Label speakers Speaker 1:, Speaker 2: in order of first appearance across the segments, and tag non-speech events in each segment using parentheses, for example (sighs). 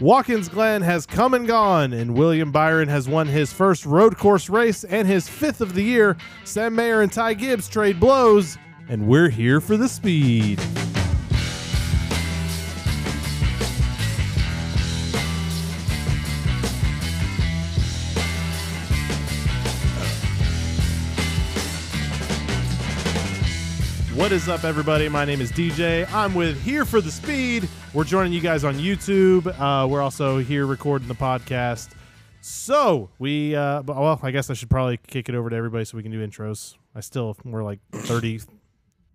Speaker 1: Watkins Glen has come and gone, and William Byron has won his first road course race and his fifth of the year. Sam Mayer and Ty Gibbs trade blows, and we're here for the speed. What is up, everybody? My name is DJ. I'm with Here for the Speed. We're joining you guys on YouTube. Uh, we're also here recording the podcast. So we, uh, but- well, I guess I should probably kick it over to everybody so we can do intros. I still, we're like 30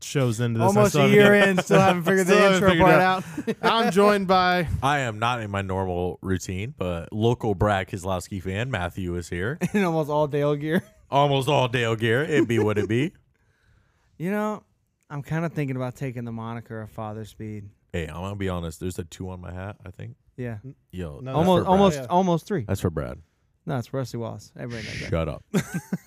Speaker 1: shows into this. I
Speaker 2: Almost
Speaker 1: still
Speaker 2: a
Speaker 1: haven't
Speaker 2: year
Speaker 1: got-
Speaker 2: in, (laughs) still haven't figured
Speaker 1: Still
Speaker 2: the
Speaker 1: haven't
Speaker 2: intro
Speaker 1: figured
Speaker 2: part
Speaker 1: it (laughs)
Speaker 2: out.
Speaker 1: I'm joined by
Speaker 3: I am not in my normal routine, but local Brad Kislowski fan Matthew is here.
Speaker 2: in almost all Dale gear.
Speaker 3: Almost all Dale gear. It be what it
Speaker 2: (laughs)
Speaker 3: be. (laughs)
Speaker 2: You know, I'm kind of thinking about taking the moniker of Father Speed.
Speaker 3: Hey, I'm gonna be honest. There's a two on my hat. I think.
Speaker 2: Yeah,
Speaker 3: Yo,
Speaker 1: No,
Speaker 3: that's for
Speaker 2: almost,
Speaker 3: Brad.
Speaker 2: almost,
Speaker 1: Yeah.
Speaker 2: almost three.
Speaker 3: That's for Brad.
Speaker 2: No, it's Rusty Wallace. Everybody knows
Speaker 3: (laughs)
Speaker 2: that.
Speaker 3: Shut up.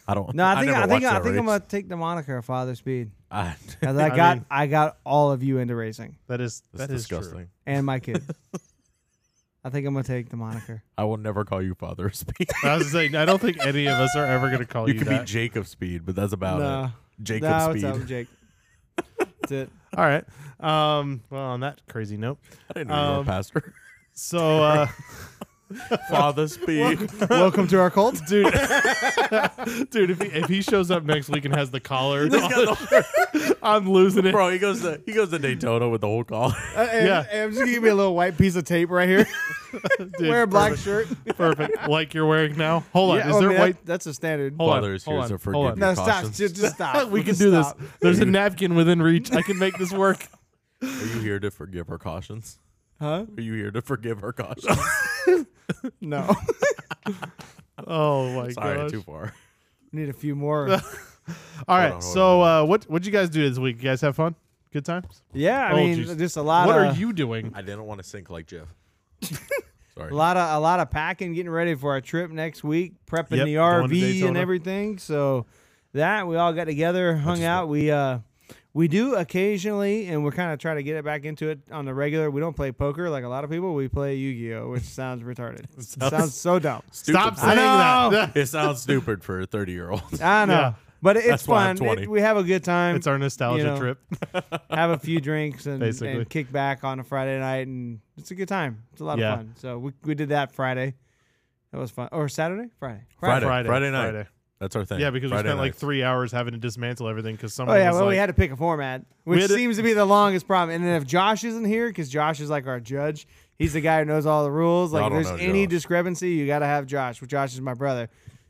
Speaker 3: I don't.
Speaker 2: No, I think,
Speaker 3: never
Speaker 2: I, think,
Speaker 3: watched
Speaker 2: I
Speaker 3: that
Speaker 2: think I'm
Speaker 3: race.
Speaker 2: gonna take the moniker of Father Speed
Speaker 3: (laughs) I-
Speaker 2: because
Speaker 1: I
Speaker 2: I got, I,
Speaker 1: mean-
Speaker 2: got all of you into racing
Speaker 1: that is
Speaker 3: that's
Speaker 1: that is true.
Speaker 3: disgusting.
Speaker 2: and my kids. I think I'm gonna take the moniker.
Speaker 3: I will never call you Father of Speed.
Speaker 1: I was saying I don't think any of us are ever going to call
Speaker 3: you
Speaker 1: you,
Speaker 3: could be
Speaker 1: that.
Speaker 3: Jacob Speed, but that's about
Speaker 2: no,
Speaker 3: it. Jacob
Speaker 2: no, what's
Speaker 3: Speed.
Speaker 2: up, Jake? That's it.
Speaker 1: All right. Um, well, on that crazy note,
Speaker 3: (laughs) I didn't know you were
Speaker 1: Um,
Speaker 3: a pastor. (laughs)
Speaker 1: so. Uh,
Speaker 3: Father Speed. (laughs)
Speaker 2: Welcome to our cult. (laughs)
Speaker 1: dude. dude, if he, if he shows up next week and has the collar, (laughs) I'm losing it.
Speaker 3: Bro, he goes to he goes to Daytona with the whole call.
Speaker 1: Yeah.
Speaker 2: I'm just gonna give me a little white piece of tape right here.
Speaker 1: (laughs) Dude,
Speaker 2: Wear a black
Speaker 1: perfect,
Speaker 2: shirt.
Speaker 1: perfect, like you're wearing now. Hold on,
Speaker 2: Yeah, oh,
Speaker 1: is
Speaker 2: I
Speaker 1: there
Speaker 2: mean, that- (laughs)
Speaker 1: white?
Speaker 2: that's a standard.
Speaker 1: Hold
Speaker 3: Father
Speaker 1: on,
Speaker 3: is here,
Speaker 1: hold
Speaker 3: so
Speaker 1: your
Speaker 3: forgive
Speaker 1: hold on.
Speaker 3: me.
Speaker 2: no, stop.
Speaker 3: cautions.
Speaker 2: Just, just
Speaker 1: (laughs)
Speaker 2: stop.
Speaker 1: We can
Speaker 2: Just
Speaker 1: do this.
Speaker 2: stop.
Speaker 1: There's a napkin within reach. I can make this
Speaker 2: (laughs)
Speaker 1: work.
Speaker 3: Are you here to forgive her cautions?
Speaker 2: Huh?
Speaker 3: Are you here to forgive
Speaker 2: (laughs)
Speaker 3: her cautions?
Speaker 2: Oh
Speaker 1: (laughs)
Speaker 2: No.
Speaker 1: Oh my
Speaker 3: Sorry,
Speaker 1: gosh!
Speaker 3: too far.
Speaker 2: we need a
Speaker 1: (laughs)
Speaker 2: few more.
Speaker 1: All
Speaker 3: Hold
Speaker 1: right,
Speaker 3: on, hold
Speaker 1: so uh, what what'd you guys do this week? You guys have fun? Good times?
Speaker 2: Yeah, I
Speaker 1: Oh,
Speaker 2: mean,
Speaker 1: geez.
Speaker 2: just a lot
Speaker 1: what
Speaker 2: of
Speaker 1: are you doing?
Speaker 3: I didn't want to sink like Jeff. Sorry.
Speaker 2: a lot of a lot of packing, getting ready for our trip next week, prepping
Speaker 1: Yep,
Speaker 2: the
Speaker 1: going to
Speaker 2: RV and
Speaker 1: Daytona.
Speaker 2: everything. So that we all got together, hung
Speaker 3: just
Speaker 2: out. We uh we do occasionally, and we're kind of trying to get it back into it on the regular. We don't play poker like a lot of people. We play Yu-Gi-Oh, which
Speaker 1: (laughs)
Speaker 2: sounds retarded. It
Speaker 3: Sounds-
Speaker 2: sounds so dumb.
Speaker 3: Stupid
Speaker 1: Stop
Speaker 3: sound.
Speaker 1: saying
Speaker 2: I know.
Speaker 1: (laughs) that.
Speaker 3: It sounds stupid for a 30 year old.
Speaker 2: I know,
Speaker 1: Yeah.
Speaker 2: but it- it's
Speaker 3: That's why I'm
Speaker 2: fun. It-
Speaker 3: 20.
Speaker 2: we have a good time.
Speaker 1: It's our nostalgia
Speaker 2: You know.
Speaker 1: trip.
Speaker 2: have a few drinks and,
Speaker 1: Basically.
Speaker 2: and kick back on a Friday night, and it's a good time. It's a lot
Speaker 1: Yeah.
Speaker 2: of fun. So we, we did that Friday. That was fun. Or Saturday, Friday,
Speaker 1: (laughs)
Speaker 3: Friday.
Speaker 1: Friday,
Speaker 3: night. (laughs) That's our thing.
Speaker 1: Yeah, because we
Speaker 3: Friday
Speaker 1: spent like
Speaker 3: nights.
Speaker 1: three hours having to dismantle everything because
Speaker 2: Oh
Speaker 1: someone
Speaker 2: yeah,
Speaker 1: was
Speaker 2: well
Speaker 1: like,
Speaker 2: we had to pick a format,
Speaker 1: We
Speaker 2: which
Speaker 1: had to-
Speaker 2: seems to be the longest problem. And then if Josh isn't here, because Josh is like our judge, he's the guy who knows all the rules. Like
Speaker 3: I
Speaker 2: if
Speaker 3: don't
Speaker 2: there's
Speaker 3: know
Speaker 2: any
Speaker 3: Josh.
Speaker 2: discrepancy, you got to have Josh. Well, Josh is my brother,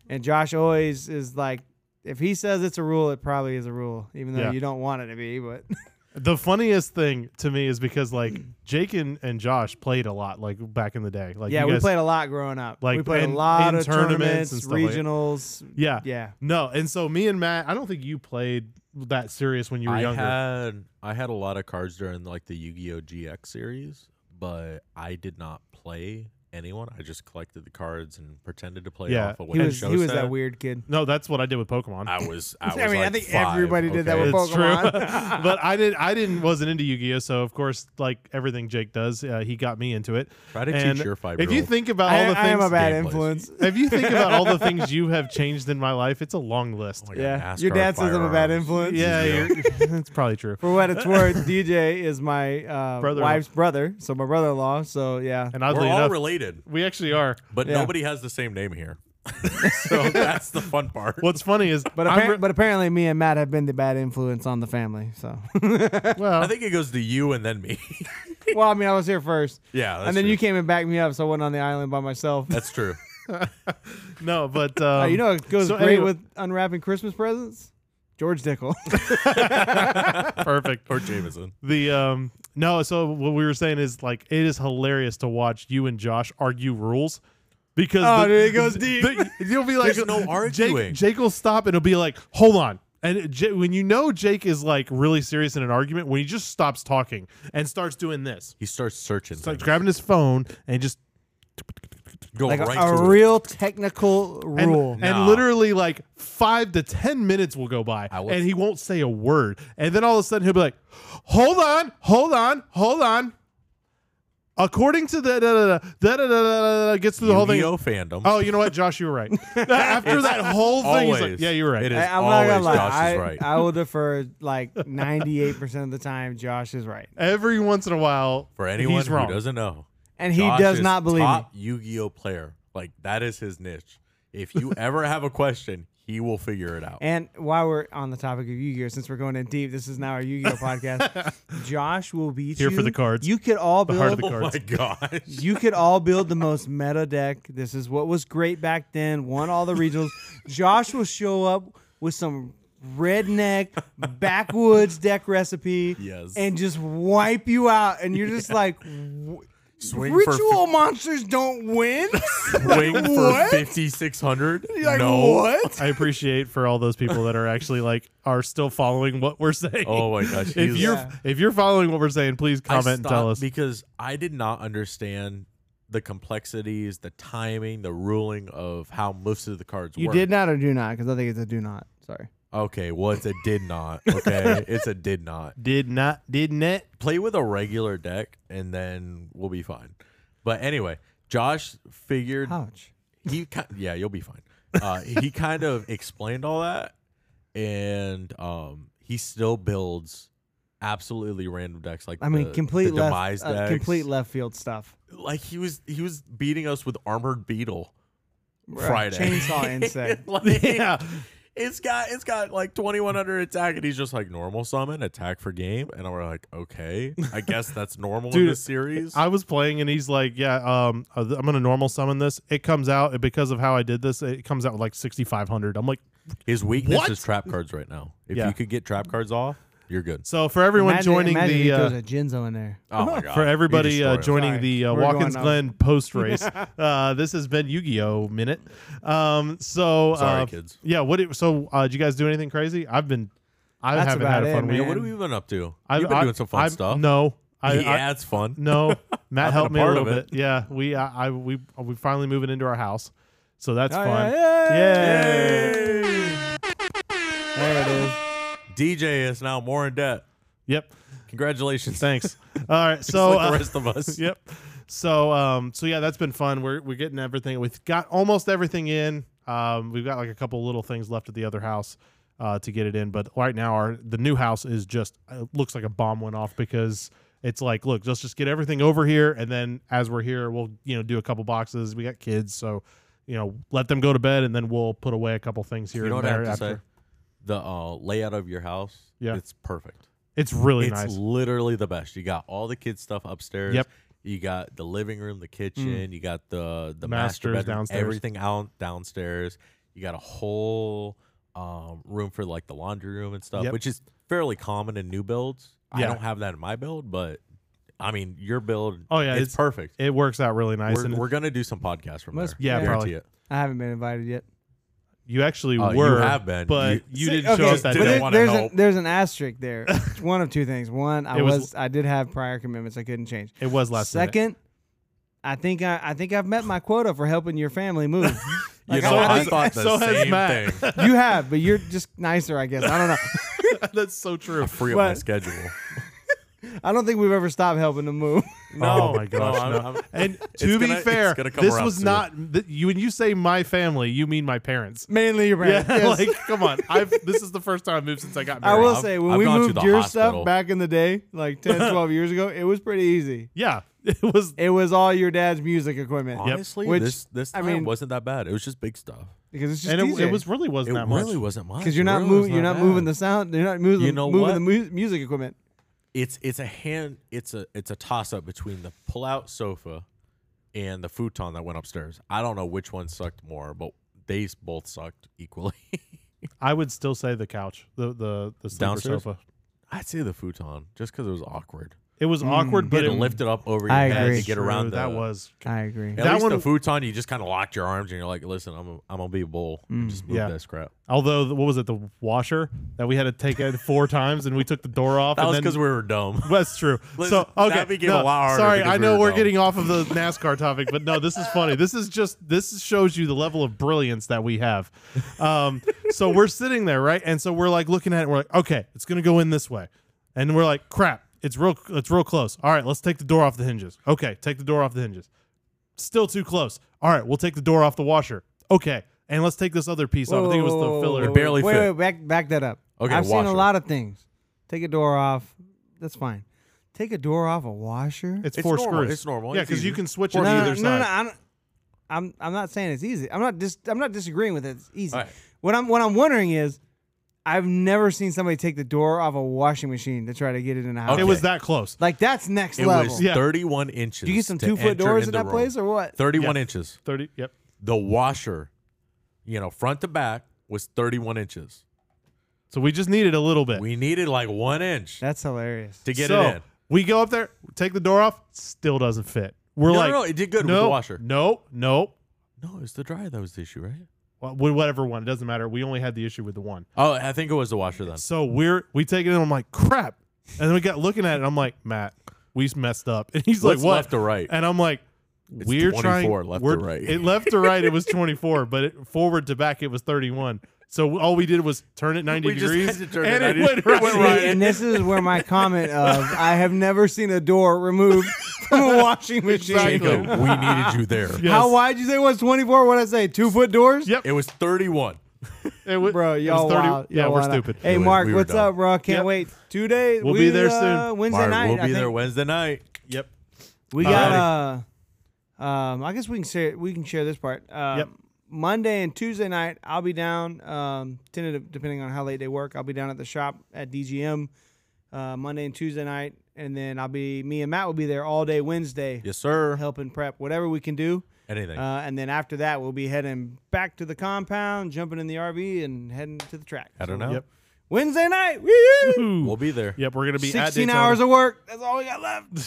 Speaker 2: and Josh always is like, if he says it's a rule, it probably is a rule, even though
Speaker 1: Yeah.
Speaker 2: you don't want it to be. But
Speaker 1: The funniest thing to me is because like Jake and, and Josh played a lot like back in the day. Like
Speaker 2: yeah,
Speaker 1: you
Speaker 2: we
Speaker 1: guys-
Speaker 2: played a lot growing up.
Speaker 1: like,
Speaker 2: we played
Speaker 1: in-
Speaker 2: a lot
Speaker 1: in
Speaker 2: of
Speaker 1: tournaments
Speaker 2: tournaments,
Speaker 1: and stuff like that.
Speaker 2: regionals.
Speaker 1: Yeah,
Speaker 2: yeah.
Speaker 1: No, and so me and Matt, I don't think you played that serious when you were
Speaker 3: I
Speaker 1: younger.
Speaker 3: had I had a lot of cards during like the Yu Gi Oh GX series, but I did not play anyone. I just collected the cards and pretended to play
Speaker 1: Yeah.
Speaker 3: off of what
Speaker 2: He was
Speaker 3: show
Speaker 2: he was
Speaker 3: said.
Speaker 2: that weird kid.
Speaker 1: no, that's what I did with Pokemon.
Speaker 2: (laughs)
Speaker 3: I was. I, was
Speaker 2: I mean, I
Speaker 3: like
Speaker 2: think
Speaker 3: five,
Speaker 2: everybody did that
Speaker 3: okay? Oh
Speaker 2: with
Speaker 1: it's
Speaker 2: Pokemon. (laughs)
Speaker 1: true, but I did. I didn't wasn't into Yu-Gi-Oh, so of course, like everything Jake does, uh, he got me into it.
Speaker 3: Try to
Speaker 1: And
Speaker 3: teach your five.
Speaker 1: if you think about all
Speaker 2: I,
Speaker 1: the
Speaker 2: I am
Speaker 1: things,
Speaker 2: a bad
Speaker 3: Gameplays. (laughs)
Speaker 2: influence.
Speaker 1: if you think about all the things you have changed in my life, it's a long
Speaker 3: Oh
Speaker 1: list.
Speaker 2: Yeah, your dad says I'm a bad influence.
Speaker 1: yeah,
Speaker 3: Yeah.
Speaker 1: you're- (laughs) that's probably true.
Speaker 2: For what it's worth,
Speaker 1: (laughs)
Speaker 2: DJ is my uh,
Speaker 1: Brother-in-law.
Speaker 2: wife's brother, so my brother-in-law. So yeah,
Speaker 1: And
Speaker 3: We're
Speaker 1: oddly
Speaker 3: all
Speaker 1: enough,
Speaker 3: related,
Speaker 1: we actually are.
Speaker 3: but
Speaker 2: Yeah.
Speaker 3: nobody has the same name
Speaker 2: (laughs)
Speaker 3: here. (laughs) so that's the fun part.
Speaker 1: What's funny is,
Speaker 2: but
Speaker 1: I'm
Speaker 2: appar-
Speaker 1: re-
Speaker 2: but apparently me and Matt have been the bad influence on the family.
Speaker 1: (laughs)
Speaker 2: So
Speaker 1: well,
Speaker 3: I think it goes to you and then me. (laughs)
Speaker 2: well, I mean, I was here first,
Speaker 3: yeah, that's
Speaker 2: and then
Speaker 3: true.
Speaker 2: you came and backed me up, so I went on the island by
Speaker 1: (laughs)
Speaker 2: myself.
Speaker 3: That's true.
Speaker 1: no, but um,
Speaker 2: (laughs) Uh, you know, it goes
Speaker 1: so
Speaker 2: great
Speaker 1: anyway-
Speaker 2: with unwrapping Christmas presents. George Dickel. (laughs)
Speaker 1: perfect.
Speaker 3: Or Jameson.
Speaker 1: The um no, so what we were saying is like it is hilarious to watch you and Josh argue rules because (laughs)
Speaker 2: Oh,
Speaker 1: the-
Speaker 2: dude, it goes deep.
Speaker 1: the- you'll be like,
Speaker 3: There's no
Speaker 1: Jake,
Speaker 3: arguing.
Speaker 1: Jake will stop and he'll be like, "Hold on." And J- when you know Jake is like really serious in an argument, when he just stops talking and starts doing this,
Speaker 3: He starts searching.
Speaker 1: starts
Speaker 3: things.
Speaker 1: grabbing his phone and just
Speaker 3: Go
Speaker 2: like a,
Speaker 3: right
Speaker 2: a
Speaker 3: to it.
Speaker 2: real technical
Speaker 1: and,
Speaker 2: rule.
Speaker 1: and
Speaker 3: Nah.
Speaker 1: literally like five to ten minutes will go by
Speaker 3: I will-
Speaker 1: and he won't say a word and then all of a sudden he'll be like hold on hold on hold on According to the da da da da da da, da, da gets through the whole thing.
Speaker 3: Yu-Gi-Oh fandom.
Speaker 1: Oh, you know what, Josh, you were
Speaker 3: (laughs)
Speaker 1: right. (laughs) After that whole thing, he's like,
Speaker 3: always-
Speaker 1: yeah, you're right.
Speaker 3: it is
Speaker 2: I, am not
Speaker 3: always
Speaker 2: gonna lie.
Speaker 3: Josh
Speaker 2: I,
Speaker 3: is right.
Speaker 2: I will defer like 98 percent of the time. Josh is right,
Speaker 1: Every once in a while,
Speaker 3: For anyone
Speaker 1: he's wrong.
Speaker 3: who doesn't know,
Speaker 2: and he
Speaker 3: Josh
Speaker 2: does
Speaker 3: is
Speaker 2: not believe me.
Speaker 3: top Yu-Gi-Oh player. Like that is his niche.
Speaker 2: (laughs)
Speaker 3: If you ever have a question, he will figure it out.
Speaker 2: And while we're on the topic of Yu-Gi-Oh, since we're going in deep, this is now our Yu-Gi-Oh podcast. Josh will beat
Speaker 1: Here
Speaker 2: you.
Speaker 1: for the cards.
Speaker 2: You could all
Speaker 1: heart of
Speaker 2: build.
Speaker 1: the
Speaker 3: (laughs) oh my gosh.
Speaker 2: (laughs) you could all build the most meta deck. This is what was great back then. Won all the regionals. Josh will show up with some redneck backwoods deck recipe.
Speaker 3: Yes.
Speaker 2: And just wipe you out, and you're just like. "W-
Speaker 3: Swing for
Speaker 2: Ritual monsters don't win. (laughs)
Speaker 3: Wing for
Speaker 2: What?
Speaker 3: 5600?
Speaker 2: You're like,
Speaker 3: no.
Speaker 1: (laughs)
Speaker 2: what?
Speaker 1: I appreciate for all those people that are actually like are still following what we're saying.
Speaker 3: Oh my
Speaker 1: (laughs)
Speaker 3: gosh.
Speaker 1: if
Speaker 3: he's-
Speaker 1: you're
Speaker 2: Yeah.
Speaker 1: if you're following what we're saying, please
Speaker 3: I
Speaker 1: comment and tell
Speaker 3: stopped
Speaker 1: us.
Speaker 3: because I did not understand the complexities, the timing, the ruling of how most of the cards
Speaker 2: You
Speaker 3: work.
Speaker 2: did not or do not, because I think it's a do not. Sorry.
Speaker 3: Okay, well it's a did
Speaker 2: (laughs)
Speaker 3: not. Okay, it's a did not.
Speaker 1: Did not didn't it?
Speaker 3: play with a regular deck and then we'll be fine. But anyway, Josh figured
Speaker 2: Ouch.
Speaker 3: he ki- yeah, you'll be fine.
Speaker 2: (laughs)
Speaker 3: Uh, he kind of explained all that and um he still builds absolutely random decks like
Speaker 2: I mean,
Speaker 3: the-
Speaker 2: complete
Speaker 3: the demise
Speaker 2: left, uh,
Speaker 3: decks.
Speaker 2: complete left field stuff.
Speaker 3: like he was he was beating us with armored beetle Friday (laughs)
Speaker 2: chainsaw insect.
Speaker 3: Like,
Speaker 1: Yeah.
Speaker 3: It's got it's got like 2100 attack and he's just like normal summon attack for game and we're like okay
Speaker 1: (laughs)
Speaker 3: I guess that's normal in
Speaker 1: Dude,
Speaker 3: this series
Speaker 1: I was playing and he's like, yeah, um, uh, th- I'm gonna normal summon this. It comes out and because of how I did this. It comes out with like 6,500. I'm like,
Speaker 3: His weakness
Speaker 1: What?
Speaker 3: is trap cards right now. If
Speaker 1: Yeah.
Speaker 3: you could get trap cards off,
Speaker 1: (laughs)
Speaker 3: you're good.
Speaker 1: so for everyone
Speaker 2: imagine,
Speaker 1: joining
Speaker 2: imagine
Speaker 1: the.
Speaker 2: if
Speaker 1: uh,
Speaker 2: there was a Jinzo in there.
Speaker 3: Oh my god!
Speaker 1: for
Speaker 3: You
Speaker 1: everybody
Speaker 3: destroy
Speaker 1: uh,
Speaker 3: him.
Speaker 1: joining the uh,
Speaker 2: Sorry. We're
Speaker 1: Watkins
Speaker 2: going off.
Speaker 1: Glen
Speaker 2: (laughs)
Speaker 1: post race. uh, this has been Yu-Gi-Oh minute. Um, so uh,
Speaker 3: Sorry, kids.
Speaker 1: Yeah. What? do- so uh, did you guys do anything crazy? I've been. I
Speaker 2: That's
Speaker 1: haven't
Speaker 2: about
Speaker 1: had a
Speaker 2: it,
Speaker 1: fun
Speaker 2: man.
Speaker 1: week.
Speaker 3: Yeah, what have we been up to?
Speaker 1: I've
Speaker 3: You've been
Speaker 1: I-
Speaker 3: doing some fun
Speaker 1: I've-
Speaker 3: stuff.
Speaker 1: No. I, I
Speaker 3: yeah, it's fun.
Speaker 1: no.
Speaker 3: (laughs)
Speaker 1: Matt
Speaker 3: I've been
Speaker 1: helped
Speaker 3: a
Speaker 1: me a
Speaker 3: part
Speaker 1: little
Speaker 3: of
Speaker 1: bit.
Speaker 3: it.
Speaker 1: Yeah. We I, I we we finally moving into our house, so that's
Speaker 2: Oh,
Speaker 1: fun.
Speaker 2: yeah,
Speaker 1: Yay.
Speaker 2: There it is.
Speaker 3: DJ is now more in debt.
Speaker 1: Yep.
Speaker 3: Congratulations.
Speaker 1: Thanks. All right.
Speaker 3: So
Speaker 1: So
Speaker 3: like
Speaker 1: uh,
Speaker 3: the rest
Speaker 1: (laughs)
Speaker 3: of us.
Speaker 1: yep. So um so yeah, that's been fun. We're we're getting everything. We've got almost everything in. Um we've got like a couple little things left at the other house uh to get it in, but right now our the new house is just it looks like a bomb went off because it's like, look, let's just get everything over here and then as we're here, we'll, you know, do a couple boxes. We got kids, so you know, let them go to bed and then we'll put away a couple things here
Speaker 3: You know
Speaker 1: and
Speaker 3: what I
Speaker 1: there
Speaker 3: have to
Speaker 1: after.
Speaker 3: say? The uh, layout of your house.
Speaker 1: Yeah.
Speaker 3: it's perfect.
Speaker 1: It's really
Speaker 3: it's
Speaker 1: nice.
Speaker 3: literally the best. You got all the kids stuff upstairs.
Speaker 1: Yep. Mm.
Speaker 3: You got the living room, the kitchen. You got the the master
Speaker 1: Masters
Speaker 3: bedroom,
Speaker 1: downstairs.
Speaker 3: Everything out downstairs. You got a whole um, room for like the laundry room and stuff,
Speaker 1: Yep.
Speaker 3: which is fairly common in new builds. I
Speaker 1: Yeah.
Speaker 3: don't have that in my build, but I mean your build.
Speaker 1: Oh, yeah,
Speaker 3: it's,
Speaker 1: it's
Speaker 3: perfect.
Speaker 1: It works out really nice.
Speaker 3: we're,
Speaker 1: and
Speaker 3: we're gonna do some podcasts from
Speaker 2: Must-
Speaker 3: there.
Speaker 1: yeah,
Speaker 3: I
Speaker 1: probably.
Speaker 3: guarantee it.
Speaker 2: I haven't been invited yet.
Speaker 1: You actually
Speaker 3: Uh, you
Speaker 1: were,
Speaker 3: have been.
Speaker 1: but you,
Speaker 3: You-
Speaker 1: didn't show up that
Speaker 3: didn't
Speaker 1: day.
Speaker 2: there-
Speaker 3: wanna
Speaker 2: there's,
Speaker 3: help.
Speaker 2: a, there's an asterisk there. It's one of two things. One, I
Speaker 1: It was-
Speaker 2: was, I did have prior commitments I couldn't change.
Speaker 1: It was last minute.
Speaker 2: Second, I think I, I think I've met my quota for helping your family move.
Speaker 3: You
Speaker 2: Like,
Speaker 3: know,
Speaker 2: I- I
Speaker 3: I,
Speaker 2: think-
Speaker 3: thought the
Speaker 1: so has
Speaker 3: same
Speaker 1: Matt. (laughs)
Speaker 3: thing.
Speaker 2: you have, but you're just nicer, I guess. I don't know. (laughs)
Speaker 1: That's so true.
Speaker 3: Free up my
Speaker 2: But-
Speaker 3: schedule.
Speaker 2: I don't think we've ever stopped helping them move.
Speaker 1: Oh my gosh,
Speaker 3: I'm-
Speaker 1: no.
Speaker 3: I'm-
Speaker 1: And
Speaker 3: It's
Speaker 1: to be
Speaker 3: gonna- it's
Speaker 1: fair,
Speaker 3: gonna come
Speaker 1: this
Speaker 3: around
Speaker 1: was
Speaker 3: soon.
Speaker 1: not th- you. When you say my family, you mean my parents.
Speaker 2: (laughs) Mainly your
Speaker 1: Yeah,
Speaker 2: parents.
Speaker 1: (laughs)
Speaker 2: yes.
Speaker 1: like come on. I've this is the first time I moved since I got
Speaker 2: I
Speaker 1: married.
Speaker 2: will
Speaker 3: I've-
Speaker 2: say, when
Speaker 3: I've
Speaker 2: we
Speaker 3: gone to
Speaker 2: moved
Speaker 3: the
Speaker 2: your
Speaker 3: hospital.
Speaker 2: stuff back in the day, like 10, 12 years ago, it was pretty easy.
Speaker 1: yeah, (laughs) it was.
Speaker 2: It was all your dad's music equipment.
Speaker 3: Honestly,
Speaker 2: Which,
Speaker 3: this this
Speaker 2: I
Speaker 3: time
Speaker 2: mean-
Speaker 3: wasn't that bad. It was just big stuff.
Speaker 2: Because it's just
Speaker 1: And it,
Speaker 2: DJ.
Speaker 1: it was really
Speaker 3: It
Speaker 1: wasn't that
Speaker 3: really
Speaker 1: much.
Speaker 3: wasn't much.
Speaker 2: because you're
Speaker 3: It
Speaker 2: not
Speaker 3: really was
Speaker 2: moving. You're not moving
Speaker 3: bad.
Speaker 2: the sound. You're not moving.
Speaker 3: You know
Speaker 2: moving
Speaker 3: what?
Speaker 2: the mu- music equipment.
Speaker 3: It's it's a hand. It's a it's a toss up between the pull out sofa and the futon that went upstairs. I don't know which one sucked more, but they s- both sucked equally. (laughs)
Speaker 1: I would still say the couch, the the the sleeper
Speaker 3: Downstairs?
Speaker 1: sofa.
Speaker 3: I'd say the futon just because it was awkward.
Speaker 1: It
Speaker 2: Mm,
Speaker 1: was awkward, but
Speaker 3: But
Speaker 1: it
Speaker 3: it lifted up over your
Speaker 2: I
Speaker 3: head
Speaker 2: agree.
Speaker 3: to get
Speaker 1: True,
Speaker 3: around. The,
Speaker 1: that was
Speaker 2: I agree.
Speaker 3: at
Speaker 1: that
Speaker 3: least
Speaker 1: one-
Speaker 3: the futon. You just kind of locked your arms and you're like, listen, I'm a, I'm gonna be a bull and just move
Speaker 1: Mm, Yeah.
Speaker 3: that crap.
Speaker 1: although the- what was it the washer that we had to take it four times and we took the door off.
Speaker 3: That
Speaker 1: and
Speaker 3: was
Speaker 1: then-
Speaker 3: because we were dumb.
Speaker 2: (laughs)
Speaker 1: That's true.
Speaker 3: Listen,
Speaker 1: so okay,
Speaker 3: that became
Speaker 1: no,
Speaker 3: a lot harder
Speaker 1: sorry,
Speaker 3: because
Speaker 1: I
Speaker 3: we
Speaker 1: know
Speaker 3: were
Speaker 1: we're
Speaker 3: dumb.
Speaker 1: getting off of the NASCAR topic, but no, this is funny. This is just this shows you the level of brilliance that we have. Um, so we're sitting there, right? And so we're like looking at it. We're like, okay, it's gonna go in this way, and we're like, crap, It's real. It's real close. All right, let's take the door off the hinges. Okay, take the door off the hinges. Still too close. All right, we'll take the door off the washer. Okay, and let's take this other piece off. I think it was the filler.
Speaker 3: whoa. barely
Speaker 2: wait,
Speaker 3: fit.
Speaker 2: Wait, back back that up.
Speaker 3: Okay,
Speaker 2: I've seen a
Speaker 3: washer.
Speaker 2: lot of things. Take a door off. That's fine. Take a door off a washer.
Speaker 1: It's,
Speaker 3: It's
Speaker 1: four
Speaker 3: normal.
Speaker 1: screws.
Speaker 3: It's normal.
Speaker 1: Yeah,
Speaker 3: It's
Speaker 1: because you
Speaker 3: easy.
Speaker 1: can switch it
Speaker 3: Four
Speaker 1: to
Speaker 2: no,
Speaker 1: either side.
Speaker 2: no, no, no, I'm, I'm I'm not saying it's easy. I'm not dis, I'm not disagreeing with it. It's easy.
Speaker 3: All right.
Speaker 2: What I'm what I'm wondering is, I've never seen somebody take the door off a washing machine to try to get it in the house.
Speaker 1: It
Speaker 3: Okay.
Speaker 1: was that close.
Speaker 2: Like that's next
Speaker 3: It
Speaker 2: level.
Speaker 3: was
Speaker 1: Yeah.
Speaker 3: 31 inches.
Speaker 2: Do you get some
Speaker 3: to
Speaker 2: two foot
Speaker 3: enter
Speaker 2: doors
Speaker 3: in
Speaker 2: in
Speaker 3: the
Speaker 2: that
Speaker 3: room.
Speaker 2: place or what?
Speaker 3: 31
Speaker 1: Yeah.
Speaker 3: inches.
Speaker 1: Thirty. Yep.
Speaker 3: The washer, you know, front to back was 31 inches.
Speaker 1: So we just needed a little bit
Speaker 3: We needed like one inch
Speaker 2: That's hilarious.
Speaker 3: to get
Speaker 1: so
Speaker 3: it in.
Speaker 1: We go up there, take the door off. Still doesn't fit. We're
Speaker 3: no,
Speaker 1: like,
Speaker 3: no, no, it did good with
Speaker 1: no,
Speaker 3: the washer.
Speaker 1: no, no.
Speaker 3: No, it was the dryer that was the issue, right?
Speaker 1: Well, wh- whatever one, it doesn't matter. We only had the issue with the one.
Speaker 3: Oh, I think it was the washer then.
Speaker 1: So we're we take it in. I'm like, crap. And then we got looking at it. And I'm like, Matt, we messed up. (laughs) And he's
Speaker 3: What's
Speaker 1: like, what?
Speaker 3: left to right?
Speaker 1: And I'm like, we're trying.
Speaker 3: 24 left to
Speaker 1: we're,
Speaker 3: right.
Speaker 1: It left to right. It
Speaker 3: (laughs)
Speaker 1: was 24, but it, forward to back, it was 31. So all we did was turn it 90
Speaker 3: We just
Speaker 1: degrees,
Speaker 3: had to turn it
Speaker 1: and
Speaker 3: 90
Speaker 1: went right.
Speaker 2: (laughs)
Speaker 3: Went
Speaker 2: See,
Speaker 3: right.
Speaker 2: And this is where my comment of I have never seen a door removed (laughs) from a washing machine.
Speaker 1: Exactly.
Speaker 3: Jacob, we needed you there.
Speaker 2: (laughs)
Speaker 1: Yes.
Speaker 2: How wide you say it was 24? What I say? Two foot doors?
Speaker 1: Yep.
Speaker 3: It was 31.
Speaker 1: It wa-
Speaker 2: Bro,
Speaker 1: it was
Speaker 2: y'all
Speaker 1: 30
Speaker 2: wild.
Speaker 1: Yeah,
Speaker 2: Y'all
Speaker 1: we're
Speaker 2: wild.
Speaker 1: stupid.
Speaker 2: Hey,
Speaker 3: It was-
Speaker 2: Mark,
Speaker 3: we were
Speaker 2: what's
Speaker 3: dumb.
Speaker 2: up, bro? Can't
Speaker 1: Yep.
Speaker 2: wait. Two days.
Speaker 1: We'll
Speaker 2: we,
Speaker 1: be there
Speaker 2: uh,
Speaker 1: soon.
Speaker 2: Wednesday
Speaker 3: Mark,
Speaker 2: night.
Speaker 3: we'll
Speaker 2: I
Speaker 3: be there
Speaker 2: think.
Speaker 3: Wednesday night.
Speaker 1: Yep.
Speaker 2: We got. Uh, um, I guess we can share. We can share this part. Uh,
Speaker 1: Yep.
Speaker 2: Monday and Tuesday night, I'll be down. Um, tentative, depending on how late they work, I'll be down at the shop at DGM uh, Monday and Tuesday night, and then I'll be me and Matt will be there all day Wednesday,
Speaker 3: Yes, sir.
Speaker 2: helping prep whatever we can do.
Speaker 3: Anything.
Speaker 2: Uh, and then after that, we'll be heading back to the compound, jumping in the RV, and heading to the track.
Speaker 3: I don't
Speaker 2: So,
Speaker 3: know.
Speaker 1: Yep.
Speaker 2: Wednesday night, woo!
Speaker 3: We'll be there.
Speaker 1: Yep, we're gonna (laughs) be at
Speaker 2: 16
Speaker 1: Daytona.
Speaker 2: hours of work. That's all we got left.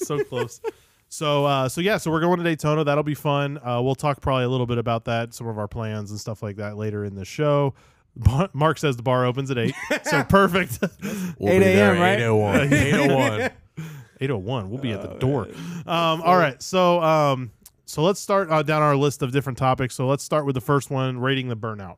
Speaker 1: (laughs) so close. So uh, so yeah, so we're going to Daytona. That'll be fun. Uh, we'll talk probably a little bit about that, some of our plans and stuff like that later in the show. Bar- Mark says the bar opens at eight, so perfect. (laughs)
Speaker 3: We'll
Speaker 2: 8
Speaker 3: be there
Speaker 2: a.m., right? (laughs)
Speaker 3: 801. 801.
Speaker 1: Eight oh one, we'll be at the door. Um, all right, so um, so let's start uh, down our list of different topics. So let's start with the first one, rating the burnout.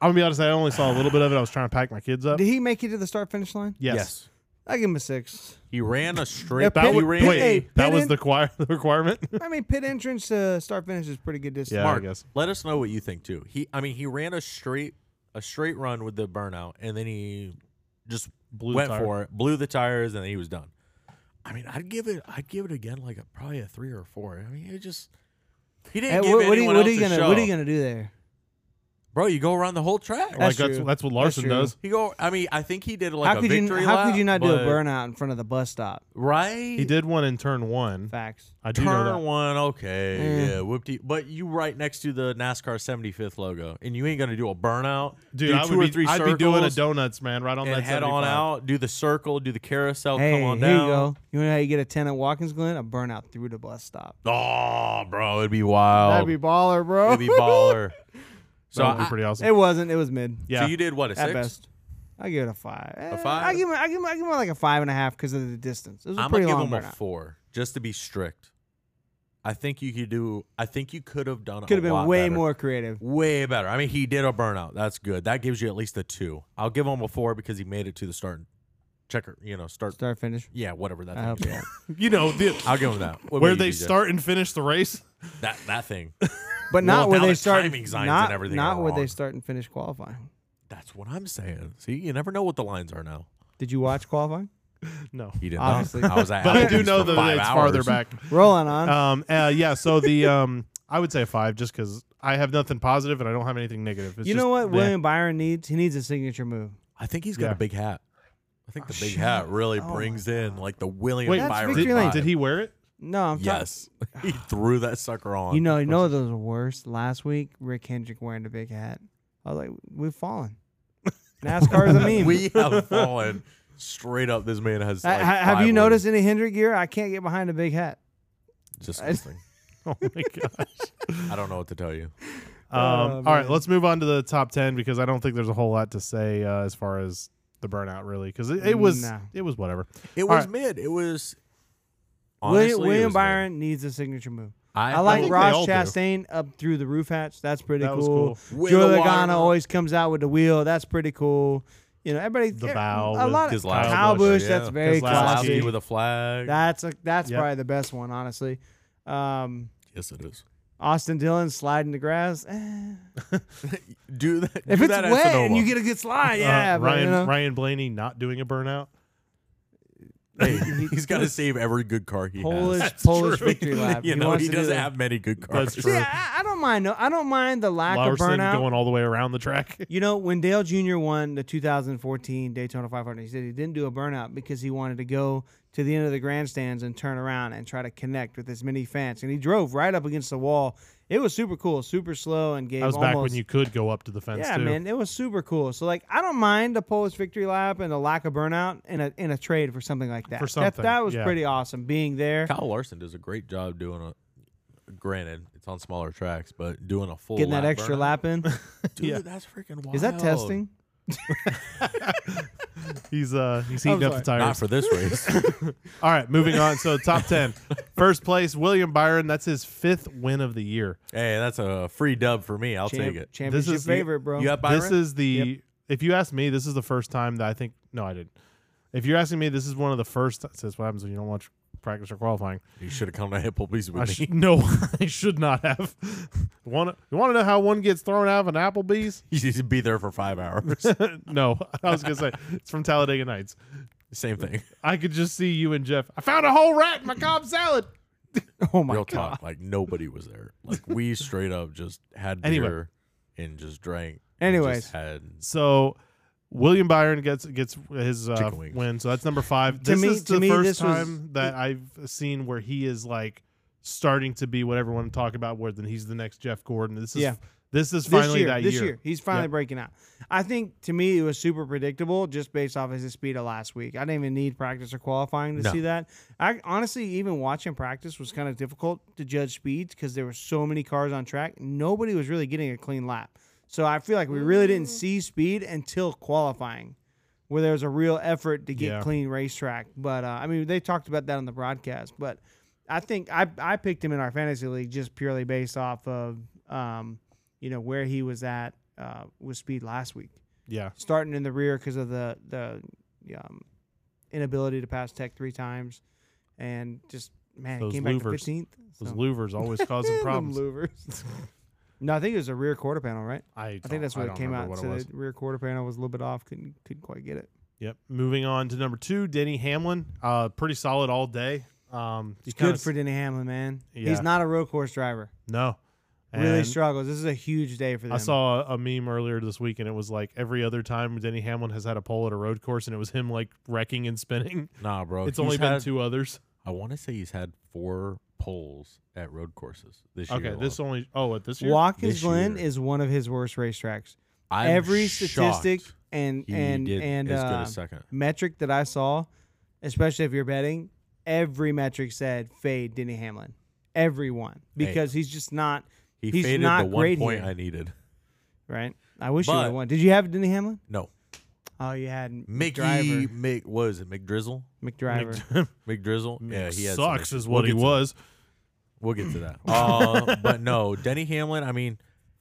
Speaker 1: I'm gonna be honest, I only saw a little bit of it. I was trying to pack my kids up.
Speaker 2: Did he make it to the start finish line?
Speaker 1: Yes,
Speaker 3: yes.
Speaker 2: I give him a six.
Speaker 3: He ran a
Speaker 2: Yeah,
Speaker 3: straight.
Speaker 1: that
Speaker 2: Pit-
Speaker 1: was
Speaker 3: he ran.
Speaker 1: wait,
Speaker 2: hey,
Speaker 1: that
Speaker 2: pit
Speaker 1: was
Speaker 2: in-
Speaker 1: the choir (laughs) the requirement.
Speaker 2: I mean, pit entrance to start finish is pretty good distance.
Speaker 1: Yeah,
Speaker 3: Mark,
Speaker 1: I guess.
Speaker 3: let us know what you think too. He, I mean, he ran a straight, a straight run with the burnout, and then he just
Speaker 1: Blew the
Speaker 3: went
Speaker 1: tire.
Speaker 3: for it, blew the tires, and then he was done. I mean, I'd give it, I'd give it again, like a, probably a three or a four. I mean, it just he
Speaker 2: Hey,
Speaker 3: didn't give
Speaker 2: what, what, are you,
Speaker 3: anyone
Speaker 2: what are
Speaker 3: else
Speaker 2: you
Speaker 3: a
Speaker 2: gonna
Speaker 3: show.
Speaker 2: What are you gonna do there?
Speaker 3: Bro, you go around the whole track.
Speaker 2: That's
Speaker 1: like that's
Speaker 2: true.
Speaker 1: that's what
Speaker 2: That's
Speaker 1: Larson
Speaker 2: true.
Speaker 1: does.
Speaker 3: He go. I mean, I think he did like
Speaker 2: how
Speaker 3: a
Speaker 2: could you
Speaker 3: victory
Speaker 2: How
Speaker 3: lap,
Speaker 2: could you not do a
Speaker 3: but-
Speaker 2: burnout in front of the bus stop?
Speaker 3: Right.
Speaker 1: He did one in turn one.
Speaker 2: Facts.
Speaker 1: I do know that.
Speaker 3: Turn one, okay,
Speaker 2: Eh.
Speaker 3: yeah, whoopty. But you right next to the NASCAR 75th logo, and you ain't gonna do a burnout,
Speaker 1: Dude,
Speaker 3: do
Speaker 1: I
Speaker 3: two
Speaker 1: would
Speaker 3: or
Speaker 1: be,
Speaker 3: three
Speaker 1: I'd be doing a
Speaker 3: circles.
Speaker 1: donuts, man, right on
Speaker 3: and
Speaker 1: that
Speaker 3: head on
Speaker 1: 75.
Speaker 3: out, do the circle, do the carousel,
Speaker 2: Hey,
Speaker 3: Oh, come on
Speaker 2: here
Speaker 3: down.
Speaker 2: you go. You know how you get a ten at Watkins Glen? A burnout through the bus stop.
Speaker 3: Oh, bro, it'd be wild.
Speaker 2: baller, bro. (laughs)
Speaker 3: (laughs) it'd be baller.
Speaker 1: Oh. So
Speaker 3: so,
Speaker 1: that would be
Speaker 3: I-
Speaker 1: pretty awesome.
Speaker 2: It wasn't. It was mid.
Speaker 1: yeah.
Speaker 3: so you did what a
Speaker 2: At
Speaker 3: six?
Speaker 2: best. I give it a five. Eh,
Speaker 3: five?
Speaker 2: I give him. I give him. I give him like a five and a half because of the distance. It was a
Speaker 3: I'm
Speaker 2: pretty
Speaker 3: gonna give
Speaker 2: long
Speaker 3: him a
Speaker 2: burnout.
Speaker 3: four, just to be strict. I think you could do. I think you could have done. a
Speaker 2: Could have been
Speaker 3: lot
Speaker 2: way
Speaker 3: better.
Speaker 2: more creative.
Speaker 3: Way better. I mean, he did a burnout. That's good. That gives you at least a two. I'll give him a four because he made it to the start. Checker, you know, start.
Speaker 2: Start finish.
Speaker 3: Yeah, whatever that
Speaker 2: I
Speaker 3: thing.
Speaker 2: hope
Speaker 3: is (laughs)
Speaker 2: so.
Speaker 1: you know, the,
Speaker 3: I'll give him that. What
Speaker 1: where
Speaker 3: about you,
Speaker 1: they
Speaker 3: DJ?
Speaker 1: start and finish the race.
Speaker 3: that that thing.
Speaker 2: But
Speaker 3: Well,
Speaker 2: not where
Speaker 3: now
Speaker 2: they
Speaker 3: the
Speaker 2: start.
Speaker 3: timing signs and
Speaker 2: not
Speaker 3: everything
Speaker 2: not
Speaker 3: are
Speaker 2: where they
Speaker 3: wrong.
Speaker 2: start and finish qualifying.
Speaker 3: That's what I'm saying. See, you never know what the lines are now.
Speaker 2: Did you watch qualifying?
Speaker 1: No.
Speaker 3: He did
Speaker 2: Obviously.
Speaker 3: not. I
Speaker 2: (laughs)
Speaker 3: was at
Speaker 1: But I do
Speaker 3: Applebee's
Speaker 1: know
Speaker 3: for
Speaker 1: that
Speaker 3: five
Speaker 1: it's
Speaker 3: hours.
Speaker 1: farther
Speaker 3: (laughs)
Speaker 1: back.
Speaker 2: Rolling on.
Speaker 1: Um, uh, yeah, so the um, I would say a five just because I have nothing positive and I don't have anything negative. It's
Speaker 2: you
Speaker 1: just
Speaker 2: know what
Speaker 1: the-
Speaker 2: William Byron needs? He needs a signature move.
Speaker 3: I think he's got
Speaker 1: Yeah.
Speaker 3: a big hat. I think the
Speaker 2: Oh,
Speaker 3: big
Speaker 2: shut
Speaker 3: hat really
Speaker 2: up. Oh
Speaker 3: brings in like the William
Speaker 1: Wait,
Speaker 2: That's
Speaker 3: Byron.
Speaker 2: Victory
Speaker 1: did,
Speaker 2: Lane.
Speaker 3: vibe.
Speaker 1: did he wear it?
Speaker 2: No, I'm talking.
Speaker 3: Yes, (laughs) he threw that sucker on.
Speaker 2: You know, you know those are worse. Last week, Rick Hendrick wearing the big hat. I was like, we've fallen. (laughs) NASCAR is a meme.
Speaker 3: we have fallen straight up. This man has.
Speaker 2: Ha-
Speaker 3: Like
Speaker 2: ha- have
Speaker 3: five
Speaker 2: you noticed
Speaker 3: wins.
Speaker 2: any Hendrick gear? I can't get behind a big hat. (laughs)
Speaker 3: Disgusting.
Speaker 1: Oh my (laughs) gosh.
Speaker 3: I don't know what to tell
Speaker 2: (laughs)
Speaker 3: you.
Speaker 2: Oh,
Speaker 1: Um, all right, let's move on to the top ten because I don't think there's a whole lot to say uh, as far as the burnout really because it, it was
Speaker 2: No.
Speaker 1: it was whatever.
Speaker 3: It
Speaker 1: All
Speaker 3: was
Speaker 1: right.
Speaker 3: mid. It was.
Speaker 2: William-
Speaker 3: Honestly, it
Speaker 2: William,
Speaker 3: was mid.
Speaker 2: Byron needs a signature move.
Speaker 3: I,
Speaker 2: I like
Speaker 1: think they all
Speaker 2: Ross
Speaker 1: do.
Speaker 2: Chastain up through the roof hatch. That's pretty
Speaker 1: That was
Speaker 2: cool.
Speaker 1: cool.
Speaker 3: With
Speaker 2: Joe
Speaker 3: the
Speaker 2: Logano
Speaker 3: watermelon.
Speaker 2: always comes out with the wheel. That's pretty cool. You know, everybody.
Speaker 1: The
Speaker 2: eh,
Speaker 1: bow
Speaker 2: A
Speaker 1: with
Speaker 2: lot of
Speaker 3: Kozlowski,
Speaker 2: Kyle Busch.
Speaker 3: yeah.
Speaker 2: That's very
Speaker 1: Kozlowski.
Speaker 2: classy.
Speaker 3: Kozlowski with a flag.
Speaker 2: That's a, that's
Speaker 1: Yep.
Speaker 2: probably the best one, honestly. Um,
Speaker 3: yes, it is.
Speaker 2: Austin Dillon sliding the grass. Eh.
Speaker 3: Do that.
Speaker 2: If
Speaker 3: do
Speaker 2: it's
Speaker 3: that at
Speaker 2: wet and
Speaker 3: Sonoma.
Speaker 2: you get a good slide,
Speaker 1: Uh,
Speaker 2: yeah. but,
Speaker 1: Ryan
Speaker 2: you know.
Speaker 1: Ryan Blaney not doing a burnout.
Speaker 3: Hey, (laughs) he's got to save every good car he
Speaker 2: Polish
Speaker 3: has.
Speaker 2: Polish victory lap.
Speaker 3: You
Speaker 2: he
Speaker 3: know,
Speaker 2: wants
Speaker 3: he
Speaker 2: to do
Speaker 3: doesn't
Speaker 2: that.
Speaker 3: have many good cars.
Speaker 1: That's
Speaker 2: See,
Speaker 1: true.
Speaker 2: I, I don't mind. No, I don't mind the lack of
Speaker 1: Larson
Speaker 2: burnout.
Speaker 1: going all the way around the
Speaker 2: (laughs)
Speaker 1: track.
Speaker 2: You know, when Dale Jr. won the 2014 Daytona 500, he said he didn't do a burnout because he wanted to go to the end of the grandstands and turn around and try to connect with as many fans. And he drove right up against the wall. It was super cool, super slow, and gave
Speaker 1: That was
Speaker 2: almost.
Speaker 1: back when you could go up to the fence
Speaker 2: yeah,
Speaker 1: too.
Speaker 2: man, it was super cool. So like, I don't mind the Polish victory lap and the lack of burnout in a in a trade for something like that.
Speaker 1: For
Speaker 2: that,
Speaker 1: something,
Speaker 2: that was
Speaker 1: yeah.
Speaker 2: pretty awesome. Being there,
Speaker 3: (laughs) Kyle Larson does a great job doing a. Granted, it's on smaller tracks, but doing a full
Speaker 2: getting that
Speaker 3: lap
Speaker 2: extra
Speaker 3: burnout.
Speaker 2: lap
Speaker 3: (laughs)
Speaker 2: in,
Speaker 3: Dude,
Speaker 1: Yeah.
Speaker 3: that's freaking wild.
Speaker 2: is that testing?
Speaker 1: He's uh he's heating
Speaker 2: I'm
Speaker 1: up the
Speaker 3: Not
Speaker 1: tires.
Speaker 3: for (laughs) this race.
Speaker 1: All right, moving on. So
Speaker 3: (laughs)
Speaker 1: top ten. First place, William Byron. That's his fifth win of the year.
Speaker 3: hey, that's a free dub for me. I'll
Speaker 2: Champ-
Speaker 3: take it.
Speaker 2: Championship
Speaker 1: is-
Speaker 2: favorite, bro.
Speaker 3: You have Byron?
Speaker 1: This is the if you ask me, this is the first time that I think no, I didn't. If you're asking me, this is one of the first. That's what happens when you don't watch practice or qualifying.
Speaker 3: you should have come to Applebee's
Speaker 1: I
Speaker 3: with
Speaker 1: sh-
Speaker 3: (laughs) me.
Speaker 1: (laughs) no, I should not have. (laughs) want you want to know how one gets thrown out of an Applebee's?
Speaker 3: You should be there for
Speaker 2: (laughs)
Speaker 3: five hours.
Speaker 1: no, (laughs) I was gonna say it's from Talladega Nights.
Speaker 3: Same thing.
Speaker 2: Oh
Speaker 1: I could just see you and Jeff. I found a whole rat in my Cobb salad.
Speaker 2: (laughs) oh my
Speaker 3: Real
Speaker 2: god.
Speaker 3: talk. Like nobody was there. Like we straight up just had beer
Speaker 1: Anyway.
Speaker 3: and just drank. and
Speaker 2: Anyways,
Speaker 3: just had
Speaker 1: So William Byron gets gets his uh,
Speaker 3: Chicken wings.
Speaker 1: win. So that's number five.
Speaker 2: To
Speaker 1: this
Speaker 2: me-
Speaker 1: is
Speaker 2: to
Speaker 1: the
Speaker 2: me,
Speaker 1: first
Speaker 2: this was-
Speaker 1: time that I've seen where he is like starting to be what everyone talk about. Where then he's the next Jeff Gordon. This is
Speaker 2: Yeah.
Speaker 1: this is finally
Speaker 2: this year,
Speaker 1: that
Speaker 2: this
Speaker 1: year.
Speaker 2: year. he's finally
Speaker 1: Yep.
Speaker 2: breaking out. I think to me it was super predictable just based off his speed of last week. I didn't even need practice or qualifying to
Speaker 3: No.
Speaker 2: see that. I honestly even watching practice was kind of difficult to judge speeds because there were so many cars on track. Nobody was really getting a clean lap. So I feel like we really didn't see speed until qualifying, where there was a real effort to get
Speaker 1: Yeah.
Speaker 2: clean racetrack. But uh, I mean, they talked about that on the broadcast. But I think I I picked him in our fantasy league just purely based off of um, you know where he was at uh, with speed last week,
Speaker 1: Yeah,
Speaker 2: starting in the rear because of the the um, inability to pass tech three times, and just man, he
Speaker 1: Those
Speaker 2: came back
Speaker 1: louvers.
Speaker 2: to fifteenth.
Speaker 1: those louvers
Speaker 2: (laughs)
Speaker 1: always causing problems.
Speaker 2: no, I think it was a rear quarter panel, right?
Speaker 1: I,
Speaker 3: Oh,
Speaker 2: I think that's what
Speaker 1: don't
Speaker 2: it came out.
Speaker 1: remember What
Speaker 2: so
Speaker 1: it was.
Speaker 2: the rear quarter panel was a little bit off. Couldn't couldn't quite get it.
Speaker 1: Yep. Moving on to number two, Denny Hamlin. Uh, pretty solid all day. Um, you
Speaker 2: It's
Speaker 1: kinda
Speaker 2: good for
Speaker 1: s-
Speaker 2: Denny Hamlin, man.
Speaker 1: Yeah.
Speaker 2: He's not a road course driver.
Speaker 1: no.
Speaker 2: really
Speaker 1: And-
Speaker 2: struggles. This is a huge day for them.
Speaker 1: I saw a meme earlier this week, and it was like every other time Denny Hamlin has had a pole at a road course, and it was him like wrecking and spinning.
Speaker 3: nah, bro.
Speaker 1: It's
Speaker 3: Oh, he's
Speaker 1: only been
Speaker 3: had-
Speaker 1: two others.
Speaker 3: I want to say he's had four poles at road courses this year.
Speaker 1: Okay, this
Speaker 3: alone.
Speaker 1: only. Oh, what this year?
Speaker 2: Watkins
Speaker 3: This
Speaker 2: Glen
Speaker 3: year.
Speaker 2: is one of his worst racetracks.
Speaker 3: I'm
Speaker 2: Every
Speaker 3: shocked
Speaker 2: statistic and
Speaker 3: he
Speaker 2: and
Speaker 3: did
Speaker 2: and
Speaker 3: as good
Speaker 2: uh,
Speaker 3: as second.
Speaker 2: metric that I saw, especially if you're betting, every metric said fade Denny Hamlin. Everyone because he's just not
Speaker 3: He
Speaker 2: he's
Speaker 3: faded
Speaker 2: not
Speaker 3: the one
Speaker 2: great
Speaker 3: point
Speaker 2: here.
Speaker 3: I needed. (laughs)
Speaker 2: right. I wish you
Speaker 3: But-
Speaker 2: would have won. Did you have Denny Hamlin?
Speaker 3: No,
Speaker 2: Oh, you had
Speaker 3: Mickey
Speaker 2: McDriver.
Speaker 3: Mick was it McDrizzle?
Speaker 2: McDriver.
Speaker 3: McDrizzle? (laughs) yeah, he had some
Speaker 1: sucks
Speaker 3: issues.
Speaker 1: is what
Speaker 3: We'll
Speaker 1: he
Speaker 3: get to
Speaker 1: was.
Speaker 3: We'll get to that. uh, (laughs) but no, Denny Hamlin. I mean,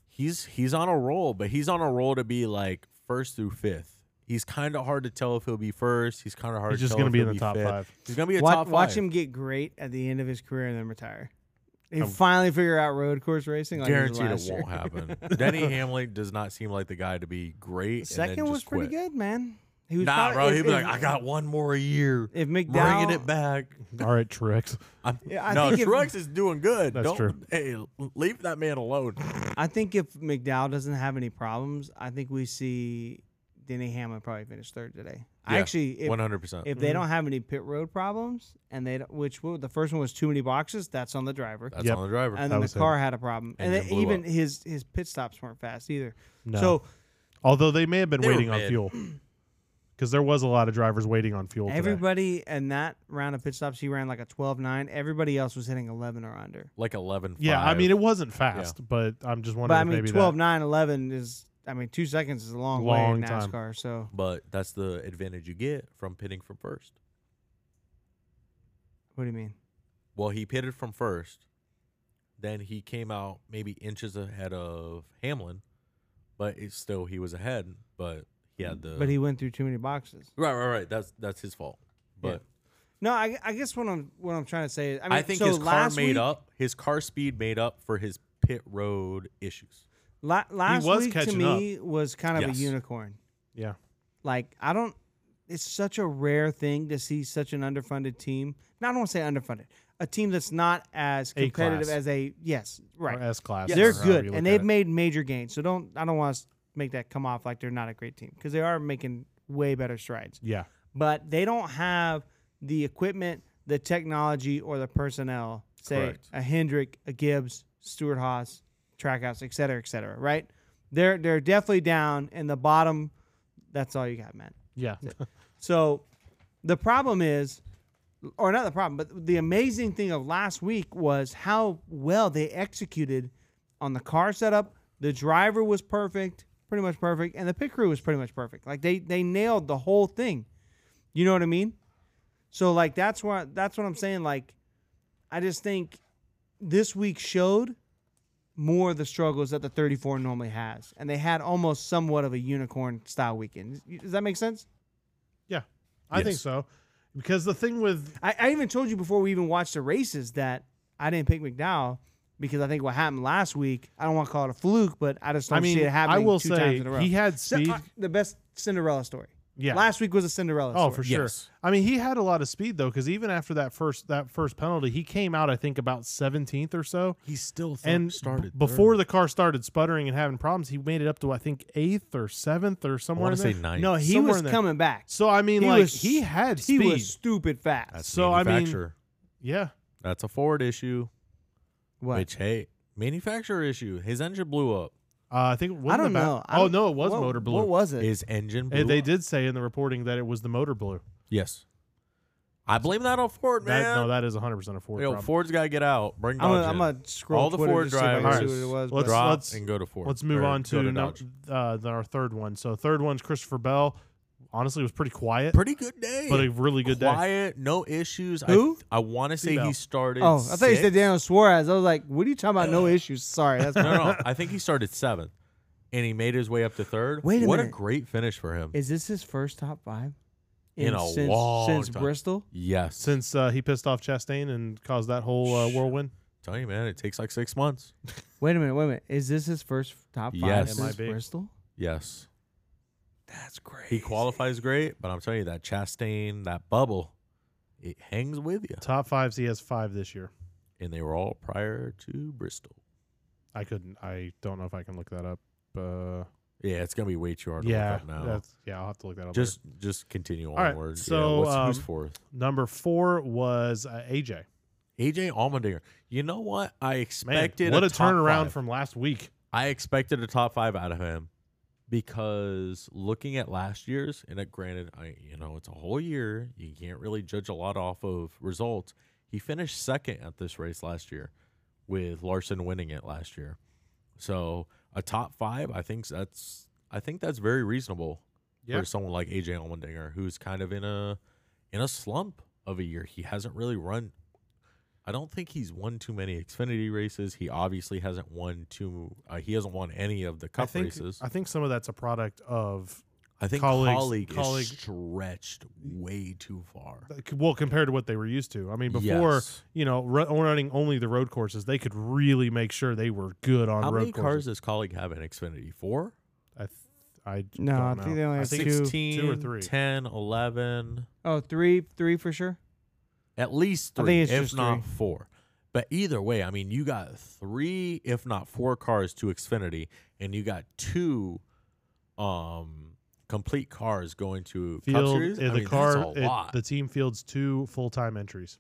Speaker 3: he's he's on a roll, but he's on a roll to be like first through fifth. He's kind of hard to tell if he'll be first. He's kind of hard.
Speaker 1: He's
Speaker 3: to
Speaker 1: just
Speaker 3: tell
Speaker 1: gonna
Speaker 3: if
Speaker 1: be
Speaker 3: he'll
Speaker 1: in the top
Speaker 3: fifth. (laughs)
Speaker 1: five.
Speaker 3: He's gonna be a
Speaker 2: watch,
Speaker 3: top five.
Speaker 2: watch him get great at the end of his career and then retire. He finally figure out road course racing. Like he was
Speaker 3: Oh. Guaranteed it
Speaker 2: last year.
Speaker 3: won't
Speaker 2: (laughs)
Speaker 3: happen. Denny Hamlin does not seem like the guy to be great. and
Speaker 2: Second
Speaker 3: then
Speaker 2: was
Speaker 3: just quit.
Speaker 2: pretty good, man. He was probably-
Speaker 3: Nah, bro.
Speaker 2: if-
Speaker 3: He'd be
Speaker 2: if-
Speaker 3: like, I got one more year.
Speaker 2: If
Speaker 3: Bringing it
Speaker 2: McDowell,
Speaker 3: back.
Speaker 1: All right, Trix.
Speaker 3: I'm,
Speaker 2: Yeah, I
Speaker 3: no,
Speaker 2: think if-
Speaker 3: Truex is doing good.
Speaker 1: That's
Speaker 3: Don't,
Speaker 1: true.
Speaker 3: Hey, leave that man alone.
Speaker 2: I think if McDowell doesn't have any problems, I think we see Denny Hamlin probably finish third today. I
Speaker 3: Yeah,
Speaker 2: actually, if,
Speaker 3: One hundred percent.
Speaker 2: if they don't have any pit road problems, and they don't, which well, the first one was too many boxes, that's on the driver,
Speaker 3: That's
Speaker 1: Yep.
Speaker 3: on the driver.
Speaker 2: and
Speaker 1: that
Speaker 2: then the
Speaker 1: was him.
Speaker 2: car had a problem, and,
Speaker 3: And
Speaker 2: then
Speaker 3: then blew
Speaker 2: even
Speaker 3: up.
Speaker 2: his his pit stops weren't fast either.
Speaker 1: No.
Speaker 2: So
Speaker 1: Although they may have been
Speaker 3: They were
Speaker 1: waiting on
Speaker 3: mid.
Speaker 1: fuel, because there was a lot of drivers waiting on fuel. today.
Speaker 2: everybody in that round of pit stops, he ran like a 12-9. Everybody else was hitting eleven or under.
Speaker 3: like 11
Speaker 1: Yeah, I mean it wasn't fast, but I'm just
Speaker 2: But
Speaker 1: wondering.
Speaker 2: I
Speaker 1: if
Speaker 2: mean,
Speaker 1: maybe
Speaker 2: 12,
Speaker 1: that,
Speaker 2: 9, 11 is, I mean, two seconds is a long, way in
Speaker 1: Long time.
Speaker 2: NASCAR. So,
Speaker 3: but that's the advantage you get from pitting from first
Speaker 2: what do you mean?
Speaker 3: well he pitted from first then he came out maybe inches ahead of hamlin but it's still he was ahead but He had the
Speaker 2: Mm, but he went through too many boxes.
Speaker 3: right, right, right. That's that's his fault. But
Speaker 2: No, I, I guess what I'm what I'm trying to say is I, mean,
Speaker 3: I think
Speaker 2: so
Speaker 3: his car
Speaker 2: last
Speaker 3: made
Speaker 2: week-
Speaker 3: up. His car speed made up for his pit road issues.
Speaker 2: La- last
Speaker 1: was
Speaker 2: week to
Speaker 1: catching
Speaker 2: me was kind of
Speaker 3: Yes.
Speaker 2: a unicorn.
Speaker 1: Yeah.
Speaker 2: Like I don't. It's such a rare thing to see such an underfunded team. Not I don't want to say underfunded. A team that's not as
Speaker 1: A class.
Speaker 2: competitive as a yes, right.
Speaker 1: Or S class.
Speaker 3: Yes.
Speaker 1: or
Speaker 2: They're
Speaker 1: however
Speaker 2: good
Speaker 1: you look
Speaker 2: and
Speaker 1: at
Speaker 2: they've
Speaker 1: it.
Speaker 2: made major gains. So don't I don't want to make that come off like they're not a great team because they are making way better strides.
Speaker 1: Yeah.
Speaker 2: But they don't have the equipment, the technology, or the personnel. Say
Speaker 3: Correct.
Speaker 2: a Hendrick, a Gibbs, Stuart Haas, Trackhouse, et cetera, et cetera. Right? They're they're definitely down in the bottom. That's all you got, man.
Speaker 1: Yeah.
Speaker 2: So the problem is, or not the problem, but the amazing thing of last week was how well they executed on the car setup. The driver was perfect, pretty much perfect, and the pit crew was pretty much perfect. Like they they nailed the whole thing. You know what I mean? So like that's what that's what I'm saying. Like I just think this week showed more of the struggles that the 34 normally has, and they had almost somewhat of a unicorn style weekend. Does that make sense?
Speaker 1: Yeah. I think
Speaker 3: Yes.
Speaker 1: so. Because the thing with
Speaker 2: I, I even told you before we even watched the races that I didn't pick McDowell because I think what happened last week. I don't want to call it a fluke, but I just don't
Speaker 1: I mean,
Speaker 2: see it
Speaker 1: I
Speaker 2: happening.
Speaker 1: will
Speaker 2: two
Speaker 1: say
Speaker 2: times in a row.
Speaker 1: he had
Speaker 2: So,
Speaker 1: speed.
Speaker 2: uh, the best Cinderella story.
Speaker 1: Yeah.
Speaker 2: last week was a Cinderella.
Speaker 1: Oh,
Speaker 2: story.
Speaker 1: for sure.
Speaker 3: Yes.
Speaker 1: I mean, he had a lot of speed though, because even after that first that first penalty, he came out I think about seventeenth or so.
Speaker 3: He still th-
Speaker 1: And
Speaker 3: started
Speaker 1: b- before the car started sputtering and having problems, he made it up to I think eighth or seventh or somewhere.
Speaker 3: want
Speaker 1: in
Speaker 3: to say
Speaker 1: there.
Speaker 3: nine.
Speaker 2: No, he
Speaker 1: Somewhere
Speaker 2: was
Speaker 1: in there.
Speaker 2: coming back.
Speaker 1: So I mean,
Speaker 2: He
Speaker 1: like
Speaker 2: was-
Speaker 1: he had
Speaker 2: He
Speaker 1: speed.
Speaker 2: was stupid fast.
Speaker 1: so, I mean-
Speaker 3: manufacturer.
Speaker 1: yeah,
Speaker 3: that's a Ford issue.
Speaker 2: what?
Speaker 3: Which hey, manufacturer issue. His engine blew up.
Speaker 1: uh, I think.
Speaker 2: I don't
Speaker 1: about,
Speaker 2: know. I
Speaker 1: oh
Speaker 2: don't-
Speaker 1: no, it was
Speaker 2: what-
Speaker 1: motor blue.
Speaker 2: What was it?
Speaker 3: His engine blew.
Speaker 1: And they
Speaker 3: up.
Speaker 1: did say in the reporting that it was the motor blue.
Speaker 3: Yes. I blame that on Ford, man.
Speaker 1: That, no, that is 100% a Ford
Speaker 3: Yo,
Speaker 1: problem.
Speaker 3: Ford's got to get out. Bring
Speaker 2: I'm
Speaker 3: Dodge
Speaker 2: gonna, I'm
Speaker 3: in.
Speaker 2: gonna scroll
Speaker 3: All the
Speaker 2: Twitter
Speaker 3: Ford
Speaker 2: to see if I can see
Speaker 1: drivers.
Speaker 2: what it was.
Speaker 1: Let's-
Speaker 2: but-
Speaker 3: drop
Speaker 1: let's-
Speaker 3: and go to Ford.
Speaker 1: Let's move
Speaker 3: or
Speaker 1: on
Speaker 3: go
Speaker 1: to
Speaker 3: to
Speaker 1: no-
Speaker 3: Dodge.
Speaker 1: uh, the- our third one. So third one's Christopher Bell. Honestly, was pretty quiet,
Speaker 3: Pretty good day.
Speaker 1: but a really good day.
Speaker 3: Quiet, no issues. I-
Speaker 2: Who?
Speaker 3: I, want to say
Speaker 1: Female.
Speaker 3: he started.
Speaker 2: oh, I thought you said
Speaker 3: sixth.
Speaker 2: Daniel Suarez. I was like, what are you talking about? No issues. Sorry,
Speaker 1: (laughs)
Speaker 2: that's
Speaker 3: No, no, no. I think he started seventh, and he made his way up to third.
Speaker 2: Wait a
Speaker 3: what a
Speaker 2: minute.
Speaker 3: great finish for him.
Speaker 2: Is this his first top five
Speaker 3: In a
Speaker 2: since,
Speaker 3: long
Speaker 2: since
Speaker 3: time.
Speaker 2: Bristol?
Speaker 3: yes.
Speaker 1: Since uh, he pissed off Chastain and caused that whole uh, whirlwind.
Speaker 3: Tell you, man, it takes like six months.
Speaker 2: Wait a minute, wait a minute. Is this his first top five
Speaker 3: Yes. It
Speaker 2: since
Speaker 1: might be.
Speaker 2: Bristol?
Speaker 3: Yes.
Speaker 2: That's great.
Speaker 3: He qualifies great, but I'm telling you, that Chastain, that bubble, it hangs with you.
Speaker 1: Top fives, he has five this year.
Speaker 3: And they were all prior to Bristol.
Speaker 1: I couldn't. I don't know if I can look that up. Uh,
Speaker 3: Yeah, it's going to be way too hard to
Speaker 1: yeah,
Speaker 3: look up now.
Speaker 1: that's, yeah, I'll have to look that up.
Speaker 3: just just continue
Speaker 1: right,
Speaker 3: onward. Yeah,
Speaker 1: so,
Speaker 3: what's, who's
Speaker 1: um,
Speaker 3: fourth?
Speaker 1: later. number four was uh, AJ.
Speaker 3: AJ Allmendinger. You know what? I
Speaker 1: Man,
Speaker 3: expected
Speaker 1: what a,
Speaker 3: top
Speaker 1: turnaround
Speaker 3: five.
Speaker 1: from last week.
Speaker 3: I expected a top five out of him because looking at last year's, and it, granted, I you know it's a whole year, you can't really judge a lot off of results. He finished second at this race last year, with Larson winning it last year. So a top five, I think that's I think that's very reasonable
Speaker 1: Yeah.
Speaker 3: for someone like AJ Allmendinger, who's kind of in a in a slump of a year. He hasn't really run. I don't think he's won too many Xfinity races. He obviously hasn't won too. Uh, he hasn't won any of the
Speaker 1: I
Speaker 3: Cup
Speaker 1: think
Speaker 3: races.
Speaker 1: I think some of that's a product of
Speaker 3: I think
Speaker 1: colleagues-
Speaker 3: colleague,
Speaker 1: colleague-
Speaker 3: is stretched way too far.
Speaker 1: well compared to what they were used to. I mean, before
Speaker 3: Yes.
Speaker 1: you know ru- running only the road courses, they could really make sure they were good on
Speaker 3: How
Speaker 1: road
Speaker 3: many cars
Speaker 1: courses.
Speaker 3: does colleague have in Xfinity? Four,
Speaker 1: I, th- I d-
Speaker 2: No,
Speaker 1: don't
Speaker 2: I
Speaker 1: know.
Speaker 2: think they only have two.
Speaker 3: 16,
Speaker 1: two or three.
Speaker 3: 10, 11,
Speaker 2: Oh, three, three for sure.
Speaker 3: at least
Speaker 2: I
Speaker 3: three,
Speaker 2: think it's
Speaker 3: if
Speaker 2: just
Speaker 3: not
Speaker 2: three.
Speaker 3: four. But either way, I mean, you got three, if not four cars to Xfinity, and you got two um complete cars going to Cup
Speaker 1: field
Speaker 3: Series.
Speaker 1: uh,
Speaker 3: I
Speaker 1: the
Speaker 3: mean, that's
Speaker 1: car
Speaker 3: a
Speaker 1: it-
Speaker 3: lot.
Speaker 1: the team fields two full time entries.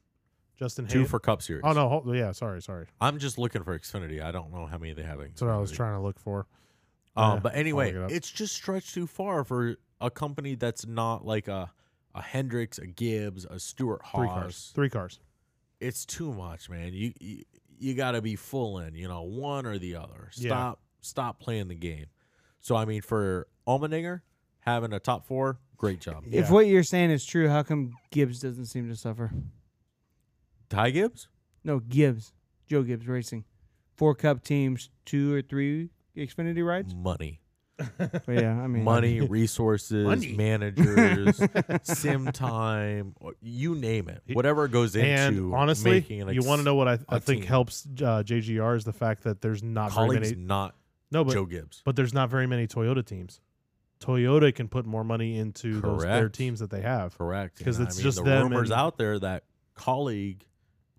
Speaker 1: Justin
Speaker 3: two
Speaker 1: Hay-
Speaker 3: for Cup Series.
Speaker 1: Oh no, hold, yeah, sorry, sorry.
Speaker 3: I'm just looking for Xfinity. I don't know how many they have. In
Speaker 1: That's what I was
Speaker 3: Xfinity.
Speaker 1: trying to look for.
Speaker 3: Um,
Speaker 1: Yeah,
Speaker 3: but
Speaker 1: I'll
Speaker 3: anyway,
Speaker 1: look it up.
Speaker 3: it's just stretched too far for a company that's not like a a Hendricks, a Gibbs, a Stewart Haas.
Speaker 1: Three cars. Three cars.
Speaker 3: It's too much, man. You you, you got to be full in, you know, one or the other.
Speaker 1: Yeah.
Speaker 3: Stop stop playing the game. So I mean, for Almendinger having a top four, great job.
Speaker 1: Yeah.
Speaker 2: If what you're saying is true, how come Gibbs doesn't seem to suffer?
Speaker 3: Ty Gibbs,
Speaker 2: No, Gibbs. Joe Gibbs Racing. Four cup teams, two or three Xfinity rides.
Speaker 3: money.
Speaker 2: But yeah, I
Speaker 1: (laughs)
Speaker 2: mean,
Speaker 3: Money, resources,
Speaker 1: Money. (laughs)
Speaker 3: managers, sim time, or- you name it. Whatever goes
Speaker 1: And
Speaker 3: into
Speaker 1: honestly,
Speaker 3: making an
Speaker 1: you want to
Speaker 3: ex-
Speaker 1: know what I, I
Speaker 3: a
Speaker 1: think
Speaker 3: team.
Speaker 1: helps uh, JGR is the fact that there's not very
Speaker 3: colleagues,
Speaker 1: many.
Speaker 3: not
Speaker 1: No, but
Speaker 3: Joe Gibbs.
Speaker 1: but there's not very many Toyota teams. Toyota can put more money into those, their
Speaker 3: Correct.
Speaker 1: teams that they have.
Speaker 3: Correct.
Speaker 1: 'Cause
Speaker 3: And
Speaker 1: it's
Speaker 3: I mean,
Speaker 1: just
Speaker 3: the
Speaker 1: them
Speaker 3: rumors
Speaker 1: and-
Speaker 3: out there that colleague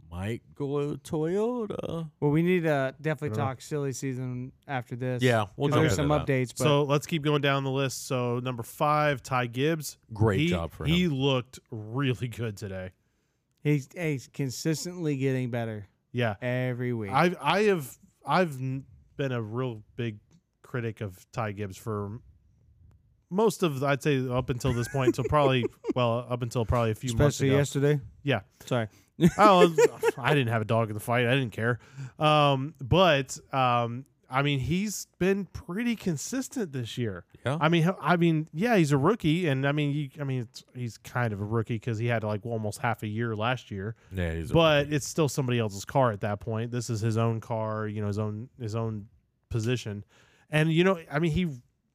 Speaker 3: might go to Toyota.
Speaker 2: well, we need to definitely
Speaker 1: Yeah.
Speaker 2: talk silly season after this.
Speaker 3: Yeah, we'll
Speaker 2: 'Cause
Speaker 3: jump
Speaker 2: there's
Speaker 3: into
Speaker 2: some
Speaker 3: that.
Speaker 2: updates. But
Speaker 1: So let's keep going down the list. So number five, Ty Gibbs.
Speaker 3: Great
Speaker 1: he,
Speaker 3: job for
Speaker 1: he
Speaker 3: him.
Speaker 1: looked really good today.
Speaker 2: he's, he's consistently getting better
Speaker 1: Yeah,
Speaker 2: every week.
Speaker 1: I I have I've n- been a real big critic of Ty Gibbs for most of I'd say up until this point, so probably
Speaker 3: (laughs)
Speaker 1: well up until probably a few
Speaker 2: Especially
Speaker 1: months ago.
Speaker 2: yesterday.
Speaker 1: Yeah.
Speaker 2: Sorry.
Speaker 1: oh, (laughs) I didn't have a dog in the fight. I didn't care. Um, but um, I mean, he's been pretty consistent this year.
Speaker 3: Yeah.
Speaker 1: I mean, h- I mean, yeah, he's a rookie, and I mean, you, I mean, it's, he's kind of a rookie because he had like almost half a year last year.
Speaker 3: yeah, he's a-
Speaker 1: but it's still somebody else's car at that point. This is his own car, you know, his own his own position, and you know, I mean, he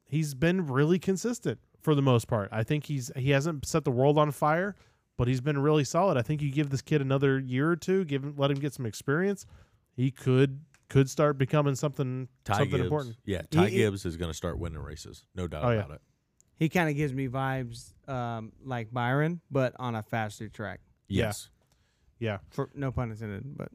Speaker 1: he's been really consistent for the most part. I think he's he hasn't set the world on fire, but he's been really solid. I think you give this kid another year or two, give him, let him get some experience, he could could start becoming something
Speaker 3: Ty
Speaker 1: something
Speaker 3: Gibbs,
Speaker 1: important.
Speaker 3: Yeah, Ty
Speaker 2: He- he-
Speaker 3: Gibbs is going to start winning races, no doubt
Speaker 1: Oh, yeah.
Speaker 3: about it.
Speaker 2: He kind of gives me vibes um, like Byron, but on a faster track.
Speaker 1: Yeah.
Speaker 3: Yes,
Speaker 1: Yeah,
Speaker 2: For no pun intended, but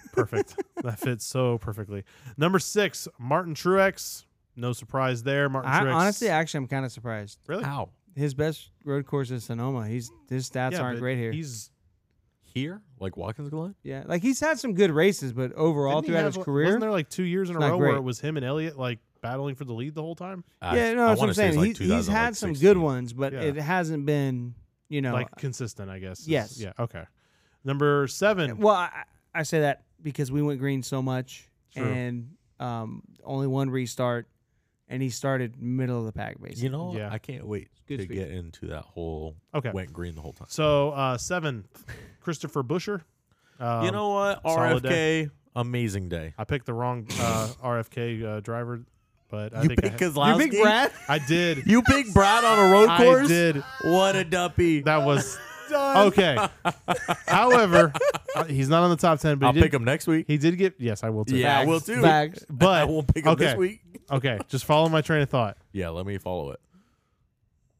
Speaker 3: (laughs)
Speaker 1: perfect. that fits so perfectly. Number six, Martin Truex. No surprise there, Martin
Speaker 2: I,
Speaker 1: Truex.
Speaker 2: honestly, actually, I'm kind of surprised.
Speaker 1: really,
Speaker 3: how
Speaker 2: His best road course is Sonoma. He's his stats
Speaker 1: Yeah,
Speaker 2: aren't
Speaker 1: but
Speaker 2: great here.
Speaker 1: He's
Speaker 3: here, like Watkins Glen.
Speaker 2: yeah, like he's had some good races, but overall
Speaker 1: Didn't he
Speaker 2: throughout
Speaker 1: have,
Speaker 2: his
Speaker 1: like-
Speaker 2: career,
Speaker 1: Wasn't there like two years in a
Speaker 2: Not
Speaker 1: row where
Speaker 2: great.
Speaker 1: it was him and Elliott like battling for the lead the whole time?
Speaker 2: yeah, no,
Speaker 3: I
Speaker 2: that's what
Speaker 3: wanna
Speaker 2: I'm
Speaker 3: say it's
Speaker 2: saying.
Speaker 3: like
Speaker 2: he's, he's
Speaker 3: 2000, like
Speaker 2: had some good
Speaker 3: 16.
Speaker 2: ones, but
Speaker 1: Yeah.
Speaker 2: it hasn't been, you know.
Speaker 1: like consistent, I guess. is-
Speaker 2: yes.
Speaker 1: Yeah. Okay. Number seven.
Speaker 2: (clears throat) well, I, I say that because we went green so much,
Speaker 1: True.
Speaker 2: and um, only one restart, and he started middle of the pack basically.
Speaker 3: You know,
Speaker 1: Yeah.
Speaker 3: I can't wait
Speaker 2: Good
Speaker 3: to
Speaker 2: speed.
Speaker 3: get into that whole
Speaker 1: Okay.
Speaker 3: went green the whole time.
Speaker 1: So uh seventh, Christopher Busher. Um,
Speaker 3: you know what?
Speaker 1: solid
Speaker 3: RFK,
Speaker 1: day.
Speaker 3: amazing day.
Speaker 1: I picked the wrong uh, RFK uh, driver, but I
Speaker 3: you
Speaker 1: think
Speaker 3: pick
Speaker 1: I,
Speaker 2: Your
Speaker 3: Keselowski.
Speaker 2: big Brad.
Speaker 1: I did.
Speaker 3: You pick Brad on a road
Speaker 1: I
Speaker 3: course.
Speaker 1: did.
Speaker 3: What a duppy.
Speaker 1: That was
Speaker 2: (laughs) Done.
Speaker 1: okay. However, uh, he's not on the top ten, but
Speaker 3: I'll
Speaker 1: he did,
Speaker 3: pick him next week.
Speaker 1: He did get yes, I will too.
Speaker 3: Yeah, I will too.
Speaker 2: Facts.
Speaker 1: But
Speaker 3: I won't pick him
Speaker 1: okay,
Speaker 3: this week.
Speaker 1: okay, just follow my train of thought.
Speaker 3: Yeah, let me follow it.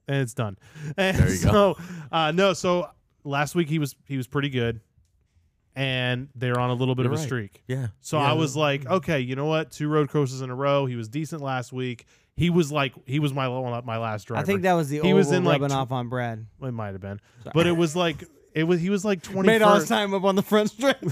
Speaker 1: and it's done. (laughs) And
Speaker 3: There you
Speaker 1: so,
Speaker 3: go.
Speaker 1: Uh, no, so last week he was he was pretty good, and they're on a little bit
Speaker 3: You're
Speaker 1: of a
Speaker 3: right.
Speaker 1: streak.
Speaker 3: Yeah.
Speaker 1: So
Speaker 3: Yeah,
Speaker 1: I was like, okay, you know what? Two road courses in a row. He was decent last week. He was like, he was my well, my last driver.
Speaker 2: I think that was the
Speaker 1: He
Speaker 2: he
Speaker 1: was
Speaker 2: was
Speaker 1: in, like,
Speaker 2: rubbing
Speaker 1: tw-
Speaker 2: off on Brad.
Speaker 1: it might have been, but it was like it was he was like twenty
Speaker 2: Made all his time up on the
Speaker 1: (laughs)
Speaker 2: front strip.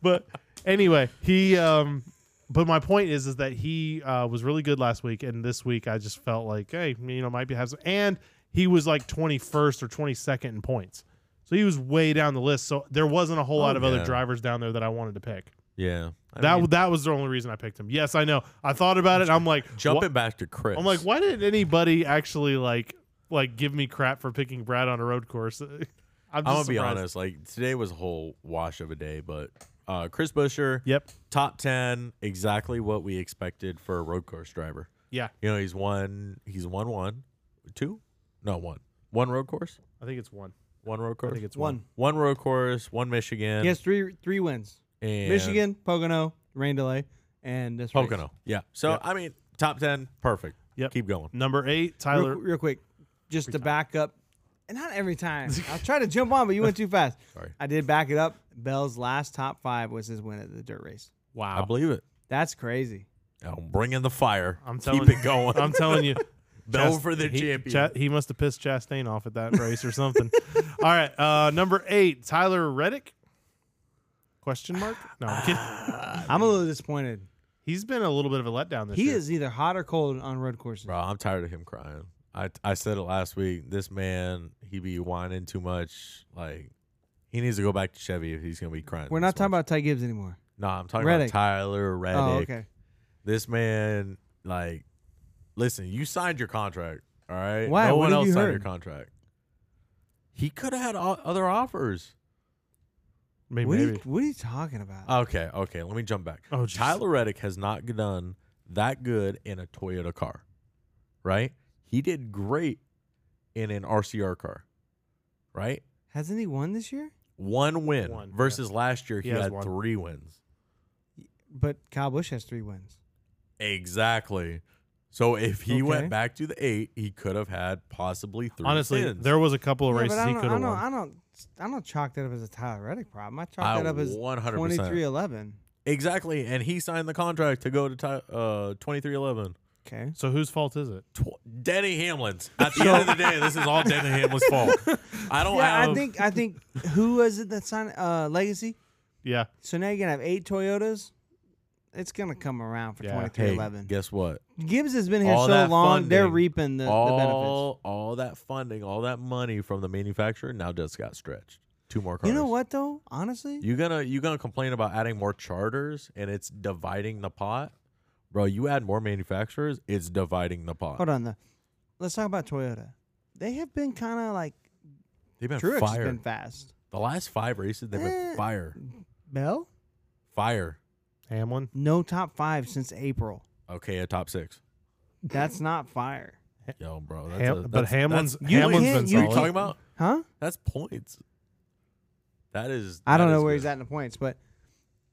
Speaker 1: but anyway, he um but my point is is that he uh was really good last week and this week I just felt like hey, you know, might be have some and he was like 21st or 22nd in points. So he was way down the list. So there wasn't a whole
Speaker 3: Oh,
Speaker 1: lot of other
Speaker 3: yeah.
Speaker 1: drivers down there that I wanted to pick.
Speaker 3: Yeah. I
Speaker 1: that
Speaker 3: mean,
Speaker 1: that was the only reason I picked him. Yes, I know. I thought about it. I'm like
Speaker 3: (laughs) jumping
Speaker 1: wha-
Speaker 3: back to Chris.
Speaker 1: I'm like why didn't anybody actually like like give me crap for picking Brad on a road course? (laughs) I'm, just
Speaker 3: I'm gonna be
Speaker 1: surprised.
Speaker 3: honest. Like today was a whole wash of a day, but uh, Chris Busher,
Speaker 1: Yep.
Speaker 3: top ten, exactly what we expected for a road course driver.
Speaker 1: Yeah.
Speaker 3: You know, he's won. He's won one, two, no one, one road course,
Speaker 1: I think it's one.
Speaker 3: one road
Speaker 1: I
Speaker 3: course,
Speaker 1: think it's one.
Speaker 2: One.
Speaker 3: one road course, one Michigan.
Speaker 2: He has three three wins.
Speaker 3: and
Speaker 2: Michigan, Pocono, rain delay, and this race.
Speaker 3: Pocono. Yeah. So
Speaker 1: Yep.
Speaker 3: I mean, top ten, perfect.
Speaker 1: Yep.
Speaker 3: Keep going.
Speaker 1: Number 8
Speaker 2: Real,
Speaker 1: Tyler
Speaker 2: real quick, just to back up, and not every
Speaker 1: (laughs)
Speaker 2: time. I'll try to jump on, but you went too fast.
Speaker 3: Sorry.
Speaker 2: I did back it up. Bell's last top five was his win at the dirt race.
Speaker 1: Wow.
Speaker 3: I believe it.
Speaker 2: That's crazy.
Speaker 3: I'm bringing the fire.
Speaker 1: I'm telling
Speaker 3: Keep it going.
Speaker 1: I'm telling you.
Speaker 3: (laughs) Bell
Speaker 1: Chast-
Speaker 3: for the
Speaker 1: he,
Speaker 3: champion.
Speaker 1: Cha- he must have pissed Chastain off at that race or something. (laughs) All right, uh, number eight, Tyler Reddick? Question mark? No, I'm kidding.
Speaker 2: (sighs) I'm a little disappointed.
Speaker 1: He's been a little bit of a letdown this
Speaker 2: He
Speaker 1: year.
Speaker 2: is either hot or cold on road courses.
Speaker 3: Bro, I'm tired of him crying. I I said it last week. This man, he be whining too much. Like he needs to go back to Chevy if he's gonna be crying.
Speaker 2: We're not talking about Ty Gibbs anymore.
Speaker 3: No, I'm talking
Speaker 2: Reddick.
Speaker 3: about Tyler Reddick.
Speaker 2: Oh, okay.
Speaker 3: This man, like, listen, you signed your contract. All right.
Speaker 2: Why?
Speaker 3: No
Speaker 2: What
Speaker 3: one
Speaker 2: have
Speaker 3: else
Speaker 2: you
Speaker 3: signed
Speaker 2: heard?
Speaker 3: your contract. He could have had o- other offers.
Speaker 1: Maybe.
Speaker 2: What are, you,
Speaker 1: maybe. Uh,
Speaker 2: what are you talking about?
Speaker 3: Okay, okay. Let me jump back.
Speaker 1: Oh, jeez.
Speaker 3: Tyler Reddick has not done that good in a Toyota car, right? He did great in an RCR car, right?
Speaker 2: Hasn't he won this year?
Speaker 3: One win
Speaker 1: One, yeah.
Speaker 3: versus last year he,
Speaker 1: He has
Speaker 3: had
Speaker 1: one.
Speaker 3: three wins.
Speaker 2: But Kyle Bush has three wins.
Speaker 3: Exactly. So if he
Speaker 2: Okay.
Speaker 3: went back to the eight, he could have had possibly three.
Speaker 1: Honestly,
Speaker 3: wins.
Speaker 1: there was a couple of
Speaker 2: Yeah,
Speaker 1: races
Speaker 2: but I
Speaker 1: he
Speaker 2: don't,
Speaker 1: could
Speaker 2: I
Speaker 1: have
Speaker 2: don't,
Speaker 1: won.
Speaker 2: I don't, I don't chalk that up as a Tyler Reddick problem. I chalk
Speaker 3: I
Speaker 2: that up as
Speaker 3: 100%.
Speaker 2: twenty-three eleven.
Speaker 3: Exactly, and he signed the contract to go to ti- uh, twenty three eleven.
Speaker 2: Okay.
Speaker 1: So whose fault is it?
Speaker 3: Tw- Denny Hamlin's. At the end of the day, this is all Denny Hamlin's fault. Oh, I don't
Speaker 2: Yeah,
Speaker 3: have.
Speaker 2: I think I
Speaker 3: (laughs)
Speaker 2: think who was it that signed uh, Legacy?
Speaker 1: Yeah,
Speaker 2: So now you're gonna have eight Toyotas. It's gonna come around for
Speaker 1: Yeah.
Speaker 2: twenty-three
Speaker 3: Hey,
Speaker 2: eleven.
Speaker 3: guess what?
Speaker 2: Gibbs has been here
Speaker 3: all
Speaker 2: so
Speaker 3: that
Speaker 2: long; they're
Speaker 3: funding,
Speaker 2: reaping the, the benefits.
Speaker 3: all all that funding, all that money from the manufacturer now just got stretched. Two more cars.
Speaker 2: You know what though? Honestly,
Speaker 3: You gonna you gonna complain about adding more charters and it's dividing the pot, bro? You add more manufacturers, it's dividing the pot.
Speaker 2: hold on. though. let's talk about Toyota. They have been kind of like
Speaker 3: They've been
Speaker 2: Truex
Speaker 3: fire.
Speaker 2: has been fast.
Speaker 3: the last five races, they've
Speaker 2: Eh.
Speaker 3: been fire,
Speaker 2: Bell,
Speaker 3: fire.
Speaker 1: Hamlin.
Speaker 2: no top five since April.
Speaker 3: Okay, a top six. (clears throat)
Speaker 2: That's not fire,
Speaker 3: Yo, bro. That's
Speaker 1: Ham-
Speaker 3: a,
Speaker 1: but
Speaker 3: that's-
Speaker 1: Hamlin's-
Speaker 3: that's,
Speaker 1: You
Speaker 3: Hamlin's
Speaker 2: can't-
Speaker 3: been
Speaker 2: you
Speaker 3: solid.
Speaker 2: can't-
Speaker 3: talking about.
Speaker 2: huh?
Speaker 3: That's points. That is.
Speaker 2: I don't
Speaker 3: that
Speaker 2: know
Speaker 3: is
Speaker 2: where
Speaker 3: good.
Speaker 2: he's at in the points, but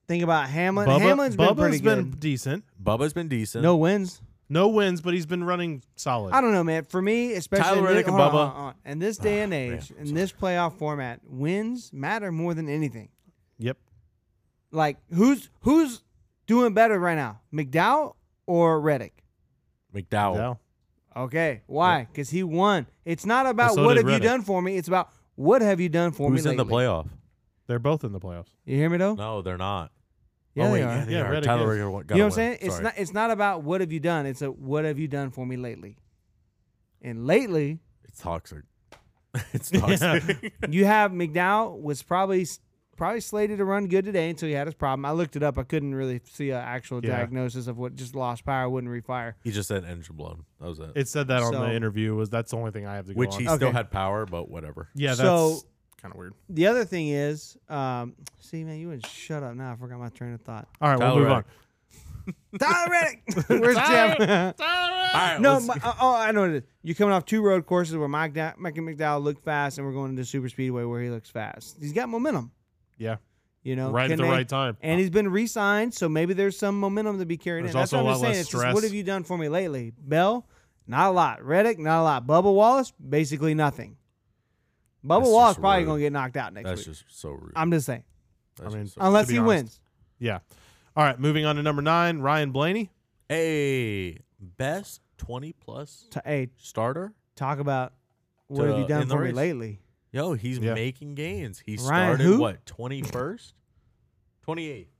Speaker 2: think about Hamlin.
Speaker 1: Bubba,
Speaker 2: Hamlin's been
Speaker 1: Bubba's
Speaker 2: pretty
Speaker 1: been
Speaker 2: good.
Speaker 1: decent.
Speaker 3: Bubba's been decent.
Speaker 2: No wins.
Speaker 1: No wins, but he's been running solid.
Speaker 2: I don't know, man. For me, especially
Speaker 3: Tyler
Speaker 2: in thi-
Speaker 3: Reddick and
Speaker 2: hold on,
Speaker 3: Bubba. Ah,
Speaker 2: hold on, hold on. in this day and
Speaker 3: man,
Speaker 2: age,
Speaker 3: I'm
Speaker 2: in this playoff format, wins matter more than anything.
Speaker 1: Yep.
Speaker 2: Like who's who's doing better right now, McDowell or Reddick?
Speaker 3: McDowell.
Speaker 1: No.
Speaker 2: Okay, why? Because he won. It's not about
Speaker 1: Well, so
Speaker 2: what
Speaker 1: did
Speaker 2: have
Speaker 1: Reddick.
Speaker 2: you done for me. It's about what have you done for
Speaker 3: Who's
Speaker 2: me
Speaker 3: in the
Speaker 2: lately.
Speaker 3: playoff?
Speaker 1: They're both in the playoffs.
Speaker 2: You hear me though?
Speaker 3: No, they're not.
Speaker 2: Yeah,
Speaker 3: oh,
Speaker 2: they
Speaker 3: wait,
Speaker 2: are.
Speaker 3: Yeah, they
Speaker 1: Yeah,
Speaker 3: are.
Speaker 1: Reddick
Speaker 3: Tyler
Speaker 1: is.
Speaker 3: Reddick won- got
Speaker 2: you know
Speaker 3: a
Speaker 2: what I'm
Speaker 3: win.
Speaker 2: saying? It's
Speaker 3: Sorry.
Speaker 2: not. It's not about what have you done. It's a what have you done for me lately. And lately,
Speaker 3: (laughs) It's toxic. (laughs) it's toxic.
Speaker 2: you have McDowell was probably probably slated to run good today until he had his problem. I looked it up. I couldn't really see an actual
Speaker 1: Yeah.
Speaker 2: diagnosis of what just lost power, wouldn't refire.
Speaker 3: (laughs) he just said engine blown. That was it.
Speaker 1: It said that on
Speaker 2: So-
Speaker 1: the interview. Was that's the only thing I have to go
Speaker 3: Which
Speaker 1: on. Oh,
Speaker 3: he
Speaker 2: Okay.
Speaker 3: still had power, but whatever.
Speaker 1: yeah, that's
Speaker 2: So-
Speaker 1: kind of weird.
Speaker 2: The other thing is, um, see, man, you would shut up now. I forgot my train of thought.
Speaker 1: All right,
Speaker 3: Tyler
Speaker 1: we'll move
Speaker 3: Reddick.
Speaker 1: (laughs)
Speaker 2: Tyler Reddick, (laughs) where's Jeff?
Speaker 3: All right,
Speaker 2: (laughs) no,
Speaker 3: let's-
Speaker 2: my, oh, oh, I know what it is. You're coming off two road courses where Mike, da- Mike McDowell looked fast, and we're going into Super Speedway where he looks fast. He's got momentum.
Speaker 1: Yeah.
Speaker 2: You know,
Speaker 1: on. Right
Speaker 2: Can
Speaker 1: at the
Speaker 2: they-
Speaker 1: right time.
Speaker 2: And he's been re-signed, so maybe there's some momentum to be carried
Speaker 1: There's
Speaker 2: in. That's
Speaker 1: also
Speaker 2: what
Speaker 1: a
Speaker 2: I'm just
Speaker 1: lot
Speaker 2: saying.
Speaker 1: less
Speaker 2: It's just,
Speaker 1: stress.
Speaker 2: what have you done for me lately? Bell, not a lot. Reddick, not a lot. Bubba Wallace, basically nothing. Bubba
Speaker 3: That's
Speaker 2: Wallace
Speaker 3: just
Speaker 2: probably
Speaker 3: rude.
Speaker 2: gonna get knocked out next
Speaker 3: That's
Speaker 2: week.
Speaker 3: just so rude.
Speaker 2: I'm just saying,
Speaker 3: That's
Speaker 1: I mean-
Speaker 3: just so rude.
Speaker 2: unless
Speaker 1: be
Speaker 2: he
Speaker 1: honest.
Speaker 2: wins.
Speaker 1: yeah. All right, moving on to number nine, Ryan Blaney.
Speaker 3: hey, best twenty plus
Speaker 2: To, hey,
Speaker 3: starter.
Speaker 2: talk about what
Speaker 3: To-
Speaker 2: have you
Speaker 3: in
Speaker 2: done
Speaker 3: the
Speaker 2: for me
Speaker 3: race.
Speaker 2: lately?
Speaker 3: Yo, he's
Speaker 1: Yeah.
Speaker 3: making gains. He
Speaker 2: Ryan
Speaker 3: started
Speaker 2: who?
Speaker 3: what twenty first, twenty eighth,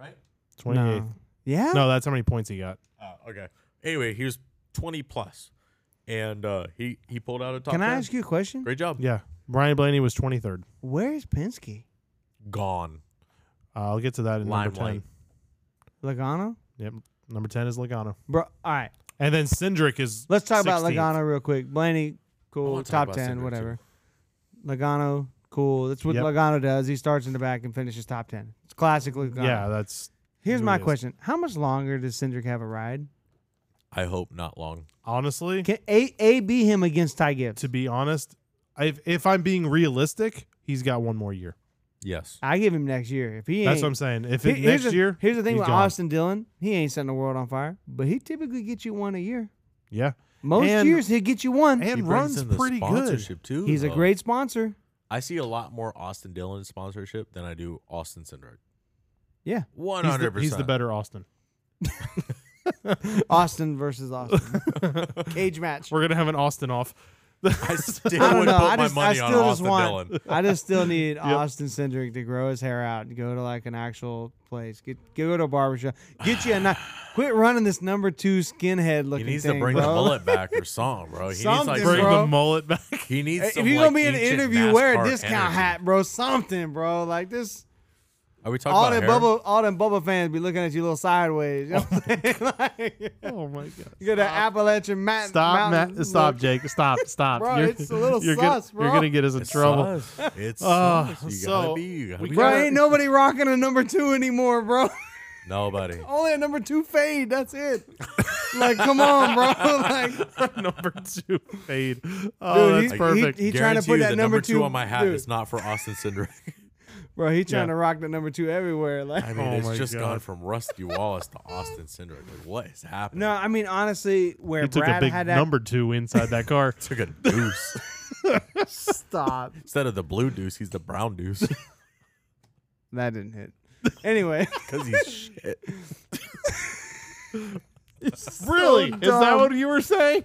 Speaker 3: right?
Speaker 1: Twenty eighth.
Speaker 2: No. Yeah.
Speaker 1: No, that's how many points he got.
Speaker 3: Uh, okay. Anyway, he was twenty plus, and uh, he he pulled out a top.
Speaker 2: Can
Speaker 3: 10.
Speaker 2: I ask you a question?
Speaker 3: Great job.
Speaker 1: Yeah. Ryan Blaney was 23rd.
Speaker 2: Where is Penske?
Speaker 3: Gone.
Speaker 1: Uh, I'll get to that in number
Speaker 3: Limelight.
Speaker 1: 10.
Speaker 2: Logano,
Speaker 1: Yep. Number 10 is Logano.
Speaker 2: bro. All right,
Speaker 1: And then Cindric is.
Speaker 2: let's talk about
Speaker 1: 16th.
Speaker 2: Logano real quick. Blaney,
Speaker 3: I
Speaker 2: cool.
Speaker 3: wanna talk
Speaker 2: Top
Speaker 3: about
Speaker 2: ten,
Speaker 3: Cindric, too.
Speaker 2: whatever. Logano, cool. That's what
Speaker 1: Yep.
Speaker 2: Logano does. He starts in the back and finishes top ten. It's classic Logano.
Speaker 1: Yeah, that's.
Speaker 2: Here's
Speaker 1: who
Speaker 2: my
Speaker 1: it is.
Speaker 2: question: How much longer does Cindric have a ride?
Speaker 3: I hope not long.
Speaker 1: Honestly,
Speaker 2: Can A A B him against Ty Gibbs?
Speaker 1: to be honest, if, if I'm being realistic, he's got one more year.
Speaker 3: Yes.
Speaker 2: I give him next year. If he
Speaker 1: That's
Speaker 2: ain't,
Speaker 1: what I'm saying. If
Speaker 2: Here-
Speaker 1: it,
Speaker 2: here's
Speaker 1: next
Speaker 2: the-
Speaker 1: year.
Speaker 2: Here's the thing
Speaker 1: he's
Speaker 2: with
Speaker 1: gone.
Speaker 2: Austin Dillon: He ain't setting the world on fire, but he typically gets you one a year.
Speaker 1: Yeah.
Speaker 2: Most
Speaker 1: And-
Speaker 2: years he'll get you (laughs) one.
Speaker 1: And
Speaker 3: He brings
Speaker 1: runs
Speaker 3: in the
Speaker 1: pretty good.
Speaker 3: sponsorship too.
Speaker 2: He's a
Speaker 3: though.
Speaker 2: great sponsor.
Speaker 3: I see a lot more Austin Dillon sponsorship than I do Austin Cindric.
Speaker 2: Yeah.
Speaker 3: one
Speaker 1: He's
Speaker 3: hundred
Speaker 1: the,
Speaker 3: percent.
Speaker 1: he's the better (laughs) Austin.
Speaker 2: (laughs) Austin
Speaker 1: (laughs)
Speaker 2: versus Austin, cage match.
Speaker 1: We're going to have an Austin
Speaker 2: (laughs)
Speaker 1: off.
Speaker 3: (laughs)
Speaker 1: (laughs)
Speaker 3: I still
Speaker 2: I
Speaker 3: would
Speaker 2: don't know.
Speaker 3: put
Speaker 2: I
Speaker 3: my
Speaker 2: just, I
Speaker 3: money on
Speaker 2: still just
Speaker 3: Austin
Speaker 2: want.
Speaker 3: Dillon.
Speaker 2: I just still
Speaker 3: (laughs)
Speaker 2: need Austin Cindric to grow his hair out and go to like an actual place. Get go to a barbershop. Get you a nice. Quit running this number two skinhead
Speaker 3: He
Speaker 2: looking.
Speaker 3: needs
Speaker 2: thing,
Speaker 3: to bring
Speaker 2: bro.
Speaker 3: the mullet back or something, bro. He needs like
Speaker 2: Something,
Speaker 1: Bring
Speaker 3: some-
Speaker 2: bro.
Speaker 1: the mullet back.
Speaker 3: he needs.
Speaker 2: If
Speaker 3: Some,
Speaker 2: you're gonna
Speaker 3: like,
Speaker 2: be in an
Speaker 3: ancient
Speaker 2: interview, wear a
Speaker 3: NASCAR
Speaker 2: discount
Speaker 3: energy.
Speaker 2: hat, bro. Something, bro. Like this.
Speaker 3: Are we talking
Speaker 2: All
Speaker 3: about
Speaker 2: them
Speaker 3: hair?
Speaker 2: Bubba, all them Bubba fans be looking at you a little sideways. You know what
Speaker 3: (laughs)
Speaker 2: I'm saying? (laughs) Like,
Speaker 1: (laughs) Oh, my God.
Speaker 2: you got that Appalachian Matt.
Speaker 1: Stop,
Speaker 2: Mountain
Speaker 1: Matt. Stop,
Speaker 2: look.
Speaker 1: Jake. Stop, stop.
Speaker 2: Bro, it's a little
Speaker 1: you're gonna-
Speaker 2: sus, bro.
Speaker 1: You're going to get us in
Speaker 3: It's
Speaker 1: trouble. (laughs)
Speaker 3: sus. It's
Speaker 1: Oh,
Speaker 3: sus. You
Speaker 1: so
Speaker 3: gotta be. You gotta
Speaker 1: we
Speaker 3: be
Speaker 2: Bro,
Speaker 1: gotta-
Speaker 2: ain't nobody rocking a number two anymore, bro.
Speaker 3: Nobody.
Speaker 2: Only a Oh, number two fade. That's it. (laughs) like, come on, bro. (laughs) Like,
Speaker 1: number two fade. Oh,
Speaker 2: Dude,
Speaker 1: that's
Speaker 2: he-
Speaker 1: perfect.
Speaker 2: he- trying to
Speaker 3: Guarantee
Speaker 2: put
Speaker 3: you
Speaker 2: that
Speaker 3: the
Speaker 2: number
Speaker 3: two,
Speaker 2: two-
Speaker 3: on my hat
Speaker 2: dude.
Speaker 3: is not for Austin Cindric.
Speaker 1: (laughs)
Speaker 2: bro, he trying
Speaker 1: Yeah.
Speaker 2: to rock the number two everywhere. Like,
Speaker 3: I mean,
Speaker 1: Oh my
Speaker 3: (laughs) it's just gone
Speaker 1: God.
Speaker 3: from Rusty Wallace to Austin Cindric. Like, what is happening?
Speaker 2: no, I mean honestly, where
Speaker 1: he took a
Speaker 2: Brad
Speaker 1: big
Speaker 2: had that
Speaker 1: number two inside that car.
Speaker 3: (laughs) took a deuce
Speaker 2: (laughs) stop,
Speaker 3: instead of the blue deuce. He's the brown deuce (laughs)
Speaker 2: that didn't hit. (laughs) Anyway,
Speaker 3: because he's shit.
Speaker 1: really? Is that
Speaker 2: dumb.
Speaker 1: what you were saying?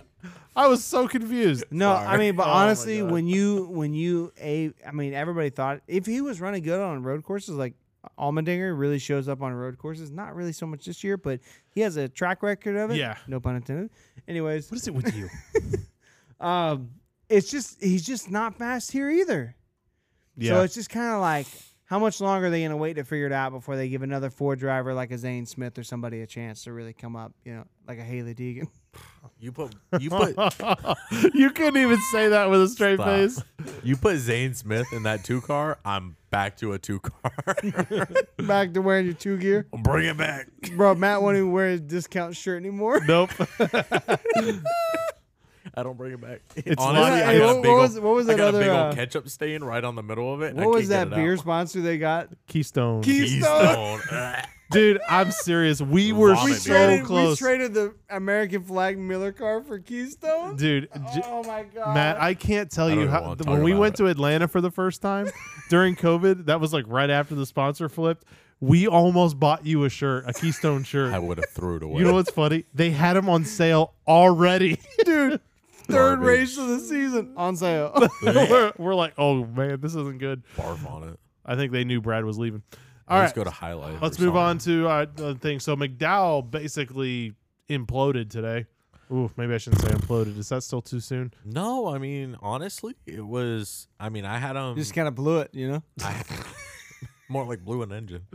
Speaker 1: I was so confused.
Speaker 2: no, I
Speaker 3: Sorry.
Speaker 2: mean, but
Speaker 1: Oh my
Speaker 2: honestly,
Speaker 1: God.
Speaker 2: when you when you a, I mean, everybody thought if he was running good on road courses, like Almendinger really shows up on road courses. Not really so much this year, but he has a track record of it.
Speaker 1: Yeah.
Speaker 2: no pun intended. Anyways,
Speaker 1: What is it with you?
Speaker 2: um, it's just he's just not fast here either.
Speaker 1: (laughs)
Speaker 2: So
Speaker 1: yeah.
Speaker 2: it's just kind of like, how much longer are they going to wait to figure it out before they give another Ford driver like a Zane Smith or somebody a chance to really come up? You know, like a Haley Deegan. (laughs)
Speaker 3: You put you put
Speaker 1: (laughs) you couldn't even say that with a straight
Speaker 3: Stop.
Speaker 1: face.
Speaker 3: you put Zane Smith in that two car. I'm back to a two car. (laughs)
Speaker 2: Back to wearing your two gear,
Speaker 3: Bring it back.
Speaker 2: bro. Matt won't even wear his discount shirt anymore.
Speaker 1: (laughs) Nope.
Speaker 3: I don't bring it back.
Speaker 1: It's
Speaker 3: Honestly,
Speaker 1: like-
Speaker 3: I
Speaker 1: Hey,
Speaker 3: got
Speaker 2: what-
Speaker 3: a big
Speaker 2: what
Speaker 3: ol-
Speaker 2: was- what was
Speaker 3: I
Speaker 2: that
Speaker 3: got a big
Speaker 2: other,
Speaker 3: old
Speaker 2: uh,
Speaker 3: ketchup stain right on the middle of it. and (laughs) I
Speaker 2: What was
Speaker 3: can't get
Speaker 2: that
Speaker 3: it out.
Speaker 2: beer sponsor they got?
Speaker 1: Keystone.
Speaker 2: Keys- (laughs)
Speaker 3: Keystone.
Speaker 1: Dude, I'm serious.
Speaker 3: (laughs)
Speaker 1: We were
Speaker 3: Vomit
Speaker 1: so
Speaker 3: beer.
Speaker 2: Traded- we
Speaker 1: close.
Speaker 2: traded the American flag Miller car for Keystone.
Speaker 1: Dude, j-
Speaker 2: oh my god,
Speaker 1: Matt, I can't tell
Speaker 3: I don't
Speaker 1: you
Speaker 3: even
Speaker 1: how
Speaker 3: wanna
Speaker 1: th-
Speaker 3: talk
Speaker 1: when we
Speaker 3: about
Speaker 1: went
Speaker 3: it.
Speaker 1: to Atlanta for the first time during COVID. That was like right after the sponsor flipped. We almost bought you a shirt, a Keystone shirt.
Speaker 3: (laughs) I would have threw it away.
Speaker 1: you know what's funny? They had them on sale already.
Speaker 2: (laughs) dude. Third
Speaker 3: Garbage.
Speaker 2: race of the season on
Speaker 3: (laughs)
Speaker 2: sale.
Speaker 1: (laughs) we're, we're like, oh man, this isn't good.
Speaker 3: Barf on it.
Speaker 1: I think they knew Brad was leaving. All
Speaker 3: All
Speaker 1: right,
Speaker 3: Let's go to highlight.
Speaker 1: let's move on to uh, the thing. So McDowell basically imploded today. Ooh, maybe I shouldn't say imploded. Is that still too soon?
Speaker 3: No, I mean honestly, it was. I mean, I had um
Speaker 2: Just kind of blew it, you know. (laughs)
Speaker 3: (laughs) more like blew an engine.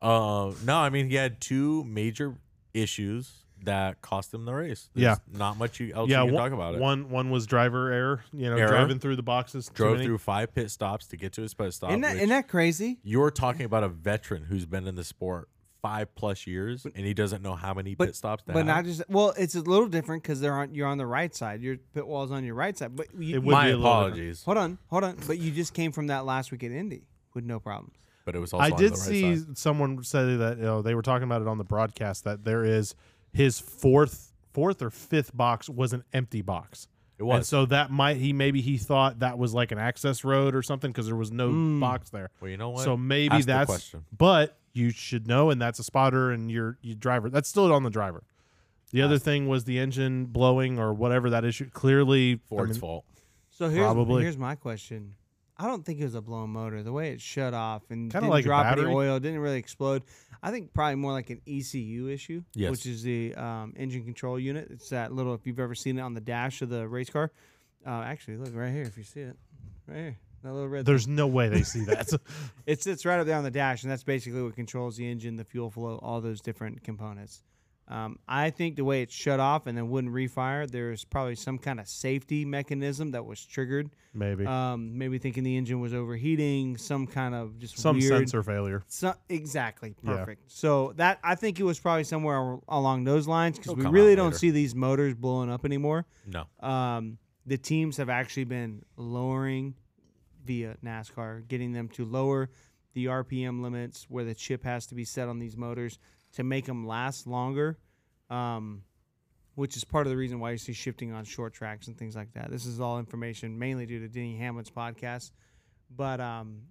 Speaker 3: Uh, no, I mean he had two major issues that cost him the race.
Speaker 1: Yeah.
Speaker 3: not much you- else
Speaker 1: yeah,
Speaker 3: you can
Speaker 1: one,
Speaker 3: talk about it.
Speaker 1: one one was driver error. You know,
Speaker 3: Error.
Speaker 1: driving through the boxes. too
Speaker 3: drove
Speaker 1: many.
Speaker 3: through five pit stops to get to his pit stop.
Speaker 2: Isn't that,
Speaker 3: which-
Speaker 2: isn't that crazy?
Speaker 3: you're talking about a veteran who's been in the sport five plus years and he doesn't know how many
Speaker 2: but-
Speaker 3: pit stops to
Speaker 2: But
Speaker 3: have.
Speaker 2: not just well, it's a little different because they're on you're on the right side. Your pit wall's on your right side. But you,
Speaker 1: It would
Speaker 3: my
Speaker 1: be a little different.
Speaker 3: apologies,
Speaker 2: hold on, hold on. But you just came from that last week at Indy with no problems.
Speaker 3: but it was also
Speaker 1: I
Speaker 3: on
Speaker 1: did
Speaker 3: the right
Speaker 1: see
Speaker 3: side.
Speaker 1: someone say that you know, they were talking about it on the broadcast that there is his fourth fourth or fifth box was an empty box.
Speaker 3: it was.
Speaker 1: And so that might he maybe he thought that was like an access road or something because there was no
Speaker 3: Hmm.
Speaker 1: box there.
Speaker 3: well, you know what?
Speaker 1: So maybe
Speaker 3: Ask the
Speaker 1: that's
Speaker 3: question.
Speaker 1: but you should know and that's a spotter and your your driver. That's still on the driver. The other thing was the engine blowing or whatever that issue. Clearly, I
Speaker 3: Ford's
Speaker 1: mean,
Speaker 3: fault.
Speaker 2: So here's
Speaker 1: Probably.
Speaker 2: here's my question. I don't think it was a blown motor. The way it shut off and
Speaker 1: Kinda
Speaker 2: didn't
Speaker 1: like a
Speaker 2: drop any
Speaker 1: battery.
Speaker 2: oil, didn't really explode. I think probably more like an ECU issue,
Speaker 3: Yes.
Speaker 2: which is the um, engine control unit. It's that little. If you've ever seen it on the dash of the race car, uh, actually look right here. If you see it, right here, that little red.
Speaker 1: there's no way they see
Speaker 2: (laughs)
Speaker 1: that.
Speaker 2: It sits right up there on the dash, and that's basically what controls the engine, the fuel flow, all those different components. Um, I think the way it shut off and then wouldn't refire, there's probably some kind of safety mechanism that was triggered.
Speaker 1: maybe
Speaker 2: Um, maybe thinking the engine was overheating, some kind of just
Speaker 1: some
Speaker 2: weird,
Speaker 1: sensor failure.
Speaker 2: So, exactly,
Speaker 1: Yeah.
Speaker 2: perfect. So that I think it was probably somewhere al- along those lines because
Speaker 3: It'll
Speaker 2: we
Speaker 3: come
Speaker 2: really
Speaker 3: out
Speaker 2: don't
Speaker 3: later.
Speaker 2: see these motors blowing up anymore
Speaker 3: No.
Speaker 2: um, the teams have actually been lowering via NASCAR, getting them to lower the RPM limits where the chip has to be set on these motors to make them last longer, um, which is part of the reason why you see shifting on short tracks and things like that. This is all information mainly due to Denny Hamlin's podcast. But um,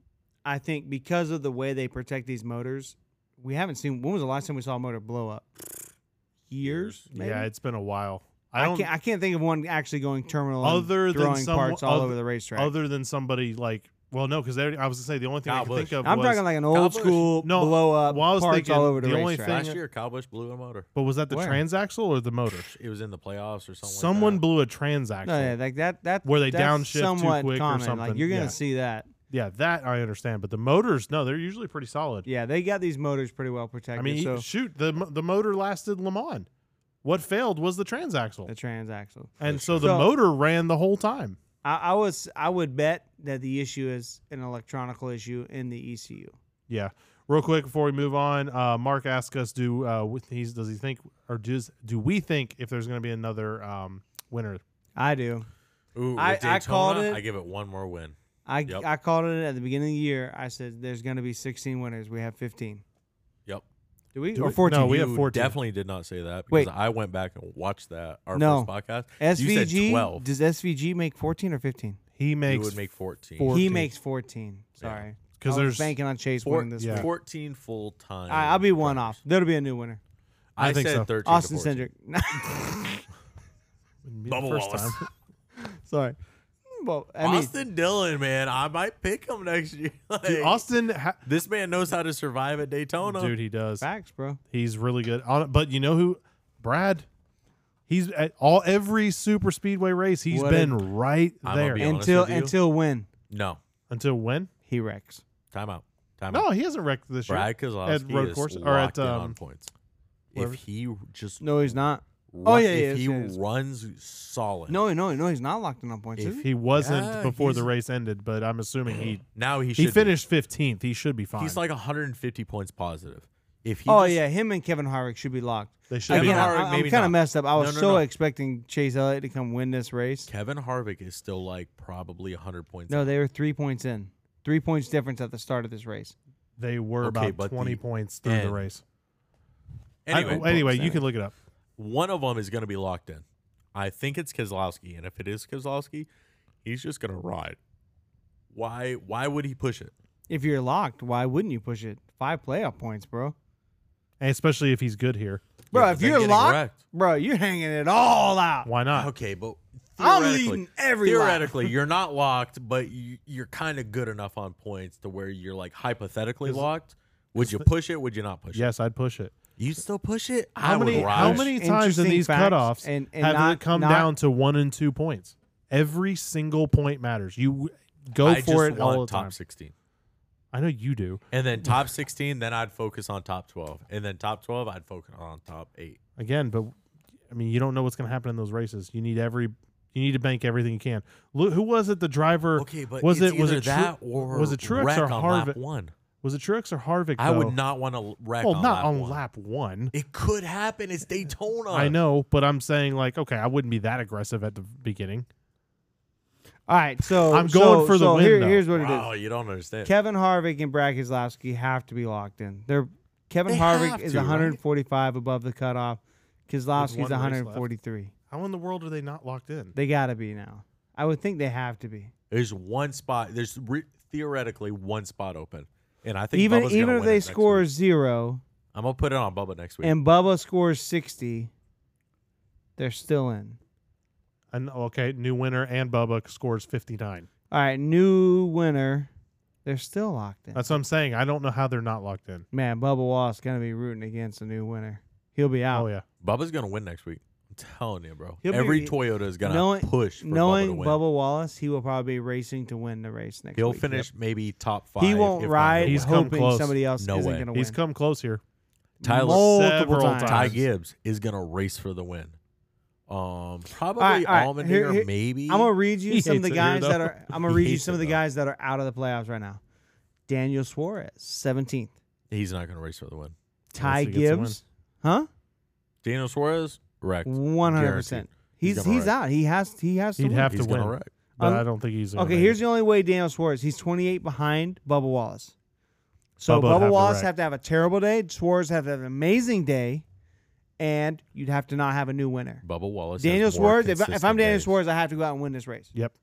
Speaker 2: I think because of the way they protect these motors, we haven't seen. When was the last time we saw a motor blow up? Years? maybe?
Speaker 1: Yeah, it's been a while. I
Speaker 2: I,
Speaker 1: don't.
Speaker 2: can't, I can't think of one actually going terminal and
Speaker 1: Other than
Speaker 2: throwing
Speaker 1: some-
Speaker 2: parts all
Speaker 1: oth-
Speaker 2: over the racetrack.
Speaker 1: other than somebody like well no because I was gonna say the only thing I
Speaker 3: Kyle
Speaker 1: could
Speaker 3: Busch.
Speaker 1: think of
Speaker 2: I'm
Speaker 1: was
Speaker 2: talking like an
Speaker 3: Kyle
Speaker 2: old
Speaker 3: Busch.
Speaker 2: school
Speaker 1: No,
Speaker 2: blow up
Speaker 1: well, I was
Speaker 2: parts
Speaker 1: thinking
Speaker 2: all over the,
Speaker 1: the only
Speaker 2: racetrack.
Speaker 1: thing-
Speaker 3: Last year, Kyle Busch blew a motor.
Speaker 1: but was that the
Speaker 2: Where?
Speaker 1: transaxle or the motor?
Speaker 3: It was in the playoffs or something.
Speaker 1: Someone
Speaker 3: like that.
Speaker 1: blew a transaxle.
Speaker 2: no, Oh, yeah,
Speaker 1: yeah,
Speaker 2: like that. That
Speaker 1: Where they
Speaker 2: that's
Speaker 1: downshift too
Speaker 2: somewhat
Speaker 1: quick or
Speaker 2: common.
Speaker 1: something.
Speaker 2: Like you're gonna
Speaker 1: Yeah.
Speaker 2: see that.
Speaker 1: that I understand. But the motors, no, they're usually pretty solid.
Speaker 2: Yeah, they got these motors pretty well
Speaker 1: I
Speaker 2: protected.
Speaker 1: mean,
Speaker 2: so
Speaker 1: shoot, the mo- the motor lasted Le Mans. What failed was the transaxle,
Speaker 2: the transaxle.
Speaker 1: and so the
Speaker 2: So-
Speaker 1: motor ran the whole time.
Speaker 2: I, I was I would bet that the E issue is an electronical issue in the ECU.
Speaker 1: Yeah. Real quick before we move on, uh, Mark asked us, "Do uh, with- he's does he think or does do we think if there's going to be another um, winner?"
Speaker 2: I do.
Speaker 3: Ooh,
Speaker 2: I-
Speaker 3: with
Speaker 2: I called
Speaker 3: Daytona,
Speaker 2: it-
Speaker 3: I give it one more win.
Speaker 2: I
Speaker 3: Yep.
Speaker 2: I called it at the beginning of the year. I said there's going to be 16 winners. We have 15.
Speaker 3: Yep.
Speaker 2: Do we?
Speaker 1: Do
Speaker 2: or
Speaker 1: we-
Speaker 2: 14?
Speaker 1: no, we have
Speaker 3: You
Speaker 1: 14.
Speaker 3: Definitely did not say that because
Speaker 2: Wait.
Speaker 3: I went back and watched that our
Speaker 2: No.
Speaker 3: first podcast. You said
Speaker 2: SVG.
Speaker 3: 12.
Speaker 2: Does SVG make 14 or 15?
Speaker 1: He
Speaker 3: You
Speaker 1: makes
Speaker 3: would make 14.
Speaker 1: four-
Speaker 2: He
Speaker 1: 14.
Speaker 2: makes 14. Sorry.
Speaker 1: 'Cause
Speaker 2: I
Speaker 1: there's-
Speaker 2: was banking on Chase
Speaker 3: Four-
Speaker 2: winning this
Speaker 1: yeah.
Speaker 2: week.
Speaker 3: 14 full time.
Speaker 2: All right, I'll be one off. There'll be a new winner.
Speaker 3: I,
Speaker 1: I think
Speaker 3: said
Speaker 1: so.
Speaker 3: 13 to
Speaker 2: Austin
Speaker 3: 14.
Speaker 2: Cendric.
Speaker 1: wouldn't be the
Speaker 3: Bubba
Speaker 1: first
Speaker 3: Wallace.
Speaker 1: time.
Speaker 2: Sorry. (laughs) Well, I mean,
Speaker 3: Austin Dillon, man, I might pick him next year. (laughs)
Speaker 1: Dude, (laughs)
Speaker 3: Like,
Speaker 1: Austin, ha-
Speaker 3: this man knows how to survive at Daytona.
Speaker 1: dude, he does.
Speaker 2: facts, bro.
Speaker 1: He's really good on it. But you know who? Brad. He's at all every super speedway race. He's
Speaker 2: What a-
Speaker 1: been right
Speaker 3: I'm gonna
Speaker 1: there
Speaker 3: be honest
Speaker 2: Until
Speaker 3: with you.
Speaker 2: until when
Speaker 3: No,
Speaker 1: until when?
Speaker 2: he wrecks.
Speaker 3: timeout. Timeout.
Speaker 1: No, he hasn't wrecked this year.
Speaker 3: Brad Keselowski
Speaker 1: road
Speaker 3: is
Speaker 1: course-
Speaker 3: locked
Speaker 1: or at,
Speaker 3: in
Speaker 1: um,
Speaker 3: on points.
Speaker 1: wherever.
Speaker 3: If he just
Speaker 2: No, he's not.
Speaker 3: run,
Speaker 2: Oh, yeah,
Speaker 3: if
Speaker 2: yeah,
Speaker 3: he
Speaker 2: yeah, yeah.
Speaker 3: runs solid.
Speaker 2: No, no, no. He's not locked in on points.
Speaker 3: If
Speaker 2: is he?
Speaker 1: He wasn't
Speaker 3: Yeah,
Speaker 1: before the
Speaker 3: he's-
Speaker 1: race ended, but I'm assuming he
Speaker 3: now he
Speaker 1: he,
Speaker 3: should be.
Speaker 1: finished 15th. He should be fine.
Speaker 3: He's like 150 points positive. If he
Speaker 2: Oh
Speaker 3: just-
Speaker 2: yeah, him and Kevin Harvick should be locked.
Speaker 1: they should
Speaker 3: Kevin
Speaker 1: be.
Speaker 2: Again,
Speaker 1: fine.
Speaker 3: Harvick,
Speaker 2: I, am
Speaker 3: maybe
Speaker 2: kind
Speaker 3: not.
Speaker 2: of messed up. I was
Speaker 3: No, no,
Speaker 2: so
Speaker 3: no.
Speaker 2: expecting Chase Elliott to come win this race.
Speaker 3: Kevin Harvick is still like probably 100 points.
Speaker 2: No,
Speaker 3: out.
Speaker 2: they were three points in, three points difference at the start of this race.
Speaker 1: They were
Speaker 3: Okay,
Speaker 1: about
Speaker 3: but
Speaker 1: 20
Speaker 3: the
Speaker 1: points through the
Speaker 3: end.
Speaker 1: race. I-
Speaker 3: anyway,
Speaker 1: anyway, you can look it up.
Speaker 3: one of them is going to be locked in. I think it's Keselowski, and if it is Keselowski, he's just going to ride. Why? Why would he push it?
Speaker 2: If you're locked, why wouldn't you push it? Five playoff points, bro.
Speaker 1: And especially if he's good here.
Speaker 2: Bro,
Speaker 3: but
Speaker 2: if
Speaker 3: then
Speaker 2: you're
Speaker 3: getting
Speaker 2: locked,
Speaker 3: wrecked. Ah,
Speaker 2: bro, you're hanging it all out.
Speaker 1: Why not?
Speaker 3: Okay, but
Speaker 2: I'm
Speaker 3: theoretically-
Speaker 2: leading every lap.
Speaker 3: theoretically, you're not locked, but you, you're kind of good enough on points to where you're like hypothetically locked. Would you push it? Would you not push
Speaker 1: Yes, I'd push it.
Speaker 3: it? You still push it?
Speaker 1: How
Speaker 3: I would
Speaker 1: many
Speaker 3: ride
Speaker 1: how
Speaker 3: it.
Speaker 1: many times in
Speaker 2: Interesting
Speaker 1: these
Speaker 2: facts
Speaker 1: cutoffs
Speaker 2: and- and
Speaker 1: have
Speaker 2: not-
Speaker 1: it come
Speaker 2: not-
Speaker 1: down to one and two points? Every single point matters. You go
Speaker 3: I
Speaker 1: for
Speaker 3: just
Speaker 1: it all
Speaker 3: want
Speaker 1: the
Speaker 3: top
Speaker 1: time.
Speaker 3: 16.
Speaker 1: I know you do.
Speaker 3: And then top 16, then I'd focus on top 12. And then top 12, I'd focus on top 8.
Speaker 1: Again, but I mean, you don't know what's going to happen in those races. You need every you need to bank everything you can. Look, who was it? The driver
Speaker 3: Okay, but
Speaker 1: was
Speaker 3: it's
Speaker 1: it was
Speaker 3: either
Speaker 1: it Tru-
Speaker 3: that or
Speaker 1: was it Truex
Speaker 3: wreck
Speaker 1: or
Speaker 3: on lap
Speaker 1: Harvick?
Speaker 3: one?
Speaker 1: was it Truex or Harvick?
Speaker 3: I
Speaker 1: though?
Speaker 3: would not want to wreck
Speaker 1: Well,
Speaker 3: on
Speaker 1: not
Speaker 3: lap
Speaker 1: on
Speaker 3: one.
Speaker 1: lap one.
Speaker 3: It could happen. It's Daytona.
Speaker 1: I know, but I'm saying like, okay, I wouldn't be that aggressive at the beginning.
Speaker 2: All right, so
Speaker 1: I'm going
Speaker 2: so-
Speaker 1: for the
Speaker 2: so
Speaker 1: win,
Speaker 2: here-
Speaker 1: though.
Speaker 2: here's what it is.
Speaker 3: Wow, you don't understand.
Speaker 2: Kevin Harvick and Brad Keselowski have to be locked in. They're Kevin
Speaker 3: They
Speaker 2: Harvick
Speaker 3: have
Speaker 2: is
Speaker 3: to, right?
Speaker 2: 145 above the cutoff.
Speaker 1: race
Speaker 2: Keselowski's
Speaker 1: left.
Speaker 2: 143.
Speaker 1: How in the world are they not locked in?
Speaker 2: They gotta be now. I would think they have to be.
Speaker 3: There's one spot. There's re- theoretically one spot open, and I think
Speaker 2: even
Speaker 3: Bubba's
Speaker 2: even
Speaker 3: gonna
Speaker 2: if
Speaker 3: win it
Speaker 2: they
Speaker 3: next
Speaker 2: score
Speaker 3: week.
Speaker 2: zero
Speaker 3: I'm gonna put it on Bubba next week.
Speaker 2: and Bubba scores 60, they're still in.
Speaker 1: And okay, new winner and Bubba scores 59.
Speaker 2: All right, new winner. They're still locked in.
Speaker 1: That's what I'm saying. I don't know how they're not locked in.
Speaker 2: Man, Bubba Wallace gonna be rooting against a new winner. He'll be out.
Speaker 1: Oh yeah,
Speaker 3: Bubba's gonna win next week. I'm telling you, bro.
Speaker 2: He'll be-
Speaker 3: Every Toyota is gonna
Speaker 2: knowing
Speaker 3: push for
Speaker 2: knowing
Speaker 3: Bubba to win.
Speaker 2: Wallace, he will probably be racing to win the race next
Speaker 3: He'll
Speaker 2: week.
Speaker 3: finish maybe top five.
Speaker 2: He won't
Speaker 3: if not
Speaker 2: ride
Speaker 3: he'll
Speaker 1: He's
Speaker 3: win.
Speaker 1: come
Speaker 2: hoping
Speaker 1: close.
Speaker 2: somebody else
Speaker 3: No
Speaker 2: isn't
Speaker 3: way.
Speaker 2: gonna
Speaker 1: he's
Speaker 2: win.
Speaker 1: come close here.
Speaker 3: Tyler-
Speaker 1: Multiple
Speaker 2: Several
Speaker 1: times.
Speaker 3: Ty
Speaker 2: times.
Speaker 3: Gibbs is gonna race for the win. Um, probably
Speaker 2: right, all right.
Speaker 3: Allmendinger,
Speaker 2: Here- here-
Speaker 3: maybe.
Speaker 2: I'm gonna
Speaker 1: (laughs)
Speaker 2: read
Speaker 1: He
Speaker 2: you some of
Speaker 1: hates
Speaker 2: the
Speaker 1: it here,
Speaker 2: guys that
Speaker 1: though.
Speaker 2: are.
Speaker 1: (laughs)
Speaker 2: I'm gonna
Speaker 3: He
Speaker 2: read you
Speaker 3: hates
Speaker 2: some
Speaker 3: it,
Speaker 2: of the
Speaker 3: though.
Speaker 2: guys that are out of the playoffs right now. Daniel Suarez, 17th.
Speaker 3: He's not gonna race for the win.
Speaker 2: Ty
Speaker 1: he gets a win.
Speaker 2: Gibbs, huh?
Speaker 3: Daniel Suarez wrecked.
Speaker 2: 100. percent
Speaker 3: He's
Speaker 2: He's
Speaker 3: gonna
Speaker 2: he's out. He has he has to.
Speaker 1: He'd
Speaker 2: win.
Speaker 1: have
Speaker 3: He's
Speaker 1: to
Speaker 3: gonna
Speaker 1: win,
Speaker 3: wreck.
Speaker 1: but
Speaker 2: Um,
Speaker 1: I don't think he's. gonna
Speaker 2: Okay,
Speaker 1: make
Speaker 2: here's
Speaker 1: it.
Speaker 2: the only way Daniel Suarez. He's 28 behind Bubba Wallace.
Speaker 1: Bubba
Speaker 2: So
Speaker 1: would
Speaker 2: Bubba
Speaker 1: have to
Speaker 2: Wallace
Speaker 1: wreck.
Speaker 2: have to have a terrible day. Suarez have to have an amazing day, and you'd have to not have a new winner.
Speaker 3: Bubba Wallace. has
Speaker 2: Daniel
Speaker 3: more
Speaker 2: Suarez. If, if I'm
Speaker 3: consistent
Speaker 2: Daniel
Speaker 3: days.
Speaker 2: Suarez, I have to go out and win this race.
Speaker 1: Yep.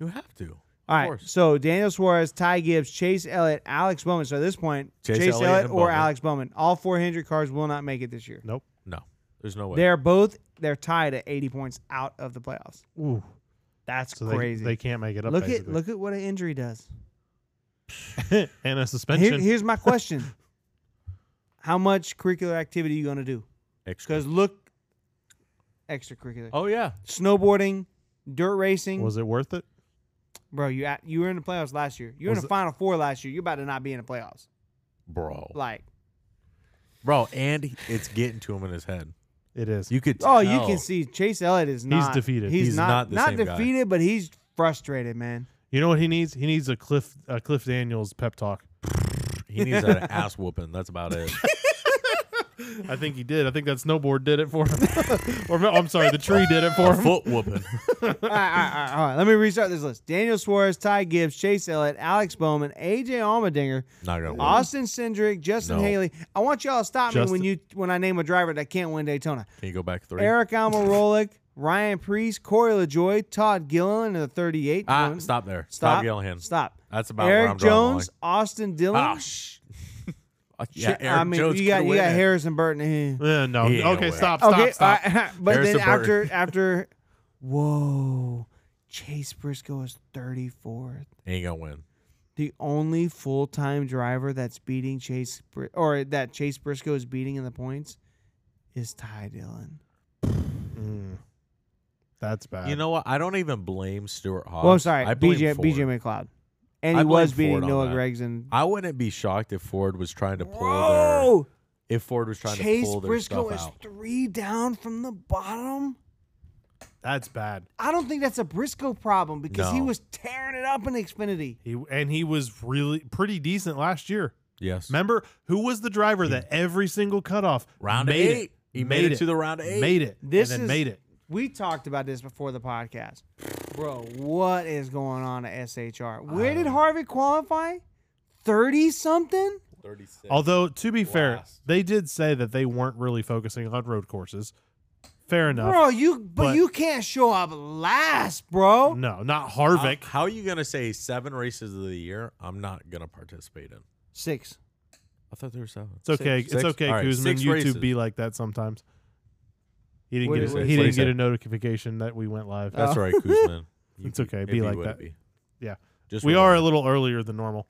Speaker 3: you have to.
Speaker 2: All
Speaker 3: Of
Speaker 2: right.
Speaker 3: course.
Speaker 2: So Daniel Suarez, Ty Gibbs, Chase Elliott, Alex Bowman. So at this point,
Speaker 3: Chase
Speaker 2: Chase,
Speaker 3: Elliott
Speaker 2: Elliott,
Speaker 3: and
Speaker 2: or
Speaker 3: Bowman.
Speaker 2: Alex Bowman, all four Hendrick cars will not make it this year.
Speaker 1: Nope.
Speaker 3: No, there's no way.
Speaker 2: They're both they're tied at 80 points out of the playoffs.
Speaker 1: Ooh.
Speaker 2: That's
Speaker 1: So they,
Speaker 2: crazy.
Speaker 1: they can't make it up.
Speaker 2: look at
Speaker 1: basically.
Speaker 2: look at what an injury does.
Speaker 1: (laughs) and a
Speaker 2: Here-
Speaker 1: suspension.
Speaker 2: here's my question: How much curricular activity you gonna do?
Speaker 3: Extra.
Speaker 2: Because look, extracurricular
Speaker 3: Oh yeah,
Speaker 2: snowboarding, dirt racing.
Speaker 1: Was it worth it?
Speaker 2: Bro, you at, you were in the playoffs last year. You were in
Speaker 1: Was
Speaker 2: the
Speaker 1: it-
Speaker 2: final four last year. You're about to not be in the playoffs.
Speaker 3: bro,
Speaker 2: Like,
Speaker 3: bro, and he- it's getting to him in his head.
Speaker 1: It is.
Speaker 3: You could.
Speaker 2: oh, you
Speaker 3: tell.
Speaker 2: can see Chase Elliott is not.
Speaker 1: defeated.
Speaker 2: He's,
Speaker 3: He's
Speaker 2: not
Speaker 3: not the
Speaker 2: not,
Speaker 3: same guy.
Speaker 2: defeated, but he's frustrated, man.
Speaker 1: You know what he needs? He needs a Cliff a Cliff Daniels pep talk.
Speaker 3: He He
Speaker 2: (laughs)
Speaker 3: needs an ass whooping. That's about it.
Speaker 1: I think he did. I think that snowboard did it for him. (laughs) or no, I'm sorry, the tree did it for
Speaker 3: A
Speaker 1: him.
Speaker 3: foot whooping.
Speaker 2: all, right, all, right, all right, all right. Let me restart this list. Daniel Suarez, Ty Gibbs, Chase Elliott, Alex Bowman, AJ Allmendinger,
Speaker 3: Not gonna work.
Speaker 2: Austin Cindric, Justin
Speaker 3: No.
Speaker 2: Haley. I want y'all to stop me
Speaker 1: Justin.
Speaker 2: when you when I name a driver that can't win Daytona.
Speaker 3: Can you go back three?
Speaker 2: Eric
Speaker 3: (laughs)
Speaker 2: Almirolik, Ryan Priest, Corey LaJoy, Todd Gilliland in the 38.
Speaker 3: ah,
Speaker 2: One-
Speaker 3: stop there. Stop,
Speaker 2: Stop.
Speaker 3: Gillihan.
Speaker 2: Stop.
Speaker 3: That's about where
Speaker 2: Eric
Speaker 3: I'm drawing the
Speaker 2: Jones, Austin Dillon.
Speaker 3: line. Ah, sh- yeah,
Speaker 2: Shit,
Speaker 3: Eric
Speaker 2: I mean,
Speaker 3: Jones
Speaker 2: you got
Speaker 3: coulda
Speaker 2: you got
Speaker 3: win it.
Speaker 2: Harrison Burton. eh.
Speaker 3: (laughs)
Speaker 1: Eh, no.
Speaker 3: He ain't
Speaker 1: Okay,
Speaker 3: nowhere.
Speaker 1: stop, stop,
Speaker 2: Okay,
Speaker 1: stop.
Speaker 2: all right, (laughs) but
Speaker 3: Harrison
Speaker 2: then after after, whoa, Chase Briscoe is 34th.
Speaker 3: He ain't gonna win.
Speaker 2: The only full time driver that's beating Chase Br- or that Chase Briscoe is beating in the points is Ty Dillon.
Speaker 1: Mm. That's bad.
Speaker 3: You know what? I don't even blame Stuart Haas.
Speaker 2: Well, I'm sorry,
Speaker 3: Uh, I blame
Speaker 2: BJ
Speaker 3: Ford.
Speaker 2: BJ McLeod, and
Speaker 3: I
Speaker 2: he
Speaker 3: blame
Speaker 2: was
Speaker 3: Ford
Speaker 2: beating
Speaker 3: on
Speaker 2: Noah
Speaker 3: that.
Speaker 2: Gregson.
Speaker 3: I wouldn't be shocked if Ford was trying to pull their
Speaker 2: Whoa!
Speaker 3: if Ford was trying
Speaker 2: Chase
Speaker 3: to pull their
Speaker 2: Briscoe
Speaker 3: stuff
Speaker 2: is
Speaker 3: out.
Speaker 2: three down from the bottom.
Speaker 1: That's bad.
Speaker 2: I don't think that's a Briscoe problem because he
Speaker 3: No.
Speaker 2: was tearing it up in Xfinity.
Speaker 1: He and he was really pretty decent last year.
Speaker 3: Yes.
Speaker 1: Remember who was the driver that every single cutoff
Speaker 3: Round
Speaker 1: made
Speaker 3: eight.
Speaker 1: It,
Speaker 3: He made it to the round eight.
Speaker 1: Made it.
Speaker 2: This
Speaker 1: and then
Speaker 2: is-
Speaker 1: made it.
Speaker 2: We talked about this before the podcast. Bro, what is going on at SHR? Where did Harvey qualify? 30 something?
Speaker 1: Although to be fair,
Speaker 3: Last.
Speaker 1: they did say that they weren't really focusing on road courses. Fair enough.
Speaker 2: Bro, you but,
Speaker 1: but-
Speaker 2: you can't show up last, bro.
Speaker 1: No, not
Speaker 3: How,
Speaker 1: Harvick.
Speaker 3: how are you gonna say seven races of the year? I'm not gonna participate in.
Speaker 2: Six.
Speaker 3: I thought there were seven.
Speaker 1: it's okay.
Speaker 3: Six.
Speaker 1: It's
Speaker 3: Six?
Speaker 1: okay,
Speaker 3: All right,
Speaker 1: Kuzman.
Speaker 3: six
Speaker 1: YouTube
Speaker 3: races.
Speaker 1: be like that sometimes. He didn't
Speaker 2: What
Speaker 1: get
Speaker 2: did-
Speaker 1: a,
Speaker 2: what
Speaker 1: he
Speaker 3: did he
Speaker 1: didn't get
Speaker 3: say?
Speaker 1: a notification that we went live.
Speaker 3: That's
Speaker 2: Oh.
Speaker 3: right,
Speaker 1: (laughs)
Speaker 3: Kuzman. You
Speaker 1: It's
Speaker 3: be-
Speaker 1: okay,
Speaker 3: if
Speaker 1: be
Speaker 3: you
Speaker 1: like
Speaker 3: would
Speaker 1: that.
Speaker 3: be.
Speaker 1: Yeah.
Speaker 3: Just
Speaker 1: we are a
Speaker 3: relax.
Speaker 1: little earlier than normal.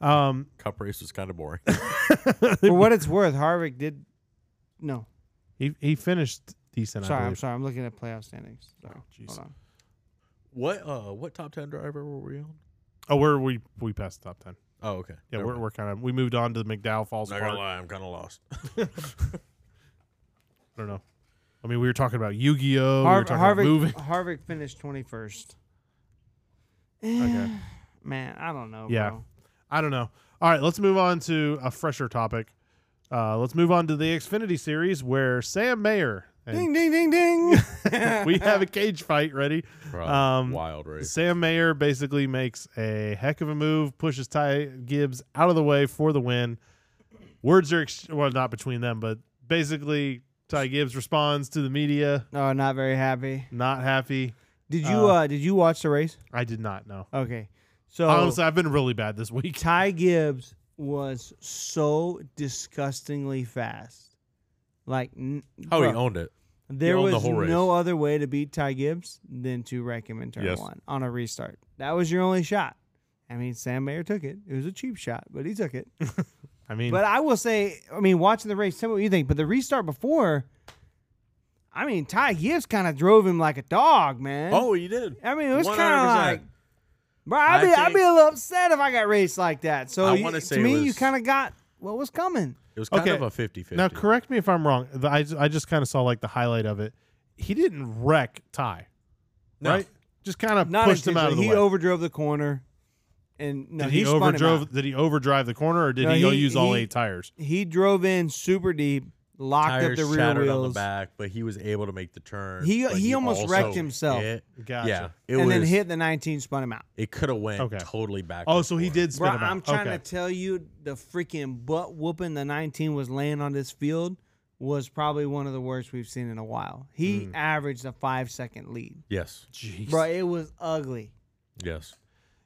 Speaker 1: Um,
Speaker 3: cup race was kind
Speaker 1: (laughs)
Speaker 3: of boring.
Speaker 2: For what it's worth, Harvick did no.
Speaker 1: he he finished decent. I
Speaker 2: Sorry, I'm
Speaker 1: believe. Oh,
Speaker 2: sorry. I'm looking at playoff standings. Sorry.
Speaker 1: jeez.
Speaker 2: Hold on.
Speaker 3: what uh what top ten driver were we on?
Speaker 1: Oh, we're we we passed the top ten.
Speaker 3: Oh, okay.
Speaker 1: Yeah,
Speaker 3: Never
Speaker 1: we're,
Speaker 3: mind.
Speaker 1: we're kind of we moved on to the McDowell Falls
Speaker 3: not
Speaker 1: part.
Speaker 3: gonna lie, I'm kinda lost. (laughs)
Speaker 1: I don't know. I mean, we were talking about Yu Gi Oh. we were
Speaker 2: Har-
Speaker 1: talking about
Speaker 2: Harvick,
Speaker 1: moving.
Speaker 2: (laughs) Harvick finished 21st.
Speaker 1: (sighs) Okay.
Speaker 2: (sighs) Man, I don't know,
Speaker 1: Yeah.
Speaker 2: bro.
Speaker 1: I don't know. All right, let's move on to a fresher topic. Uh, let's move on to the Xfinity series where Sam Mayer and
Speaker 2: Ding ding ding ding.
Speaker 1: (laughs)
Speaker 2: (laughs)
Speaker 1: we (laughs) have a cage fight ready.
Speaker 3: Bro,
Speaker 1: Um,
Speaker 3: wild race.
Speaker 1: Sam Mayer basically makes a heck of a move, pushes Ty Gibbs out of the way for the win. Words are ex- well, not between them, but basically Ty Gibbs responds to the media,
Speaker 2: Oh, not very happy.
Speaker 1: not happy.
Speaker 2: Did you
Speaker 1: Uh,
Speaker 2: uh, did you watch the race?
Speaker 1: I did not know.
Speaker 2: Okay. So
Speaker 1: Honestly, I've been really bad this week. (laughs)
Speaker 2: Ty Gibbs was so disgustingly fast. Like n-
Speaker 3: Oh, he
Speaker 2: bruh,
Speaker 3: owned it.
Speaker 2: there
Speaker 3: owned
Speaker 2: was
Speaker 3: the whole race.
Speaker 2: no other way to beat Ty Gibbs than to wreck him in turn
Speaker 3: Yes.
Speaker 2: 1 on a restart. That was your only shot. I mean, Sam Mayer took it. It was a cheap shot, but he took it.
Speaker 1: I mean,
Speaker 2: But I will say, I mean, watching the race, tell me what you think. But the restart before, I mean, Ty Gibbs kind of drove him like a dog, man.
Speaker 3: Oh, he did.
Speaker 2: I mean, it was kind of like,
Speaker 3: 100%.
Speaker 2: bro, I'd
Speaker 3: I
Speaker 2: be, I'd
Speaker 3: think-
Speaker 2: be a little upset if I got raced like that. So
Speaker 3: I
Speaker 2: you-
Speaker 3: wanna
Speaker 2: to
Speaker 3: say it
Speaker 2: me, you
Speaker 3: was-
Speaker 2: kind of got what was coming.
Speaker 3: It was kind
Speaker 1: Okay.
Speaker 3: of a 50-50.
Speaker 1: now correct me if I'm wrong. The- I I just kind of saw like the highlight of it. He didn't wreck Ty,
Speaker 3: No.
Speaker 1: right? Just kind of
Speaker 2: Not
Speaker 1: pushed him out of the
Speaker 2: intentionally.
Speaker 1: way.
Speaker 2: He overdrove the corner, and no,
Speaker 1: did
Speaker 2: he,
Speaker 1: he,
Speaker 2: spun him
Speaker 1: overdrive?
Speaker 2: out.
Speaker 1: Did he overdrive the corner, or did
Speaker 2: No,
Speaker 1: he, go
Speaker 2: he-
Speaker 1: use all
Speaker 2: he-
Speaker 1: eight tires?
Speaker 2: He drove in super deep, locked
Speaker 3: Tires
Speaker 2: up the rear
Speaker 3: shattered
Speaker 2: wheels.
Speaker 3: on the back, but he was able to make the turn.
Speaker 2: He-
Speaker 3: but
Speaker 2: he almost
Speaker 3: also
Speaker 2: wrecked himself.
Speaker 3: hit.
Speaker 1: Gotcha.
Speaker 3: Yeah, it
Speaker 2: and
Speaker 3: was,
Speaker 2: then hit the 19, spun him out.
Speaker 3: It could have went
Speaker 1: Okay.
Speaker 3: totally back.
Speaker 1: Oh,
Speaker 3: and
Speaker 1: so he
Speaker 3: forth.
Speaker 1: did spin
Speaker 2: Bro,
Speaker 1: him out.
Speaker 2: I'm trying
Speaker 1: Okay.
Speaker 2: to tell you, the freaking butt whooping the 19 was laying on this field was probably one of the worst we've seen in a while. He averaged a five second lead.
Speaker 3: Yes,
Speaker 1: Jeez.
Speaker 2: Bro, it was ugly.
Speaker 3: yes.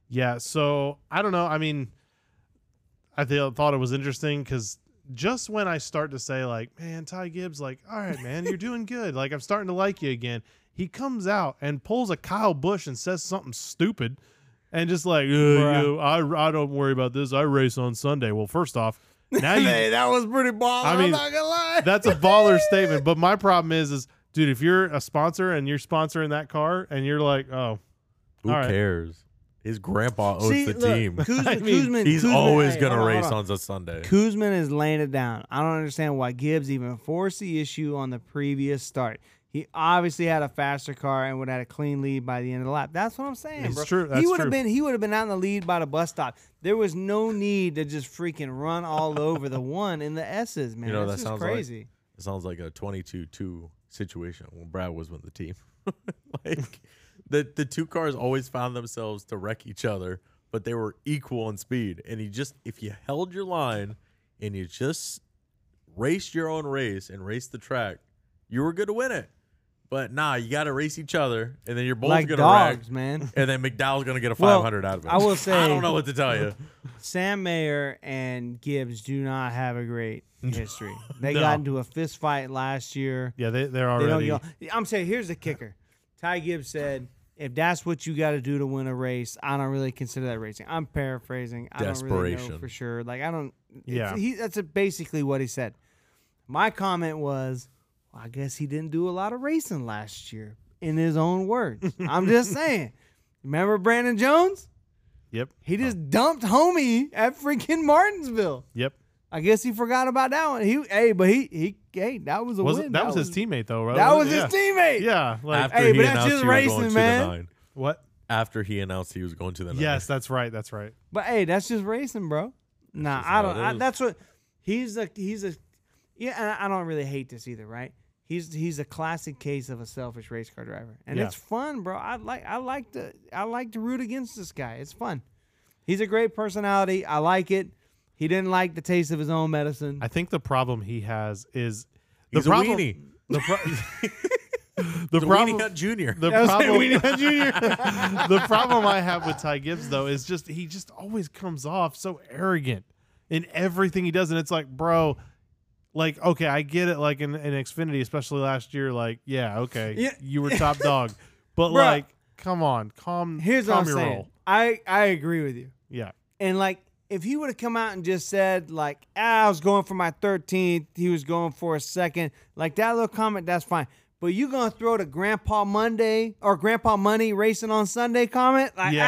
Speaker 1: Yeah. So I don't know. I mean, I th- thought it was interesting because just when I start to say like, man, Ty Gibbs, like, all right, man, you're doing good. Like, I'm starting to like you again. He comes out and pulls a Kyle Bush and says something stupid, and just like, "Uh,
Speaker 2: Bruh.
Speaker 1: you- I I don't worry about this. I race on Sunday. Well, first
Speaker 2: (laughs)
Speaker 1: off, now you
Speaker 2: that was pretty baller.
Speaker 1: I mean,
Speaker 2: gonna lie.
Speaker 1: That's a baller statement. But my problem is, is dude, if you're a sponsor and you're sponsoring that car, and you're like, oh,
Speaker 3: Who
Speaker 1: All right.
Speaker 3: cares? His grandpa owns
Speaker 2: See,
Speaker 3: the
Speaker 2: look,
Speaker 3: team.
Speaker 2: Kuzman,
Speaker 1: I mean,
Speaker 2: Kuzman,
Speaker 3: (laughs) He's
Speaker 2: Kuzman-
Speaker 3: always
Speaker 2: hey,
Speaker 3: gonna
Speaker 2: hold on,
Speaker 3: race
Speaker 2: hold
Speaker 3: on a Sunday.
Speaker 2: Kuzman is laying it down. I don't understand why Gibbs even forced the issue on the previous start. He obviously had a faster car and would have had a clean lead by the end of the lap. That's what I'm saying,
Speaker 1: It's
Speaker 2: bro.
Speaker 1: true.
Speaker 2: he
Speaker 1: That's
Speaker 2: would
Speaker 1: true.
Speaker 2: have been he would have been out in the lead by the bus stop. There was no need to just freaking run all over the one in the S's, man.
Speaker 3: You know what
Speaker 2: That's just
Speaker 3: that sounds like?
Speaker 2: crazy.
Speaker 3: It sounds like a 22-2 situation when Brad was with the team. (laughs) like the the two cars always found themselves to wreck each other, but they were equal in speed. And you just if you held your line and you just raced your own race and raced the track, you were good to win it. But nah, you got to race each other, and then you're both
Speaker 2: like
Speaker 3: gonna
Speaker 2: dogs,
Speaker 3: wreck, (laughs)
Speaker 2: man.
Speaker 3: and then McDowell's gonna get a
Speaker 2: Well,
Speaker 3: 500 out of it.
Speaker 2: I will
Speaker 3: (laughs) I
Speaker 2: say-
Speaker 3: don't know what to tell you.
Speaker 2: Sam Mayer and Gibbs do not have a great
Speaker 3: (laughs)
Speaker 2: history. They
Speaker 1: No.
Speaker 2: got into a fist fight last year.
Speaker 1: Yeah, they, they're
Speaker 2: They don't
Speaker 1: already.
Speaker 2: get- I'm saying here's the kicker. Ty Gibbs said, "If that's what you got to do to win a race, I don't really consider that racing." I'm paraphrasing. I don't really know
Speaker 3: Desperation.
Speaker 2: for sure. Like I don't. it's-
Speaker 1: Yeah.
Speaker 2: he, that's a, basically what he said. My comment was, well, I guess he didn't do a lot of racing last year. In his
Speaker 1: (laughs)
Speaker 2: own words, I'm just saying. Remember Brandon Jones?
Speaker 1: yep,
Speaker 2: He just dumped homie at freaking Martinsville.
Speaker 1: yep.
Speaker 2: I guess he forgot about that one. He, hey, but he, he, hey, that was a
Speaker 1: Was
Speaker 2: win.
Speaker 1: that, was his teammate though, right?
Speaker 2: That was
Speaker 1: yeah.
Speaker 2: his teammate.
Speaker 1: Yeah, like
Speaker 3: After
Speaker 2: Hey,
Speaker 3: he
Speaker 2: but that's
Speaker 3: announced
Speaker 2: just
Speaker 3: he was going
Speaker 2: racing,
Speaker 3: to the
Speaker 2: man.
Speaker 3: nine.
Speaker 1: what?
Speaker 3: After he announced he was going to the nine.
Speaker 1: Yes, that's right. That's right.
Speaker 2: But hey, that's just racing, bro. Nah,
Speaker 3: just
Speaker 2: I
Speaker 3: how it
Speaker 2: don't. I,
Speaker 3: is.
Speaker 2: that's what he's a he's a yeah. And I- I don't really hate this either, right? He's he's a classic case of a selfish race car driver, and
Speaker 1: Yeah.
Speaker 2: it's fun, bro. I like I like to I like to root against this guy. It's fun. He's a great personality. I like it. He didn't like the taste of his own medicine.
Speaker 1: I think the problem he has is the
Speaker 3: He's a
Speaker 1: problem.
Speaker 3: weenie.
Speaker 1: The,
Speaker 3: (laughs)
Speaker 1: pro- (laughs) the
Speaker 3: The
Speaker 1: problem.
Speaker 3: Weenie Hut Junior.
Speaker 1: the
Speaker 2: I was saying
Speaker 1: problem.
Speaker 2: Weenie
Speaker 1: (laughs)
Speaker 2: Hut
Speaker 1: the problem I have with Ty Gibbs though is just he just always comes off so arrogant in everything he does, and it's like, bro, like okay, I get it. Like in, in Xfinity, especially last year, like yeah, okay,
Speaker 2: Yeah.
Speaker 1: you were top
Speaker 2: (laughs)
Speaker 1: dog, but
Speaker 2: Bruh.
Speaker 1: like, come on, calm,
Speaker 2: Here's what
Speaker 1: calm
Speaker 2: I'm
Speaker 1: your
Speaker 2: saying.
Speaker 1: roll.
Speaker 2: I I agree with you.
Speaker 1: Yeah,
Speaker 2: And like, if he would have come out and just said like, ah, "I was going for my 13th," he was going for a second, like that little comment, that's fine. But you gonna throw the Grandpa Monday or Grandpa Money racing on Sunday comment, like
Speaker 1: Yeah.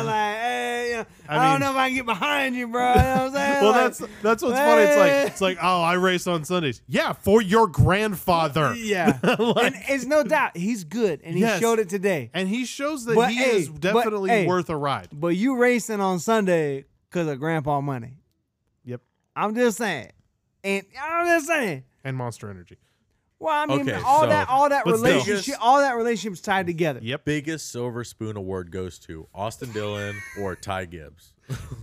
Speaker 2: ah,
Speaker 1: (laughs)
Speaker 2: like hey, you know, I,
Speaker 1: I mean-
Speaker 2: don't know if I can get behind you, bro. You know what I'm
Speaker 1: (laughs)
Speaker 2: saying?
Speaker 1: well,
Speaker 2: Like,
Speaker 1: that's that's what's funny. It's
Speaker 2: eh.
Speaker 1: like it's like oh, I race on Sundays. Yeah, for your grandfather.
Speaker 2: yeah,
Speaker 1: (laughs) Like-
Speaker 2: and it's no doubt he's good, and he
Speaker 1: Yes.
Speaker 2: showed it today.
Speaker 1: and he shows that
Speaker 2: But,
Speaker 1: he
Speaker 2: hey,
Speaker 1: is
Speaker 2: but,
Speaker 1: definitely
Speaker 2: hey.
Speaker 1: worth a ride.
Speaker 2: But you racing on Sunday because of Grandpa Money.
Speaker 1: Yep,
Speaker 2: I'm just saying, and I'm just saying.
Speaker 1: and Monster Energy.
Speaker 2: Well, I mean,
Speaker 3: Okay,
Speaker 2: all
Speaker 3: so-
Speaker 2: that, all that
Speaker 3: but still.
Speaker 2: relationship,
Speaker 3: Biggest-
Speaker 2: all that relationship's tied together.
Speaker 1: Yep.
Speaker 3: biggest silver spoon award goes to Austin Dillon or
Speaker 1: (laughs)
Speaker 3: Ty Gibbs.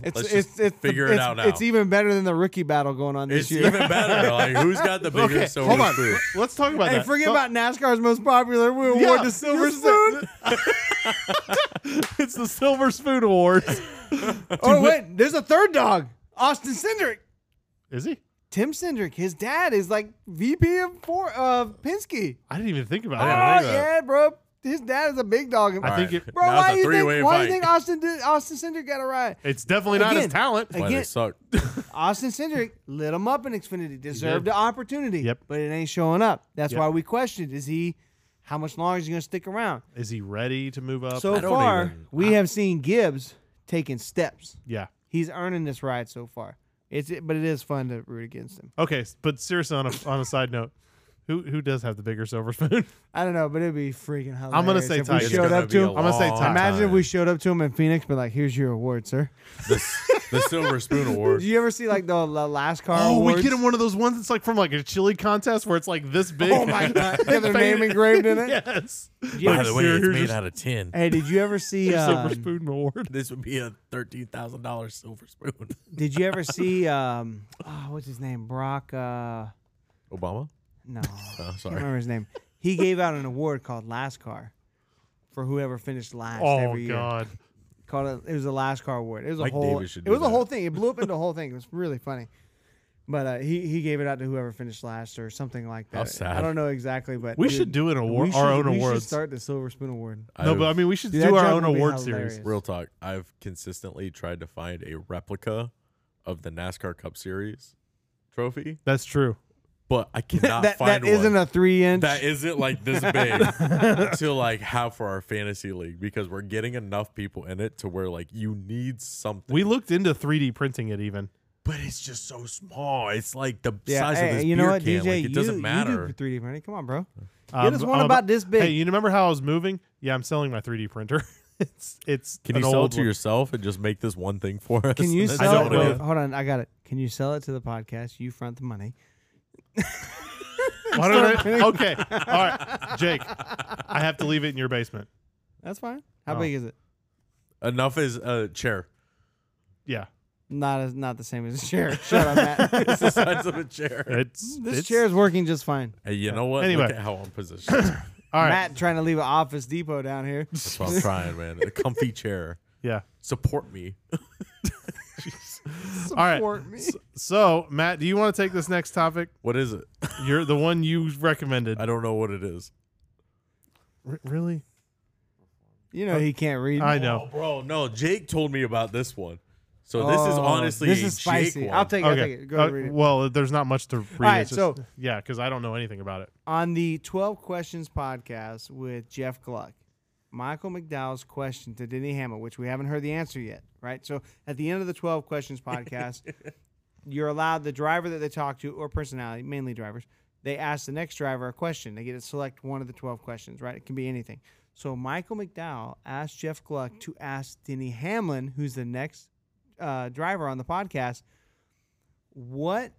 Speaker 2: It's
Speaker 3: Let's
Speaker 2: it's,
Speaker 3: just
Speaker 2: it's
Speaker 3: figure it
Speaker 2: it's,
Speaker 3: out now.
Speaker 2: It's even better than the rookie battle going on this
Speaker 3: It's
Speaker 2: year.
Speaker 3: even better. Like who's
Speaker 1: (laughs)
Speaker 3: got the bigger
Speaker 1: Okay,
Speaker 3: silver
Speaker 1: hold on.
Speaker 3: spoon?
Speaker 1: Let- Let's talk about
Speaker 2: (laughs) hey,
Speaker 1: that.
Speaker 2: forget
Speaker 1: So-
Speaker 2: about NASCAR's most popular we award,
Speaker 1: Yeah,
Speaker 2: the Silver
Speaker 1: it's
Speaker 2: Spoon.
Speaker 1: the- (laughs) it's the Silver Spoon Awards.
Speaker 3: (laughs)
Speaker 2: Oh wait, there's a third dog, Austin Cindric.
Speaker 1: Is he?
Speaker 2: Tim Cindric, his dad is like VP of four of Penske.
Speaker 1: I didn't even think about
Speaker 2: Oh
Speaker 1: it.
Speaker 3: I didn't think of that.
Speaker 2: yeah, bro, his dad is a big dog.
Speaker 1: I think it-
Speaker 2: bro,
Speaker 3: now
Speaker 2: why
Speaker 3: it's
Speaker 2: do
Speaker 3: a
Speaker 2: you
Speaker 3: three-way
Speaker 2: think why do
Speaker 3: fight.
Speaker 2: you think Austin did, Austin Cindric got a ride?
Speaker 1: It's definitely not his
Speaker 2: Again,
Speaker 1: talent.
Speaker 3: Why
Speaker 2: again- (laughs)
Speaker 3: they suck?
Speaker 2: Austin Cindric lit him up in Xfinity, deserved
Speaker 1: did.
Speaker 2: the opportunity.
Speaker 1: Yep.
Speaker 2: But it ain't showing up. That's
Speaker 1: Yep.
Speaker 2: why we questioned: Is he? How much longer is he going to stick around?
Speaker 1: Is he ready to move up?
Speaker 2: So
Speaker 3: I don't
Speaker 2: far,
Speaker 3: even-
Speaker 2: we have seen Gibbs taking steps.
Speaker 1: yeah.
Speaker 2: He's earning this ride so far. It's but it is fun to root against him.
Speaker 1: Okay, s- but seriously, on a on a side note, who who does have the bigger silver spoon?
Speaker 2: I don't know, but it'd be freaking hilarious.
Speaker 1: gonna say
Speaker 2: if
Speaker 1: Ty
Speaker 2: we
Speaker 1: Gibbs.
Speaker 3: It's
Speaker 2: showed
Speaker 3: gonna
Speaker 2: up
Speaker 3: be
Speaker 2: to
Speaker 3: a
Speaker 2: him.
Speaker 1: I'm gonna say
Speaker 3: long
Speaker 1: Ty.
Speaker 2: Imagine if
Speaker 3: time.
Speaker 2: we showed up to him in Phoenix, but like, here's your award, sir.
Speaker 3: the, s- the silver
Speaker 2: (laughs)
Speaker 3: spoon award.
Speaker 2: Did you ever see like the, the last car?
Speaker 1: (laughs) Oh, we
Speaker 2: awards?
Speaker 1: get him one of those ones that's like from like a chili contest where it's like this big. (laughs)
Speaker 2: Oh my god, got their name engraved in it.
Speaker 1: yes.
Speaker 2: you ever
Speaker 3: By the way, it's
Speaker 1: Here's
Speaker 3: made
Speaker 1: your-
Speaker 3: out of tin.
Speaker 2: Hey, did you ever see
Speaker 1: your
Speaker 2: um,
Speaker 1: silver spoon award.
Speaker 3: This would be a thirteen thousand dollars
Speaker 2: (laughs)
Speaker 3: silver spoon.
Speaker 2: Did you ever see um oh, what's his name? Brock uh
Speaker 3: Obama? (laughs)
Speaker 2: no. I
Speaker 3: Oh,
Speaker 2: can't
Speaker 3: sorry.
Speaker 2: remember his name. He gave out an award called Last Car for whoever finished last
Speaker 1: Oh
Speaker 2: every year.
Speaker 1: god.
Speaker 2: Called it, it was the Last Car award. It was a
Speaker 3: Mike
Speaker 2: whole
Speaker 3: Davis should
Speaker 2: It was
Speaker 3: do
Speaker 2: a whole
Speaker 3: that.
Speaker 2: thing. It blew up into a
Speaker 3: (laughs)
Speaker 2: whole thing. It was really funny. But uh, he he gave it out to whoever finished last or something like that.
Speaker 3: How sad.
Speaker 2: I don't know exactly, but
Speaker 1: We
Speaker 2: dude,
Speaker 1: should do an
Speaker 2: we
Speaker 1: award,
Speaker 2: should-
Speaker 1: our own
Speaker 2: we should
Speaker 1: awards.
Speaker 2: start the Silver Spoon
Speaker 3: (laughs)
Speaker 2: Award.
Speaker 1: No,
Speaker 3: I've-
Speaker 1: but I mean, we should
Speaker 2: Dude,
Speaker 1: do
Speaker 2: that
Speaker 1: our
Speaker 2: joke
Speaker 1: own
Speaker 2: would be
Speaker 1: award
Speaker 2: hilarious.
Speaker 1: series.
Speaker 3: Real talk. I've consistently tried to find a replica of the NASCAR Cup Series trophy,
Speaker 1: That's true.
Speaker 3: but I cannot
Speaker 2: (laughs) that
Speaker 3: find
Speaker 2: that
Speaker 3: one.
Speaker 2: isn't a three inch.
Speaker 3: that isn't like this
Speaker 2: (laughs)
Speaker 3: big to like have for our fantasy league because we're getting enough people in it to where like you need something.
Speaker 1: We looked into 3D printing it even.
Speaker 3: but it's just so small. It's like the
Speaker 2: Yeah,
Speaker 3: size
Speaker 2: hey,
Speaker 3: of this
Speaker 2: you
Speaker 3: beer
Speaker 2: know what,
Speaker 3: can.
Speaker 2: DJ?
Speaker 3: like, it
Speaker 2: you,
Speaker 3: doesn't
Speaker 2: You
Speaker 3: matter.
Speaker 2: do 3D printing. Come on, bro.
Speaker 1: Um,
Speaker 2: Get us one
Speaker 1: I'm
Speaker 2: about this big.
Speaker 1: Hey, you remember how I was moving? Yeah, I'm selling my 3D printer. (laughs) it's it's
Speaker 3: Can
Speaker 1: an
Speaker 3: you sell
Speaker 1: old
Speaker 3: it to
Speaker 1: one.
Speaker 3: yourself and just make this one thing for us? (laughs)
Speaker 2: Can you
Speaker 3: That's
Speaker 2: sell
Speaker 1: don't
Speaker 2: it?
Speaker 3: what
Speaker 1: know.
Speaker 2: wait, hold on, I got it. Can you sell it to the podcast? You front the money.
Speaker 1: Why don't I- okay. All right, Jake. I have to leave it in your basement.
Speaker 2: That's fine. How
Speaker 1: Oh.
Speaker 2: big is it?
Speaker 3: Enough is a chair. (laughs)
Speaker 1: Yeah,
Speaker 2: Not as not the same as a chair. Shut up,
Speaker 3: (laughs)
Speaker 2: Matt.
Speaker 3: It's the size of a
Speaker 2: (laughs)
Speaker 3: chair.
Speaker 1: it's
Speaker 2: Mm, this
Speaker 1: it's,
Speaker 2: chair is working just fine.
Speaker 3: Hey, you know what?
Speaker 1: Anyway.
Speaker 3: Look at how
Speaker 2: (laughs)
Speaker 3: I'm positioned.
Speaker 1: All right.
Speaker 2: Matt trying to leave an Office Depot down here.
Speaker 3: That's what I'm trying, man. A comfy chair.
Speaker 1: Yeah.
Speaker 3: Support me.
Speaker 1: All right.
Speaker 2: Support me.
Speaker 1: So, Matt, do you want to take this next topic?
Speaker 3: What is it?
Speaker 1: You're the one you recommended.
Speaker 3: I don't know what it is.
Speaker 1: R- really?
Speaker 2: You know he can't read.
Speaker 1: I know.
Speaker 3: bro, no. Jake told me about this one. So this is
Speaker 2: Oh,
Speaker 3: honestly
Speaker 2: this
Speaker 3: a
Speaker 2: is
Speaker 3: Jake
Speaker 2: spicy.
Speaker 3: one.
Speaker 2: I'll take it. I'll
Speaker 1: Okay.
Speaker 2: take it. Go
Speaker 1: Uh,
Speaker 2: read it.
Speaker 1: Well, there's not much to read.
Speaker 2: right,
Speaker 1: It's just-
Speaker 2: so-
Speaker 1: yeah, because I don't know anything about it.
Speaker 2: on the 12 questions podcast with Jeff Gluck. Michael McDowell's question to Denny Hamlin, which we haven't heard the answer yet, right? So at the end of the 12 questions podcast, you're allowed the driver that they talk to or personality, mainly drivers, they ask the next driver a question. They get to select one of the 12 questions, right? It can be anything. So Michael McDowell asked Jeff Gluck to ask Denny Hamlin, who's the next uh, driver on the podcast, what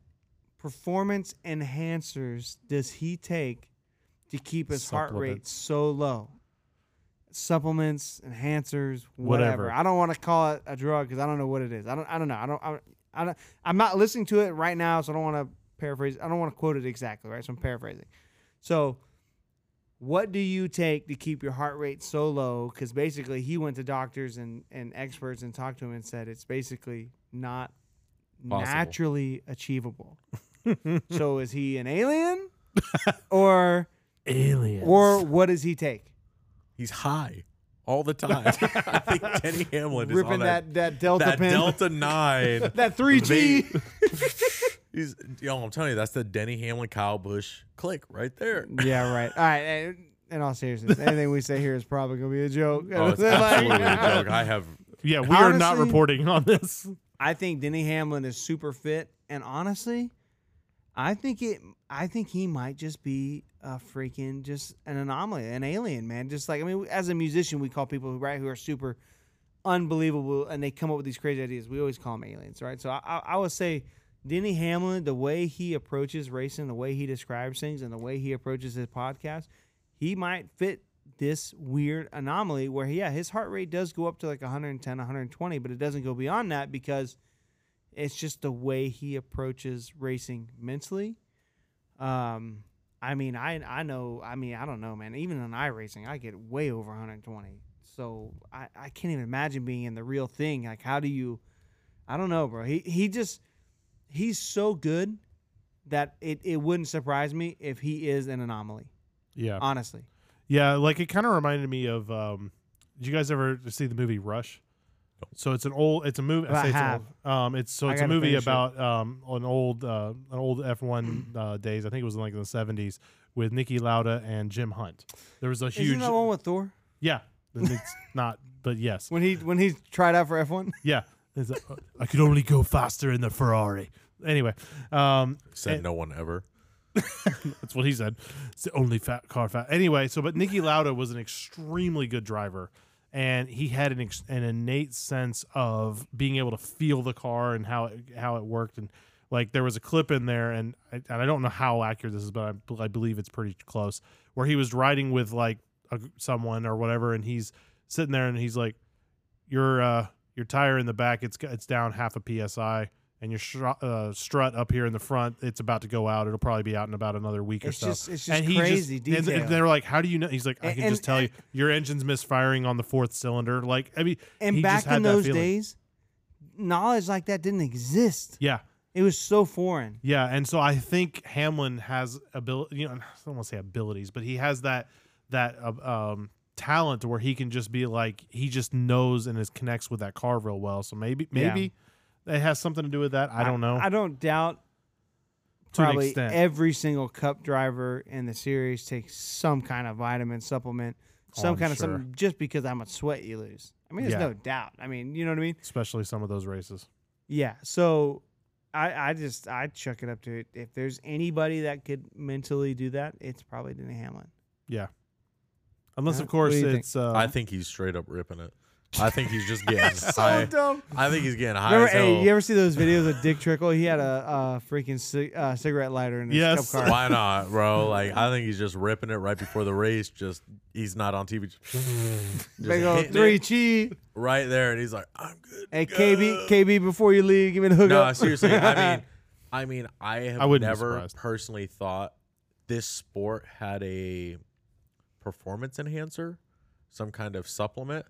Speaker 2: performance enhancers does he take to keep his heart rate
Speaker 1: Supplements.
Speaker 2: so low? Supplements, enhancers, whatever.
Speaker 1: Whatever.
Speaker 2: I don't want to call it a drug because I don't know what it is. I don't. I don't know. I don't. I don't, I don't I'm not listening to it right now, so I don't want to paraphrase. I don't want to quote it exactly, right? So I'm paraphrasing. So, what do you take to keep your heart rate so low? Because basically, he went to doctors and, and experts and talked to him and said it's basically not
Speaker 3: Possible.
Speaker 2: naturally achievable. so, is he an alien or
Speaker 1: Alien.
Speaker 2: or what does he take?
Speaker 3: He's high all the time. (laughs) I think Denny Hamlin is on
Speaker 2: Ripping that,
Speaker 3: that
Speaker 2: that Delta
Speaker 3: that
Speaker 2: pen,
Speaker 3: Delta Nine.
Speaker 2: (laughs) that
Speaker 3: (laughs)
Speaker 2: 3G.
Speaker 3: He's, yo, I'm telling you, that's the Denny Hamlin, Kyle Bush click right
Speaker 2: (laughs)
Speaker 3: there.
Speaker 2: Yeah, right. All right. and- In all seriousness, anything we say here is probably gonna be a joke. (laughs)
Speaker 3: Oh, it's
Speaker 2: Like-
Speaker 3: absolutely
Speaker 2: (laughs)
Speaker 3: a joke. I have.
Speaker 1: Yeah, we are not
Speaker 2: Honestly-
Speaker 1: reporting on this.
Speaker 2: I think Denny Hamlin is super fit, and honestly, I think it. I think he might just be a freaking just an anomaly, an alien, man. Just like I mean, as a musician, we call people who right who are super unbelievable, and they come up with these crazy ideas. We always call them aliens, right? So I, I, I would say Denny Hamlin, the way he approaches racing, the way he describes things, and the way he approaches his podcast, he might fit this weird anomaly where yeah his heart rate does go up to like 110 120 but it doesn't go beyond that because it's just the way he approaches racing mentally um i mean i i know i mean i don't know man even in iRacing i get way over 120 so i i can't even imagine being in the real thing like how do you i don't know bro he he just he's so good that it, it wouldn't surprise me if he is an anomaly
Speaker 1: Yeah.
Speaker 2: honestly
Speaker 1: uh, Yeah, like it kind of reminded me of. Um, did you guys ever see the movie Rush? So it's an old. It's a movie.
Speaker 2: I
Speaker 1: I say it's an
Speaker 2: have.
Speaker 1: old- um, it's so
Speaker 2: I
Speaker 1: it's a
Speaker 2: gotta
Speaker 1: movie
Speaker 2: finish it.
Speaker 1: about um an old uh an old F
Speaker 2: (clears throat)
Speaker 1: one uh, days. I think it was like in the seventies with Nicky Lauda and Jim Hunt. There was a huge.
Speaker 2: Isn't that one with Thor?
Speaker 1: yeah, and
Speaker 2: (laughs)
Speaker 1: it's not. But yes,
Speaker 2: When he when he tried out for
Speaker 1: (laughs)
Speaker 2: F one?
Speaker 1: yeah. It's a- I could only go faster in the Ferrari. Anyway, um,
Speaker 3: Said
Speaker 1: And-
Speaker 3: no one ever.
Speaker 1: (laughs) That's what he said. It's the only fat car fat. Anyway, so but Nicky Lauda was an extremely good driver, and he had an ex- an innate sense of being able to feel the car and how it, how it worked. And like there was a clip in there, and I, and I don't know how accurate this is, but I, I believe it's pretty close, where he was riding with like a, someone or whatever, and he's sitting there and he's like, "Your uh, your tire in the back, it's it's down half a psi." And your str- uh, strut up here in the front, it's about to go out. It'll probably be out in about another week or
Speaker 2: It's
Speaker 1: so
Speaker 2: just it's just
Speaker 1: he
Speaker 2: crazy
Speaker 1: just, and-
Speaker 2: detail.
Speaker 1: And, they were like, "How do you know?" He's like, "I
Speaker 2: And-
Speaker 1: can
Speaker 2: and-
Speaker 1: just tell you, your engine's misfiring on the fourth cylinder." Like, I mean,
Speaker 2: And
Speaker 1: he
Speaker 2: back
Speaker 1: just had
Speaker 2: in
Speaker 1: that
Speaker 2: those
Speaker 1: feeling.
Speaker 2: days, knowledge like that didn't exist.
Speaker 1: yeah,
Speaker 2: It was so foreign.
Speaker 1: yeah. And so I think Hamlin has ability. You know, I don't want to say abilities, but he has that that uh, um, talent where he can just be like, he just knows and is connects with that car real well. So maybe,
Speaker 2: Yeah.
Speaker 1: maybe it has something to do with that. I don't know.
Speaker 2: I, don't doubt
Speaker 1: To an
Speaker 2: probably
Speaker 1: extent.
Speaker 2: every single cup driver in the series takes some kind of vitamin supplement,
Speaker 1: Oh,
Speaker 2: some
Speaker 1: I'm
Speaker 2: kind of
Speaker 1: sure.
Speaker 2: something just because how much sweat you lose. I mean, there's
Speaker 1: Yeah.
Speaker 2: no doubt. I mean, you know what I mean?
Speaker 1: Especially some of those races.
Speaker 2: Yeah. So I, I just I chuck it up to it. If there's anybody that could mentally do that, it's probably Denny Hamlin.
Speaker 1: Unless, of
Speaker 2: Yeah, what
Speaker 1: course,
Speaker 2: do you think?
Speaker 1: it's. Uh,
Speaker 3: I think he's straight up ripping it. I think he's just
Speaker 2: (laughs)
Speaker 3: getting
Speaker 2: So
Speaker 3: high.
Speaker 2: dumb.
Speaker 3: I think he's getting high
Speaker 2: Remember,
Speaker 3: as hell.
Speaker 2: hey, you ever see those videos of Dick Trickle? He had a, a freaking ci- uh, cigarette lighter in his
Speaker 1: Yes.
Speaker 2: cup car.
Speaker 3: Why not, bro? Like I think he's just ripping it right before the race. Just he's not on TV. Just, just
Speaker 2: Big old
Speaker 3: hitting
Speaker 2: three
Speaker 3: it
Speaker 2: chi.
Speaker 3: right there, and he's like, "I'm good."
Speaker 2: Hey
Speaker 3: to
Speaker 2: KB,
Speaker 3: go."
Speaker 2: KB, before you leave, give me the hook
Speaker 3: No,
Speaker 2: up. (laughs)
Speaker 3: seriously.
Speaker 1: (laughs)
Speaker 3: I mean, I mean, I have
Speaker 1: I wouldn't be
Speaker 3: never
Speaker 1: surprised.
Speaker 3: personally thought this sport had a performance enhancer, some kind of supplement.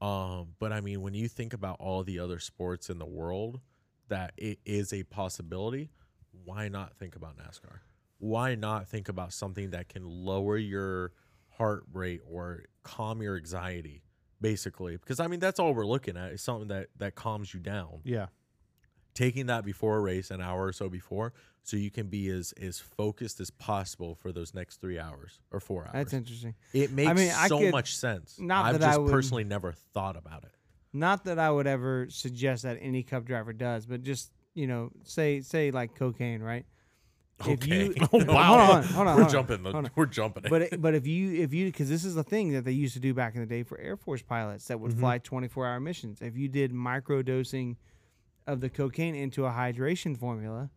Speaker 3: Um, but I mean, when you think about all the other sports in the world that it is a possibility, why not think about NASCAR? Why not think about something that can lower your heart rate or calm your anxiety, basically? Because I mean, that's all we're looking at is something that that calms you down
Speaker 1: yeah.
Speaker 3: taking that before a race an hour or so before so you can be as as focused as possible for those next three hours or four hours
Speaker 2: That's interesting.
Speaker 3: it makes
Speaker 2: mean, I
Speaker 3: so
Speaker 2: could-
Speaker 3: much sense
Speaker 2: not
Speaker 3: i've
Speaker 2: that I
Speaker 3: just
Speaker 2: would-
Speaker 3: personally never thought about it
Speaker 2: Not that I would ever suggest that any cup driver does, but just you know, say say like cocaine, right? If you-
Speaker 3: (laughs)
Speaker 2: (laughs)
Speaker 3: okay
Speaker 2: Oh, wow. Hold on, hold on,
Speaker 3: we're
Speaker 2: hold on,
Speaker 3: jumping the,
Speaker 2: hold on.
Speaker 3: we're
Speaker 1: (laughs)
Speaker 3: jumping it.
Speaker 2: But it- but if you if you because this is the thing that they used to do back in the day for Air Force pilots that
Speaker 1: Mm-hmm.
Speaker 2: would fly 24 hour missions. If you did micro dosing of the cocaine into a hydration formula,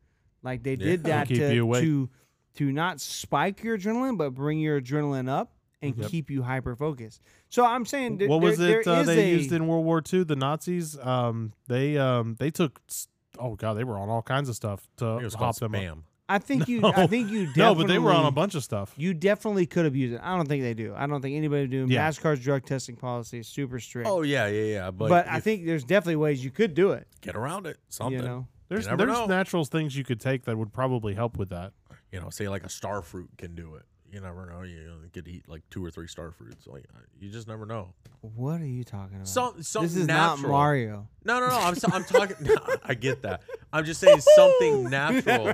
Speaker 2: like they did
Speaker 1: Yeah.
Speaker 2: that
Speaker 1: Keep
Speaker 2: to
Speaker 1: you awake.
Speaker 2: to to not spike your adrenaline but bring your adrenaline up and keep you hyper focused. So I'm saying th-
Speaker 1: what was
Speaker 2: there-
Speaker 1: it
Speaker 2: there
Speaker 1: uh,
Speaker 2: is
Speaker 1: they
Speaker 2: a-
Speaker 1: used in World War II? The Nazis, um, they um, they took. s- Oh god, they were on all kinds of stuff
Speaker 3: I think it
Speaker 1: to
Speaker 3: was called
Speaker 1: hop them. up.
Speaker 3: spam
Speaker 2: I think you I
Speaker 1: (laughs) No.
Speaker 2: think you definitely
Speaker 1: No, but they were on a bunch of stuff.
Speaker 2: you definitely could have used it. I don't think they do. I don't think anybody doing
Speaker 1: Yeah.
Speaker 2: NASCAR's drug testing policy is super strict.
Speaker 3: oh yeah yeah yeah but,
Speaker 2: but, I
Speaker 3: you
Speaker 2: think there's definitely ways you could do it.
Speaker 3: get around it something
Speaker 2: You know,
Speaker 1: There's
Speaker 3: never
Speaker 1: there's
Speaker 3: know.
Speaker 1: natural things you could take that would probably help with that.
Speaker 3: you know say like a star fruit can do it you never know you could eat like two or three star fruits like uh, you just never know
Speaker 2: what are you talking about?
Speaker 3: some some
Speaker 2: this is
Speaker 3: natural.
Speaker 2: not Mario.
Speaker 3: No, no, no. I'm, so, I'm talking. (laughs) no, I get that. I'm just saying
Speaker 2: (laughs)
Speaker 3: something natural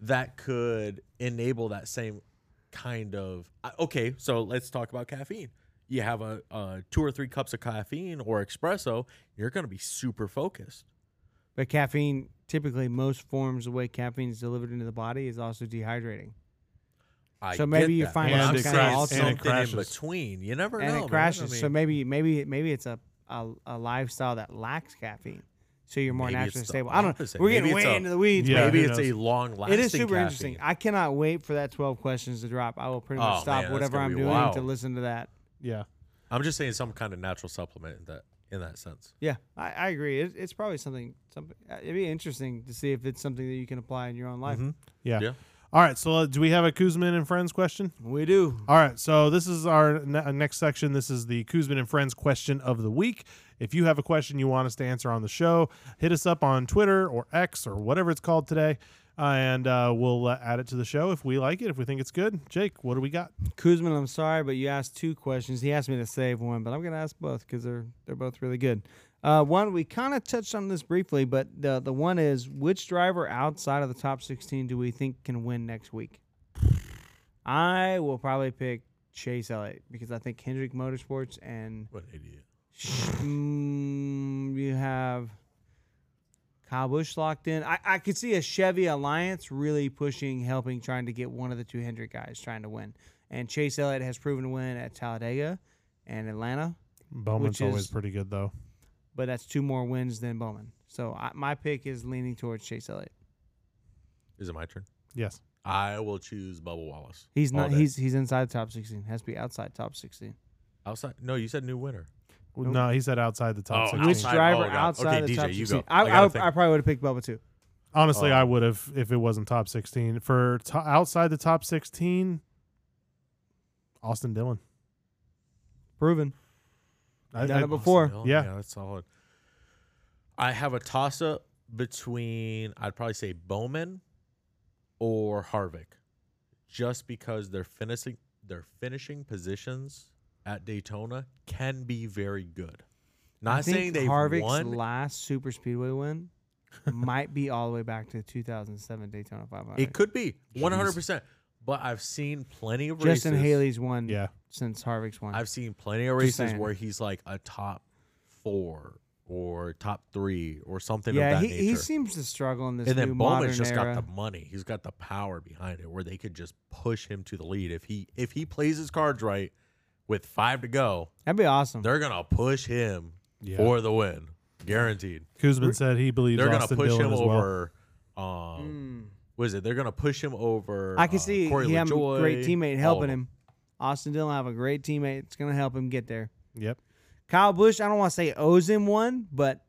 Speaker 3: that could enable that same kind of. I- Okay, so let's talk about caffeine. You have a, a two or three cups of caffeine or espresso, you're going to be super focused.
Speaker 2: But caffeine, typically, most forms the way caffeine is delivered into the body is also dehydrating.
Speaker 3: I
Speaker 2: So
Speaker 3: get
Speaker 2: maybe you
Speaker 3: that.
Speaker 2: find
Speaker 3: But
Speaker 1: out
Speaker 3: I'm
Speaker 1: some kind
Speaker 3: saying
Speaker 1: of alternate- And it
Speaker 3: something in
Speaker 1: crashes.
Speaker 3: between. You never
Speaker 2: and
Speaker 3: know.
Speaker 2: it crashes.
Speaker 3: Man. I mean,
Speaker 2: so maybe maybe maybe it's a, a a lifestyle that lacks caffeine, so you're more
Speaker 3: Maybe it's
Speaker 2: naturally
Speaker 3: the
Speaker 2: stable. I don't. know.
Speaker 3: opposite.
Speaker 2: We're getting
Speaker 3: Maybe it's
Speaker 2: way
Speaker 3: a-
Speaker 2: into the weeds.
Speaker 1: Yeah,
Speaker 2: man.
Speaker 3: maybe
Speaker 1: who
Speaker 3: it's a
Speaker 1: knows?
Speaker 3: long lasting.
Speaker 2: It is super interesting. I cannot wait for that 12 questions to drop. I will pretty
Speaker 3: Oh,
Speaker 2: much stop
Speaker 3: man, that's
Speaker 2: whatever
Speaker 3: gonna
Speaker 2: I'm
Speaker 3: be
Speaker 2: doing
Speaker 3: wild.
Speaker 2: to listen to that.
Speaker 1: Yeah.
Speaker 3: I'm just saying some kind of natural supplement in that in that sense.
Speaker 2: Yeah, I, I agree. It, it's probably something. Something. uh, It'd be interesting to see if it's something that you can apply in your own life.
Speaker 1: Yeah.
Speaker 3: Yeah.
Speaker 1: All right. So, uh, do we have a Kuzmin and Friends question?
Speaker 2: We do.
Speaker 1: All right. So, this is our ne- uh, next section. This is the Kuzmin and Friends question of the week. If you have a question you want us to answer on the show, hit us up on Twitter or X or whatever it's called today, uh, and uh, we'll uh, add it to the show if we like it, if we think it's good. Jake, what do we got?
Speaker 2: Kuzman, I'm sorry, but you asked two questions. He asked me to save one, but I'm going to ask both because they're they're both really good. Uh, one, we kind of touched on this briefly, but the the one is which driver outside of the top 16 do we think can win next week? I will probably pick Chase Elliott because I think Hendrick Motorsports and
Speaker 3: What an idiot.
Speaker 2: mm, you have Kyle Busch locked in. I, I could see a Chevy Alliance really pushing, helping, trying to get one of the two Hendrick guys trying to win. And Chase Elliott has proven to win at Talladega and Atlanta,
Speaker 1: Bowman's
Speaker 2: Which is-
Speaker 1: always pretty good, though.
Speaker 2: but that's two more wins than Bowman. So I, my pick is leaning towards Chase Elliott.
Speaker 3: Is it my turn?
Speaker 1: Yes.
Speaker 3: I will choose Bubba Wallace.
Speaker 2: He's
Speaker 3: all
Speaker 2: not.
Speaker 3: day.
Speaker 2: He's he's inside the top sixteen. Has to be outside top sixteen.
Speaker 3: outside. No, you said new winner.
Speaker 1: Well, No, he said outside the top
Speaker 3: Oh,
Speaker 1: 16.
Speaker 2: Which
Speaker 3: outside-
Speaker 2: driver
Speaker 3: oh, God.
Speaker 2: outside
Speaker 3: Okay,
Speaker 2: the
Speaker 3: DJ,
Speaker 2: top
Speaker 3: you go.
Speaker 2: sixteen?
Speaker 3: I
Speaker 2: I,
Speaker 3: gotta
Speaker 2: I, would-
Speaker 3: think.
Speaker 2: I probably would have picked Bubba too.
Speaker 1: Honestly,
Speaker 3: Oh.
Speaker 1: I would have if it wasn't top 16. For to outside the top 16, Austin Dillon.
Speaker 2: Proven.
Speaker 1: I,
Speaker 2: Done
Speaker 1: I-
Speaker 2: it before.
Speaker 3: Austin Dillon,
Speaker 1: Yeah.
Speaker 3: Oh, that's solid. I have a toss up between I'd probably say Bowman or Harvick, just because their finishing their finishing positions at Daytona can be very good. Not
Speaker 2: I think
Speaker 3: saying they
Speaker 2: Harvick's
Speaker 3: won.
Speaker 2: last Super Speedway
Speaker 3: (laughs)
Speaker 2: win might be all the way back to 2007 Daytona 500.
Speaker 3: it could be one hundred percent. But I've seen plenty of
Speaker 2: Justin
Speaker 3: races.
Speaker 2: Haley's won
Speaker 1: yeah.
Speaker 2: since Harvick's won.
Speaker 3: I've seen plenty of
Speaker 2: Just
Speaker 3: races
Speaker 2: saying.
Speaker 3: where he's like a top four or top three or something of
Speaker 2: yeah,
Speaker 3: that
Speaker 2: he,
Speaker 3: nature.
Speaker 2: he seems to struggle in this
Speaker 3: and
Speaker 2: new
Speaker 3: then
Speaker 2: modern
Speaker 3: Bowman's just
Speaker 2: era.
Speaker 3: got the money. He's got the power behind it, where they could just push him to the lead. If he if he plays his cards right, with five to go,
Speaker 2: That'd be awesome.
Speaker 3: they're gonna push him
Speaker 1: Yeah.
Speaker 3: for the win, guaranteed.
Speaker 1: Kuzman said he believes
Speaker 3: They're
Speaker 1: Austin
Speaker 3: gonna push
Speaker 1: Dillon
Speaker 3: him
Speaker 1: as well.
Speaker 3: over. Um,
Speaker 1: Mm.
Speaker 3: what is it? They're gonna push him over.
Speaker 2: I can
Speaker 3: uh,
Speaker 2: see
Speaker 3: Corey
Speaker 2: he have a great
Speaker 3: LaJoie, all
Speaker 2: teammate
Speaker 3: of
Speaker 2: helping
Speaker 3: them.
Speaker 2: him. Austin Dillon have a great teammate. It's gonna help him get there.
Speaker 1: Yep.
Speaker 2: Kyle Bush, I don't want to say owes him one, but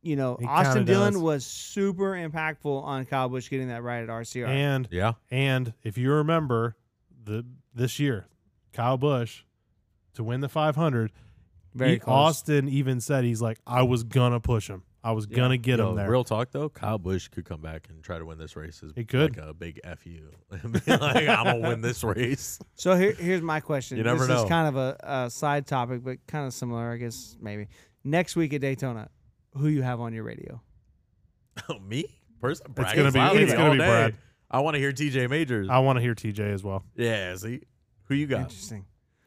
Speaker 2: you know,
Speaker 1: He
Speaker 2: Austin
Speaker 1: kinda
Speaker 2: Dillon
Speaker 1: does.
Speaker 2: was super impactful on Kyle Bush getting that right at RCR.
Speaker 1: And
Speaker 3: Yeah,
Speaker 1: and if you remember the this year, Kyle Bush to win the 500,
Speaker 2: Very
Speaker 1: he-
Speaker 2: close.
Speaker 1: Austin even said he's like I was gonna push him. I was gonna get
Speaker 3: Yo,
Speaker 1: him there.
Speaker 3: Real talk though, Kyle Bush could come back and try to win this race. As
Speaker 1: He could.
Speaker 3: like a big fu. (laughs) like I'm gonna win this race. (laughs)
Speaker 2: So here, here's my question.
Speaker 3: You never
Speaker 2: this
Speaker 3: know.
Speaker 2: is kind of a, a side topic, but kind of similar, I guess maybe. Next week at Daytona, who you have on your radio?
Speaker 3: Me person, Brad
Speaker 1: gonna be-
Speaker 3: Gosling
Speaker 1: it's gonna
Speaker 3: all
Speaker 1: be
Speaker 3: day.
Speaker 1: Brad.
Speaker 3: I want to hear TJ Majors.
Speaker 1: I want to hear TJ as well.
Speaker 3: yeah, see who you got.
Speaker 2: Interesting.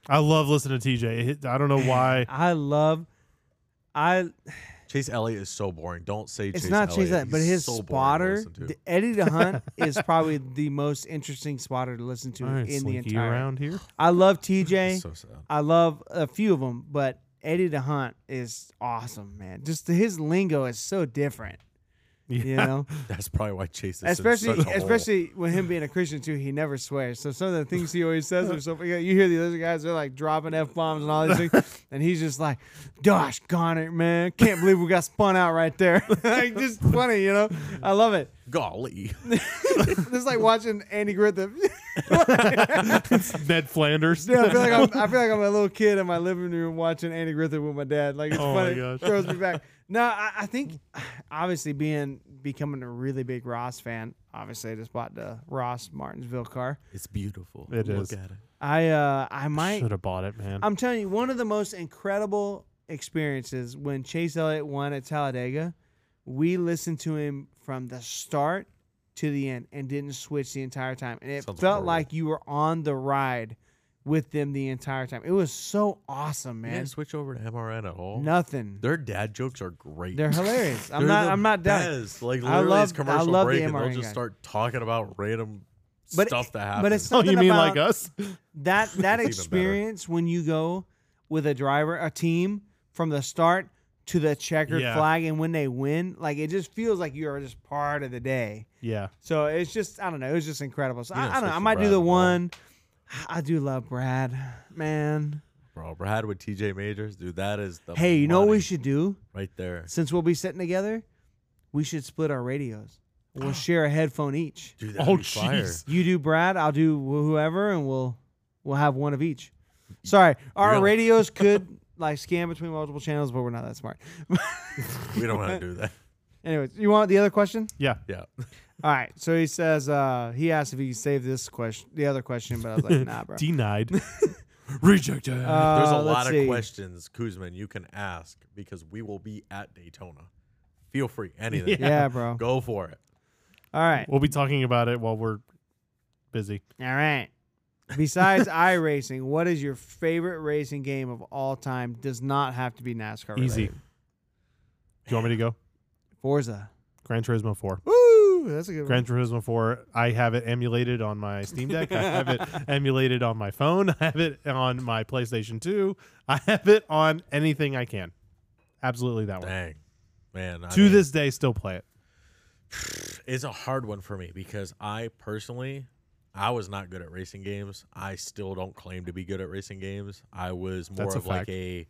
Speaker 1: I love listening to TJ. It- I don't know why.
Speaker 2: I love. I
Speaker 3: Chase Elliott is so boring. Don't say
Speaker 2: it's
Speaker 3: Chase
Speaker 2: not
Speaker 3: Elliott.
Speaker 2: Chase that, but
Speaker 3: He's
Speaker 2: his
Speaker 3: so boring to
Speaker 2: spotter,
Speaker 3: listen to.
Speaker 2: the, Eddie DeHunt, is probably the most interesting spotter to listen to
Speaker 3: (laughs)
Speaker 1: All right,
Speaker 2: in the
Speaker 1: Slinky
Speaker 2: entire.
Speaker 1: around
Speaker 2: (gasps)
Speaker 1: here.
Speaker 2: I love
Speaker 3: It's
Speaker 2: TJ.
Speaker 3: (laughs) so sad.
Speaker 2: I love a few of them, but Eddie DeHunt is awesome, man. Just his lingo is so different, you
Speaker 3: (laughs)
Speaker 1: Yeah.
Speaker 2: know.
Speaker 3: That's probably why Chase is in
Speaker 2: especially
Speaker 3: such a hole.
Speaker 2: especially with him being a Christian too, he never swears. So some of the things he always says or something, you hear the other guys they're like dropping f bombs and all these things, and he's just like, "Gosh, gone it, man! Can't believe we got spun out right there." (laughs) like just funny, you know. I love it. (laughs)
Speaker 3: golly.
Speaker 2: Just like watching Andy Griffith.
Speaker 1: (laughs)
Speaker 2: (laughs)
Speaker 1: Ned Flanders.
Speaker 2: Yeah, I feel
Speaker 1: (laughs)
Speaker 2: like I'm, I feel like I'm a little kid in my living room watching Andy Griffith with my dad. Like it's
Speaker 1: Oh my
Speaker 2: funny,
Speaker 1: gosh.
Speaker 2: throws me back. No, I, I think obviously being becoming a really big Ross fan. Obviously, I just bought the Ross Martinsville car.
Speaker 3: It's beautiful.
Speaker 1: It
Speaker 3: Look
Speaker 1: is.
Speaker 3: at it.
Speaker 2: I uh, I might.
Speaker 1: Should have bought it, man.
Speaker 2: I'm telling you, one of the most incredible experiences when Chase Elliott won at Talladega, we listened to him from the start to the end and didn't switch the entire time. And it
Speaker 3: Sounds
Speaker 2: felt
Speaker 3: horrible.
Speaker 2: like you were on the ride with them the entire time. It was so awesome,
Speaker 3: You
Speaker 2: man.
Speaker 3: didn't switch over to MRN at all. (laughs)
Speaker 2: Nothing. They're,
Speaker 3: Their dad jokes are great. (laughs)
Speaker 2: hilarious. I'm
Speaker 3: They're
Speaker 2: not
Speaker 3: the
Speaker 2: I'm not down.
Speaker 3: best. Like
Speaker 2: I
Speaker 3: literally, it's
Speaker 2: love- I
Speaker 3: commercial
Speaker 2: love the
Speaker 3: break, and
Speaker 2: MRN
Speaker 3: they'll just
Speaker 2: guy.
Speaker 3: start talking about random
Speaker 2: But-
Speaker 3: stuff that happens.
Speaker 2: But it's
Speaker 1: (laughs) oh,
Speaker 2: something
Speaker 1: you mean
Speaker 2: about
Speaker 1: like
Speaker 2: (laughs)
Speaker 1: us?
Speaker 3: (laughs)
Speaker 2: that that
Speaker 3: better.
Speaker 2: experience when you go with a driver, a team from the start to the checkered
Speaker 1: Yeah.
Speaker 2: flag, and when they win, like it just feels like you are just part of the day.
Speaker 1: Yeah.
Speaker 2: So it's just I don't know, it was just incredible. So
Speaker 3: You
Speaker 2: I,
Speaker 3: didn't
Speaker 2: I don't know,
Speaker 3: switch
Speaker 2: I
Speaker 3: to
Speaker 2: might do
Speaker 3: Brad
Speaker 2: the
Speaker 3: at all.
Speaker 2: one. I do love Brad, man.
Speaker 3: bro, Brad with TJ Majors, dude, that is the
Speaker 2: Hey, you know what we
Speaker 3: money
Speaker 2: should do
Speaker 3: right there,
Speaker 2: since we'll be sitting together? We should split our radios.
Speaker 3: (gasps)
Speaker 2: We'll share a headphone each.
Speaker 3: dude. that'd
Speaker 1: Oh,
Speaker 3: be fire.
Speaker 1: jeez.
Speaker 2: You do Brad, I'll do wh- whoever, and we'll we'll have one of each. Sorry, our
Speaker 3: Really?
Speaker 2: radios could like scan between multiple channels, but we're not that smart. (laughs)
Speaker 3: We don't want to do that.
Speaker 2: Anyways, you want the other question?
Speaker 1: Yeah.
Speaker 3: Yeah,
Speaker 2: All right. So he says uh, he asked if he could save this question, the other question, but I was like, nah,
Speaker 1: (laughs)
Speaker 2: bro. (laughs)
Speaker 1: Denied. Rejected.
Speaker 2: Uh,
Speaker 3: there's a
Speaker 2: let's
Speaker 3: lot of
Speaker 2: see.
Speaker 3: questions, (laughs) Kuzman. You can ask because we will be at Daytona. Feel free, anything.
Speaker 2: Yeah, bro.
Speaker 3: Go for it.
Speaker 2: All right.
Speaker 1: we'll be talking about it while we're busy.
Speaker 2: All right. Besides iRacing, what is your favorite racing game of all time? Does not have to be NASCAR.
Speaker 1: Easy.
Speaker 2: related.
Speaker 1: Do you want me to go?
Speaker 2: Forza.
Speaker 1: Gran Turismo
Speaker 2: (laughs)
Speaker 1: 4.
Speaker 2: Woo! That's a good
Speaker 1: Gran Turismo 4. I have it emulated on my Steam Deck. I have
Speaker 2: (laughs)
Speaker 1: it emulated on my phone. I have it on my PlayStation 2. I have it on anything I can. Absolutely that one.
Speaker 3: Dang, man. I
Speaker 1: Oh. To
Speaker 3: mean,
Speaker 1: this day, still play it.
Speaker 3: it's a hard one for me because I personally, I was not good at racing games. I still don't claim to be good at racing games. I was more
Speaker 1: That's a
Speaker 3: of like
Speaker 1: fact.
Speaker 3: a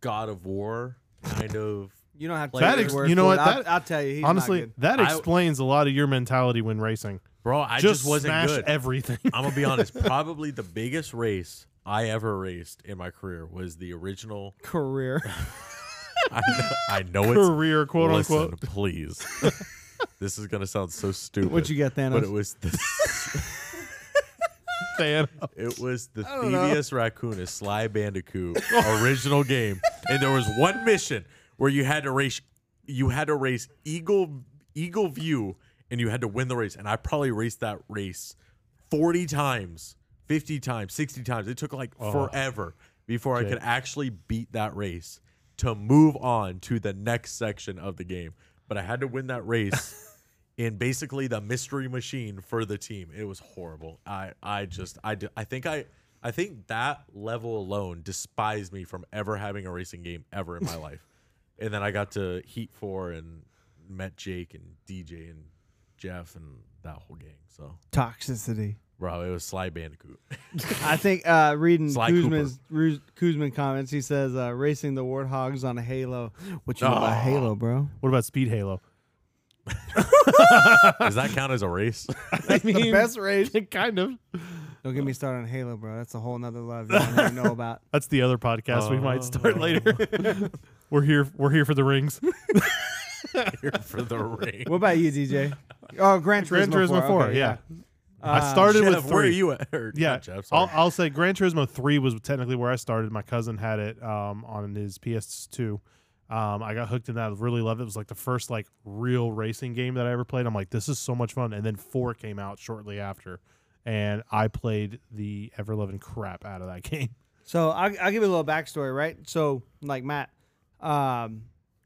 Speaker 3: God of War kind of.
Speaker 2: You don't have to.
Speaker 3: That
Speaker 2: take
Speaker 3: ex-
Speaker 2: my word
Speaker 1: you know
Speaker 2: for it.
Speaker 1: what,
Speaker 2: I'll,
Speaker 1: that-
Speaker 2: I'll tell you. He's not
Speaker 1: Honestly,
Speaker 2: good.
Speaker 1: that
Speaker 3: I-
Speaker 1: explains a lot of your mentality when racing.
Speaker 3: Bro, I just,
Speaker 1: just,
Speaker 3: wasn't
Speaker 1: smash
Speaker 3: good.
Speaker 1: everything.
Speaker 3: (laughs) I'm gonna be honest. Probably the biggest race I ever raced in my career was the original.
Speaker 2: career.
Speaker 3: (laughs)
Speaker 2: (laughs)
Speaker 3: I know, I
Speaker 1: (laughs)
Speaker 3: know it's
Speaker 1: Career, quote
Speaker 3: Listen,
Speaker 1: unquote.
Speaker 3: Please, (laughs) this is gonna sound so stupid.
Speaker 2: What you got, Thanos?
Speaker 3: But it was
Speaker 2: (laughs)
Speaker 3: the
Speaker 1: Fan. (laughs)
Speaker 3: it was the
Speaker 2: don't know.
Speaker 3: Thievius Raccoon, a Sly Bandicoot original game, and there was one mission where you had to race, you had to race Eagle Eagle View, and you had to win the race. And I probably raced that race forty times, fifty times, sixty times. It took like forever before I could actually beat that race. to move on to the next section of the game. But I had to win that race in basically the mystery machine for the team. It was horrible. I I just I d- I think I I think that level alone despised me from ever having a racing game ever
Speaker 1: (laughs)
Speaker 3: in my life. And then I got to Heat 4 and met Jake and DJ and Jeff and that whole gang. So, (laughs)
Speaker 2: Toxicity.
Speaker 3: bro, it was Sly
Speaker 1: (laughs)
Speaker 3: Bandicoot.
Speaker 2: I think uh, reading
Speaker 3: Sly
Speaker 2: Kuzman's Ruz- Kuzman comments, he says uh, racing the warthogs on a Halo. What you know about
Speaker 3: Oh.
Speaker 2: Halo,
Speaker 3: (laughs)
Speaker 2: bro?
Speaker 1: What about Speed
Speaker 2: (laughs)
Speaker 1: Halo?
Speaker 3: Does that count as a race? (laughs)
Speaker 1: That's
Speaker 2: the
Speaker 1: (laughs)
Speaker 2: best race.
Speaker 1: kind of.
Speaker 2: Don't get me started on Halo, bro. That's a whole nother love you don't even
Speaker 3: (laughs)
Speaker 2: know about.
Speaker 1: That's the other podcast we might start
Speaker 3: Oh. (laughs)
Speaker 1: later. we're here. We're here for the rings.
Speaker 3: Here
Speaker 1: (laughs)
Speaker 3: for the ring.
Speaker 2: What about you, DJ? Oh, Gran Turismo,
Speaker 1: Gran Turismo 4.
Speaker 2: Okay,
Speaker 1: yeah. I
Speaker 2: Um,
Speaker 1: started
Speaker 3: Jeff,
Speaker 1: with three.
Speaker 3: where are you at? Or,
Speaker 1: Yeah,
Speaker 3: not Jeff, sorry.
Speaker 1: I'll, I'll say Gran Turismo 3 was technically where I started. My cousin had it um, on his PS2. Um, I got hooked in that. I really loved it. It was like the first like real racing game that I ever played. I'm like, this is so much fun. And then 4 came out shortly after. And I played the ever loving crap out of that (laughs) game.
Speaker 2: So I'll, I'll give you a little backstory, right? So like Matt, um,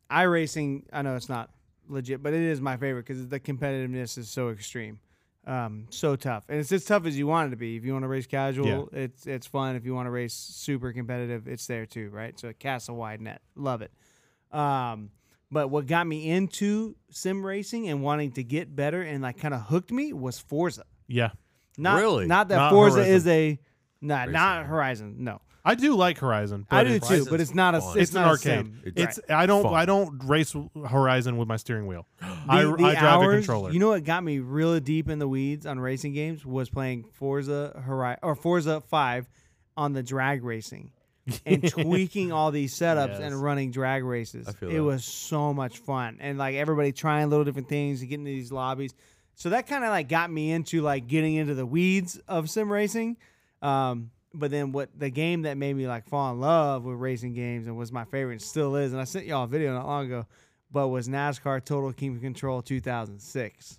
Speaker 2: i racing. I know it's not legit, but it is my favorite because the competitiveness is so extreme, um, so tough, and it's as tough as you want it to be. If you want to race casual, it's it's fun. If you want to race super competitive, it's there too, right? So it casts a wide net. Love it. Um, but what got me into sim racing and wanting to get better and like kind of hooked me was Forza.
Speaker 1: Yeah.
Speaker 2: Not,
Speaker 3: Really?
Speaker 2: Not that
Speaker 1: Not
Speaker 2: Forza
Speaker 1: Horizon.
Speaker 2: is a, not not
Speaker 3: Racing.
Speaker 2: Horizon. No.
Speaker 1: I do like Horizon. But
Speaker 2: I do
Speaker 1: it's,
Speaker 2: too, but it's not a.
Speaker 3: fun.
Speaker 2: It's,
Speaker 1: it's an
Speaker 2: not A
Speaker 1: arcade.
Speaker 2: sim.
Speaker 1: It's I don't
Speaker 3: Fun.
Speaker 1: I don't race Horizon with my steering wheel.
Speaker 2: The-
Speaker 1: I,
Speaker 2: the
Speaker 1: I drive
Speaker 2: hours,
Speaker 1: a controller.
Speaker 2: You know what got me really deep in the weeds on racing games was playing Forza Horizon or Forza Five on the drag racing
Speaker 1: (laughs)
Speaker 2: and tweaking all these setups
Speaker 1: Yes.
Speaker 2: and running drag races.
Speaker 3: I feel
Speaker 2: it
Speaker 3: that.
Speaker 2: was so much fun and like everybody trying little different things and getting into these lobbies. So that kind of like got me into like getting into the weeds of sim racing. Um, but then what the game that made me like fall in love with racing games and was my favorite and still is, and I sent y'all a video not long ago, but was NASCAR Total Team Control 2006.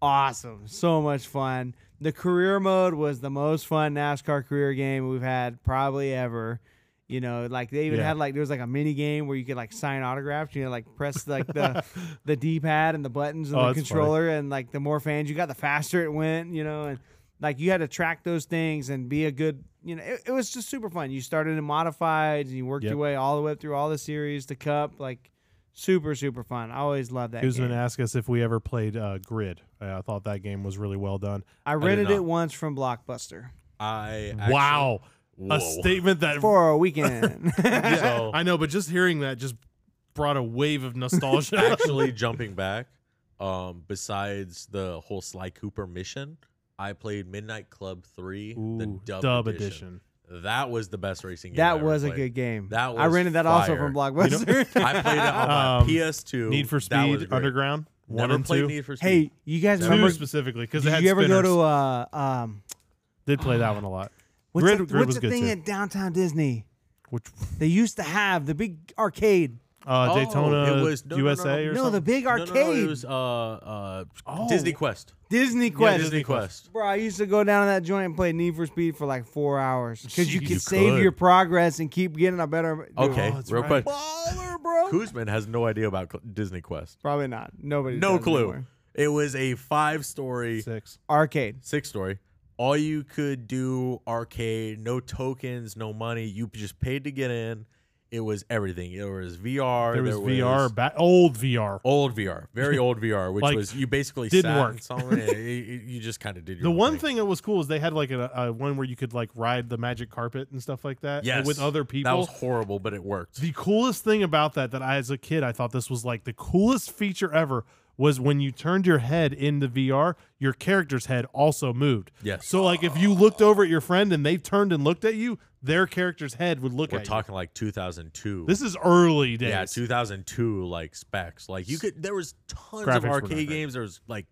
Speaker 2: Awesome, so much fun. The career mode was the most fun NASCAR career game we've had probably ever. You know, like they even
Speaker 1: Yeah.
Speaker 2: had like there was like a mini game where you could like sign autographs. You know, like press
Speaker 1: (laughs)
Speaker 2: like the the D pad and the buttons and
Speaker 1: Oh,
Speaker 2: the
Speaker 1: that's funny.
Speaker 2: controller, and like the more fans you got, the faster it went. You know, and like you had to track those things and be a good you know it, it was just super fun you started in modifieds and you worked
Speaker 1: Yep.
Speaker 2: your way all the way up through all the series the cup like super super fun i always loved that
Speaker 1: Kuzman
Speaker 2: game.
Speaker 1: asked us if we ever played uh, Grid. Uh, I thought that game was really well done.
Speaker 2: i rented it
Speaker 3: not.
Speaker 2: once from blockbuster
Speaker 3: I actually-
Speaker 1: wow,
Speaker 3: Whoa.
Speaker 1: a statement that (laughs)
Speaker 2: for a weekend (laughs)
Speaker 3: So,
Speaker 1: I know, but just hearing that just brought a wave of nostalgia.
Speaker 3: (laughs)
Speaker 1: (laughs)
Speaker 3: actually jumping back, um, besides the whole Sly Cooper mission, I played Midnight Club Three, the
Speaker 1: Ooh,
Speaker 3: dub,
Speaker 1: dub
Speaker 3: edition.
Speaker 1: edition.
Speaker 3: That was the best racing game. I
Speaker 2: that
Speaker 3: ever
Speaker 2: was a
Speaker 3: played.
Speaker 2: good game
Speaker 3: That
Speaker 2: i
Speaker 3: was
Speaker 2: rented that also from blockbuster
Speaker 3: (laughs) I played it on my
Speaker 1: (laughs) Um,
Speaker 3: PS2.
Speaker 1: Need for
Speaker 3: That was
Speaker 1: Speed
Speaker 3: great.
Speaker 1: Underground. One
Speaker 3: Never
Speaker 1: and
Speaker 3: played
Speaker 1: two.
Speaker 3: Need for Speed.
Speaker 2: hey you guys
Speaker 1: two
Speaker 2: remember
Speaker 1: specifically because it
Speaker 2: did
Speaker 1: had
Speaker 2: you ever go
Speaker 1: spinners.
Speaker 2: to uh um
Speaker 1: Did play that one a lot.
Speaker 2: what's
Speaker 1: Grid-
Speaker 2: the,
Speaker 1: Grid
Speaker 2: what's
Speaker 1: was
Speaker 2: the
Speaker 1: good
Speaker 2: thing
Speaker 1: too.
Speaker 2: at downtown disney
Speaker 1: Which
Speaker 2: they used to have the big arcade
Speaker 1: uh,
Speaker 3: Oh,
Speaker 1: Daytona
Speaker 3: it was- no, no, no,
Speaker 1: USA
Speaker 3: no.
Speaker 1: or
Speaker 2: no the
Speaker 1: something?
Speaker 2: big
Speaker 3: No,
Speaker 2: arcade
Speaker 3: no, no, it was uh, uh, Disney Quest.
Speaker 2: disney
Speaker 3: Yeah,
Speaker 2: quest
Speaker 3: Disney Quest.
Speaker 2: Bro, I used to go down to that joint and play Need for Speed for like four hours because you
Speaker 1: Jeez.
Speaker 2: could
Speaker 1: You
Speaker 2: save
Speaker 3: could.
Speaker 2: your progress and keep getting a better. dude,
Speaker 3: Okay,
Speaker 1: Oh, that's
Speaker 3: real
Speaker 1: right.
Speaker 3: quick.
Speaker 2: baller, bro.
Speaker 3: Kuzman has no idea about Cl- Disney Quest.
Speaker 2: Probably not. Nobody.
Speaker 3: No
Speaker 2: does
Speaker 3: clue.
Speaker 2: anymore.
Speaker 3: It was a five-story
Speaker 1: six.
Speaker 2: Arcade.
Speaker 3: six story. All you could do arcade, no tokens, no money. You just paid to get in. It was everything. There was VR.
Speaker 1: There was VR, ba- old VR.
Speaker 3: old VR, very old
Speaker 1: (laughs)
Speaker 3: VR, which
Speaker 1: Like,
Speaker 3: was you basically
Speaker 1: didn't
Speaker 3: sat
Speaker 1: work.
Speaker 3: in someone and you- you you just kind of did your
Speaker 1: The
Speaker 3: own
Speaker 1: one thing that was cool is they had like a, a one where you could like ride the magic carpet and stuff like that.
Speaker 3: Yes,
Speaker 1: and with other people.
Speaker 3: That was horrible, but it worked.
Speaker 1: The coolest thing about that that I as a kid I thought this was like the coolest feature ever was when you turned your head in the VR, your character's head also moved.
Speaker 3: Yes.
Speaker 1: So like if you looked over at your friend and they turned and looked at you, their character's head would look
Speaker 3: We're
Speaker 1: at
Speaker 3: talking like 2002.
Speaker 1: you. This is early days.
Speaker 3: yeah, 2002 like specs. Like you could, there was tons
Speaker 1: Graphics
Speaker 3: of
Speaker 1: were not great.
Speaker 3: arcade games. There was like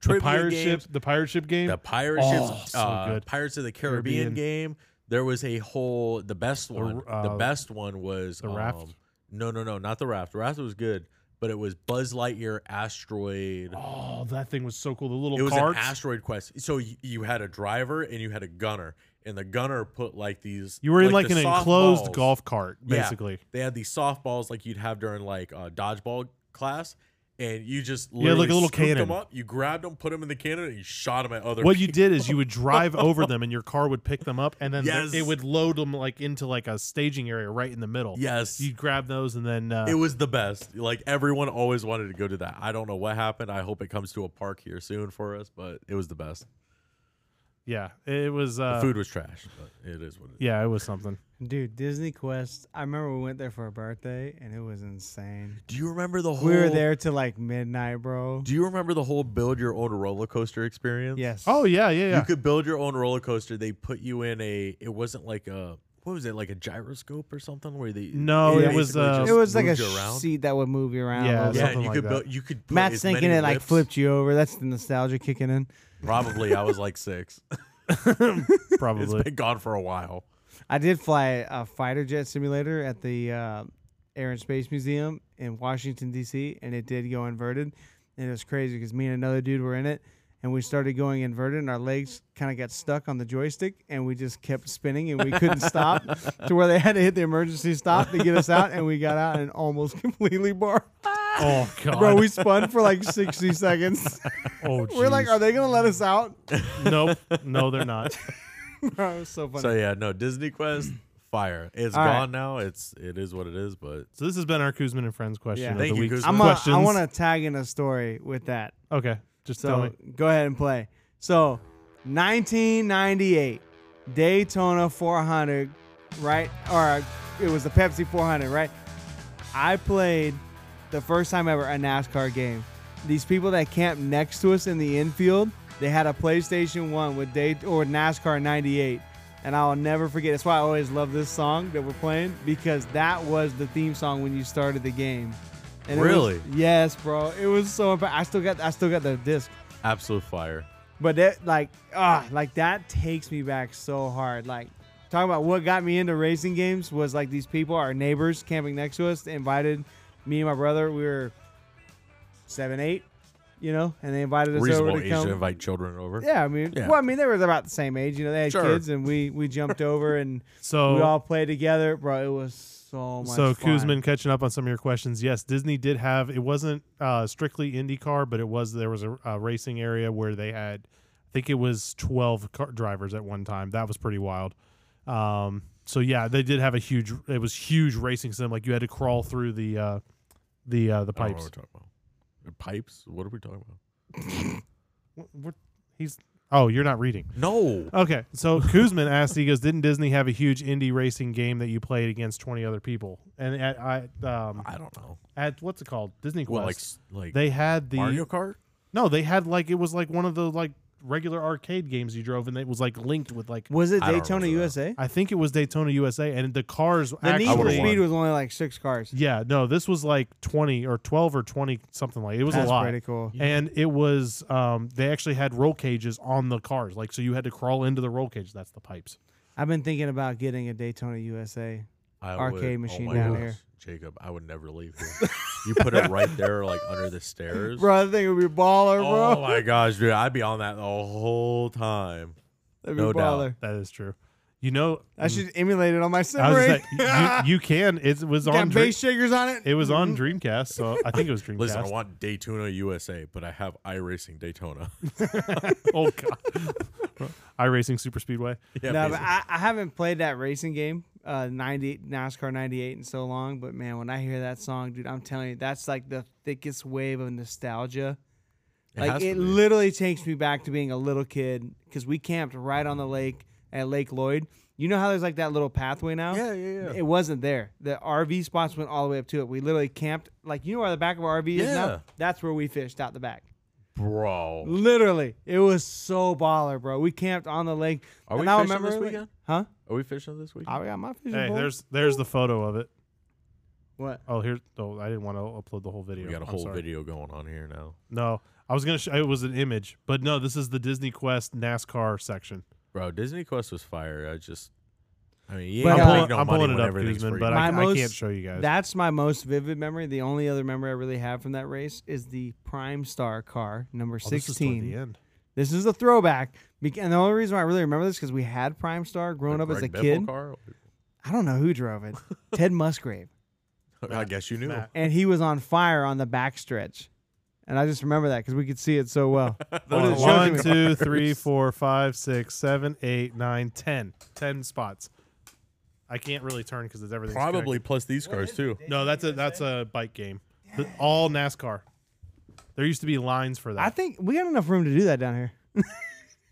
Speaker 1: the
Speaker 3: trivia
Speaker 1: pirate
Speaker 3: games.
Speaker 1: ship, the pirate ship game.
Speaker 3: the Pirates,
Speaker 1: Oh,
Speaker 3: ships,
Speaker 1: so
Speaker 3: uh,
Speaker 1: good.
Speaker 3: Pirates of the Caribbean,
Speaker 1: Caribbean.
Speaker 3: game. There was a whole the best one. the
Speaker 1: uh,
Speaker 3: best one was
Speaker 1: the raft?
Speaker 3: um, No, no, no, not the raft. The raft was good, but it was Buzz Lightyear asteroid.
Speaker 1: oh, that thing was so cool. The little
Speaker 3: it was
Speaker 1: carts.
Speaker 3: an asteroid quest. So y- you had a driver and you had a gunner, and the gunner put like these.
Speaker 1: You were in like,
Speaker 3: the
Speaker 1: an
Speaker 3: soft
Speaker 1: enclosed
Speaker 3: balls.
Speaker 1: golf cart,
Speaker 3: Yeah.
Speaker 1: basically.
Speaker 3: They had these softballs like you'd have during like uh, dodgeball class, and you just
Speaker 1: Yeah, like a
Speaker 3: literally
Speaker 1: little
Speaker 3: scooped 'em
Speaker 1: cannon.
Speaker 3: up. You grabbed them, put them in the cannon, and you shot them at other.
Speaker 1: What you did
Speaker 3: (laughs)
Speaker 1: is you would drive over them, and your car would pick them up, and then th-
Speaker 3: Yes.
Speaker 1: it would load them like into like a staging area right in the middle.
Speaker 3: Yes.
Speaker 1: you'd grab those, and then uh,
Speaker 3: it was the best. Like everyone always wanted to go to that. I don't know what happened. I hope it comes to a park here soon for us, but it was the best.
Speaker 1: yeah, it was.
Speaker 3: The
Speaker 1: Uh,
Speaker 3: food was trash, but it is what it is.
Speaker 1: Yeah, it was something.
Speaker 2: Dude, Disney Quest. I remember we went there for a birthday and it was insane.
Speaker 3: Do you remember the whole?
Speaker 2: We were there till like midnight, bro.
Speaker 3: Do you remember the whole build your own roller coaster experience?
Speaker 2: Yes.
Speaker 1: Oh yeah, yeah, yeah.
Speaker 3: You could build your own roller coaster. They put you in a. It wasn't like a. What was it like a gyroscope or something? Where they
Speaker 1: No,
Speaker 2: it
Speaker 3: basically
Speaker 1: was, uh,
Speaker 3: just
Speaker 2: it was like a
Speaker 3: moved you around.
Speaker 2: seat that would move you around. a
Speaker 1: Yeah,
Speaker 2: little bit.
Speaker 3: yeah, and
Speaker 1: something
Speaker 3: you
Speaker 1: like
Speaker 3: could
Speaker 1: that.
Speaker 3: build. You could. put
Speaker 2: Matt's
Speaker 3: as
Speaker 2: thinking
Speaker 3: many
Speaker 2: it like
Speaker 3: whips-
Speaker 2: flipped you over. That's the nostalgia kicking in.
Speaker 3: Probably, I was
Speaker 2: (laughs)
Speaker 3: like six. it's
Speaker 1: Probably.
Speaker 3: been gone for a while.
Speaker 2: I did fly a fighter jet simulator at the uh, Air and Space Museum in Washington D.C. and it did go inverted, and it was crazy because me and another dude were in it, and we started going inverted, and our legs kind of got stuck on the joystick, and we just kept spinning, and we couldn't stop to where they had to hit the emergency stop to get us out, and we got out and almost (laughs) completely barred.
Speaker 3: (laughs)
Speaker 1: Oh god,
Speaker 2: Bro, we spun for like sixty seconds.
Speaker 1: (laughs) oh,
Speaker 2: we're like,
Speaker 1: jeez.
Speaker 2: are they gonna let us out? (laughs)
Speaker 3: (laughs)
Speaker 1: Nope, no, they're not.
Speaker 2: Bro, it was so funny.
Speaker 3: So yeah, no
Speaker 2: (clears throat)
Speaker 3: Disney Quest, fire. It's
Speaker 2: All right.
Speaker 3: gone now. It's it is what it is. But
Speaker 1: So this has been our Kuzman and friends question
Speaker 2: Yeah.
Speaker 1: of
Speaker 3: Thank
Speaker 1: the
Speaker 3: you,
Speaker 1: week.
Speaker 3: Kuzman.
Speaker 2: I'm a,
Speaker 1: questions.
Speaker 2: I want to tag in a story with that.
Speaker 1: Okay, just tell me.
Speaker 2: So go ahead and play. So 1998 Daytona 400, right? Or it was the Pepsi 400, right? I played the first time ever a NASCAR game. These people that camped next to us in the infield, they had a PlayStation 1 with day or NASCAR 98. And I'll never forget. That's why I always love this song that we're playing because that was the theme song when you started the game. And it was-
Speaker 3: Really?
Speaker 2: yes, bro. It was so. imp- I still got. I still got the disc.
Speaker 3: absolute fire.
Speaker 2: But that like ah like that takes me back so hard. Like talking about what got me into racing games was like these people, our neighbors camping next to us, they invited me and my brother. We were seven, eight, you know, and they invited us
Speaker 3: Reasonable
Speaker 2: over to
Speaker 3: age
Speaker 2: come.
Speaker 3: to invite children over.
Speaker 2: yeah, I mean,
Speaker 3: Yeah.
Speaker 2: well, I mean, they were about the same age, you know. They had
Speaker 3: Sure.
Speaker 2: kids, and we we jumped over
Speaker 1: (laughs)
Speaker 2: and we
Speaker 1: So,
Speaker 2: all played together, bro. It was so much.
Speaker 1: Oh. so
Speaker 2: fun.
Speaker 1: Kuzman catching up on some of your questions. Yes, Disney did have. It wasn't uh, strictly IndyCar, but it was there was a, a racing area where they had. I think it was twelve car drivers at one time. That was pretty wild. Um, so yeah, they did have a huge. It was huge racing sim. Like you had to crawl through the uh, the uh, the
Speaker 3: I don't know what
Speaker 1: pipes.
Speaker 3: we're talking about. Uh, Pipes? What are we talking about?
Speaker 1: Wh- what- he's oh, you're not reading.
Speaker 3: No.
Speaker 1: Okay, (laughs) so Kuzman asked, he goes, "Didn't Disney have a huge indie racing game that you played against twenty other people?" And at I um
Speaker 3: I don't know.
Speaker 1: at what's it called Disney Quest,
Speaker 3: Well, like s- like
Speaker 1: they had the
Speaker 3: Mario Kart.
Speaker 1: no, they had like it was like one of the like regular arcade games you drove, and it was like linked with like
Speaker 2: was it
Speaker 3: I don't
Speaker 2: Daytona
Speaker 3: remember that.
Speaker 2: USA?
Speaker 1: I think it was Daytona USA, and the cars
Speaker 2: The Need
Speaker 1: actually
Speaker 2: for
Speaker 3: would've
Speaker 2: Speed was only like six cars.
Speaker 1: yeah no, this was like twenty or twelve or twenty something like it was
Speaker 2: That's
Speaker 1: a lot.
Speaker 2: pretty cool.
Speaker 1: And it was um, they actually had roll cages on the cars, like so you had to crawl into the roll cage. That's the pipes.
Speaker 2: I've been thinking about getting a Daytona USA.
Speaker 3: I
Speaker 2: arcade
Speaker 3: would- oh
Speaker 2: machine
Speaker 3: my
Speaker 2: down
Speaker 3: gosh,
Speaker 2: here.
Speaker 3: Jacob, I would never leave
Speaker 2: (laughs)
Speaker 3: here. you put it right there, like under the stairs.
Speaker 2: Bro, I think it would be baller, bro.
Speaker 3: Oh my gosh, dude! I'd be on that the whole time.
Speaker 2: That'd be
Speaker 3: no doubt.
Speaker 2: baller.
Speaker 1: That is true. You know,
Speaker 2: I should emulate it on my sim
Speaker 1: I was
Speaker 2: ring. (laughs)
Speaker 1: just like, you, you can. It was on.
Speaker 2: Got Mm-hmm.
Speaker 1: Dream-
Speaker 2: bass shakers on it.
Speaker 1: it was on Dreamcast, so I think it was Dreamcast.
Speaker 3: (laughs) Listen, I want Daytona USA, but I have iRacing Daytona. (laughs)
Speaker 1: oh god, (laughs) iRacing Super Speedway.
Speaker 3: yeah,
Speaker 2: no, but
Speaker 3: basically.
Speaker 2: I, I haven't played that racing game, uh, 90 NASCAR 98 in so long. But man, when I hear that song, dude, I'm telling you, that's like the thickest wave of nostalgia.
Speaker 3: has
Speaker 2: like
Speaker 3: to
Speaker 2: it
Speaker 3: be.
Speaker 2: literally takes me back to being a little kid because we camped right on the lake at Lake Lloyd. You know how there's like that little pathway now?
Speaker 3: Yeah, yeah, yeah.
Speaker 2: It wasn't there. The RV spots went all the way up to it. We literally camped like you know where the back of our RV is
Speaker 3: Yeah.
Speaker 2: now. That's where we fished out the back.
Speaker 3: bro.
Speaker 2: Literally, it was so baller, bro. We camped on the lake.
Speaker 3: Are we
Speaker 2: And I
Speaker 3: fishing
Speaker 2: remember,
Speaker 3: this
Speaker 2: like-
Speaker 3: weekend?
Speaker 2: Huh? Oh,
Speaker 3: Are we fishing this week?
Speaker 2: I got my fishing
Speaker 1: Hey,
Speaker 2: pole.
Speaker 1: there's there's the photo of it.
Speaker 2: what?
Speaker 1: Oh, here's. Oh, I didn't want to upload the whole video.
Speaker 3: We got a
Speaker 1: I'm
Speaker 3: whole
Speaker 1: sorry.
Speaker 3: video going on here now,
Speaker 1: No, I was gonna. Sh- it was an image, but no, this is the Disney Quest NASCAR section.
Speaker 3: bro. Disney Quest was fire. I just, I mean, yeah,
Speaker 2: But,
Speaker 1: I'm,
Speaker 2: uh,
Speaker 1: pulling,
Speaker 3: no
Speaker 1: I'm
Speaker 3: money
Speaker 1: pulling it
Speaker 3: when
Speaker 1: up,
Speaker 3: everything's
Speaker 1: Guzman,
Speaker 3: free.
Speaker 1: but
Speaker 2: My
Speaker 1: I, I
Speaker 2: most-
Speaker 1: can't show you guys.
Speaker 2: That's my most vivid memory. The only other memory I really have from that race is the Prime Star car, number
Speaker 1: Oh, this is toward
Speaker 2: 16.
Speaker 1: the end.
Speaker 2: This is a throwback. bec- And the only reason why I really remember this because we had Prime Star growing
Speaker 3: The
Speaker 2: up as a
Speaker 3: Greg Biffle
Speaker 2: kid.
Speaker 3: car?
Speaker 2: I don't know who drove
Speaker 3: (laughs)
Speaker 2: it. Ted Musgrave.
Speaker 3: I guess you knew.
Speaker 1: Matt.
Speaker 2: And he was on fire on the backstretch. And I just remember that because we could see it
Speaker 1: (laughs)
Speaker 2: so well. What is
Speaker 1: One,
Speaker 2: Johnny-
Speaker 1: two, three, four, five, six, seven, eight, nine, ten. Ten spots. I can't really turn because it's everything.
Speaker 3: (laughs) Probably plus these cars too.
Speaker 1: No, that's a that's a bike game. But All NASCAR. There used to be lines for that.
Speaker 2: I think we got enough room to do that down here.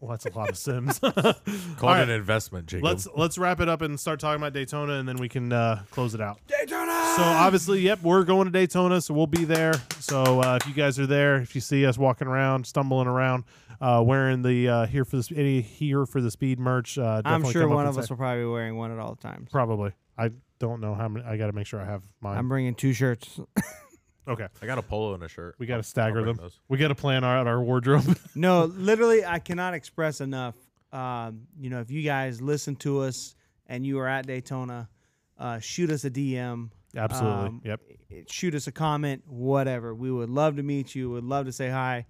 Speaker 1: well, that's a lot of
Speaker 2: (laughs)
Speaker 1: Sims.
Speaker 3: Called
Speaker 1: All right.
Speaker 3: an investment, Jacob.
Speaker 1: let's let's wrap it up and start talking about Daytona, and then we can uh, close it out.
Speaker 2: Daytona!
Speaker 1: So obviously, yep, we're going to Daytona, so we'll be there. So uh, if you guys are there, if you see us walking around, stumbling around, uh, wearing the uh, here for the Sp- any here for the speed merch, uh,
Speaker 2: I'm
Speaker 1: definitely
Speaker 2: sure
Speaker 1: come up
Speaker 2: one
Speaker 1: and
Speaker 2: of
Speaker 1: say-
Speaker 2: us will probably be wearing one at all times.
Speaker 1: probably. I don't know how many. I got to make sure I have mine.
Speaker 2: I'm bringing two shirts.
Speaker 1: okay,
Speaker 3: I got a polo and a shirt.
Speaker 1: we got to
Speaker 3: I'll- I'll
Speaker 1: stagger
Speaker 3: bring
Speaker 1: them.
Speaker 3: those.
Speaker 1: We got to plan our, out our wardrobe. (laughs)
Speaker 2: No, literally, I cannot express enough. Um, you know, if you guys listen to us and you are at Daytona, uh, shoot us a DM,
Speaker 1: Absolutely.
Speaker 2: Um,
Speaker 1: yep. (laughs)
Speaker 2: i- shoot us a comment, whatever. We would love to meet you. Would love to say hi.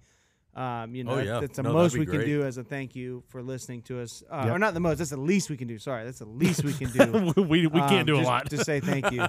Speaker 2: Um, you know,
Speaker 3: Oh,
Speaker 2: that-
Speaker 3: yeah.
Speaker 2: that's the
Speaker 3: No, that'd
Speaker 2: most
Speaker 3: be
Speaker 2: we can
Speaker 3: great.
Speaker 2: do as a thank you for listening to us. Uh,
Speaker 1: Yep.
Speaker 2: Or not the most. That's the least we can do. Sorry, that's the least we can
Speaker 3: (laughs)
Speaker 2: do.
Speaker 1: we we
Speaker 2: um,
Speaker 1: can't do a
Speaker 2: just-
Speaker 1: lot.
Speaker 2: Just say thank you.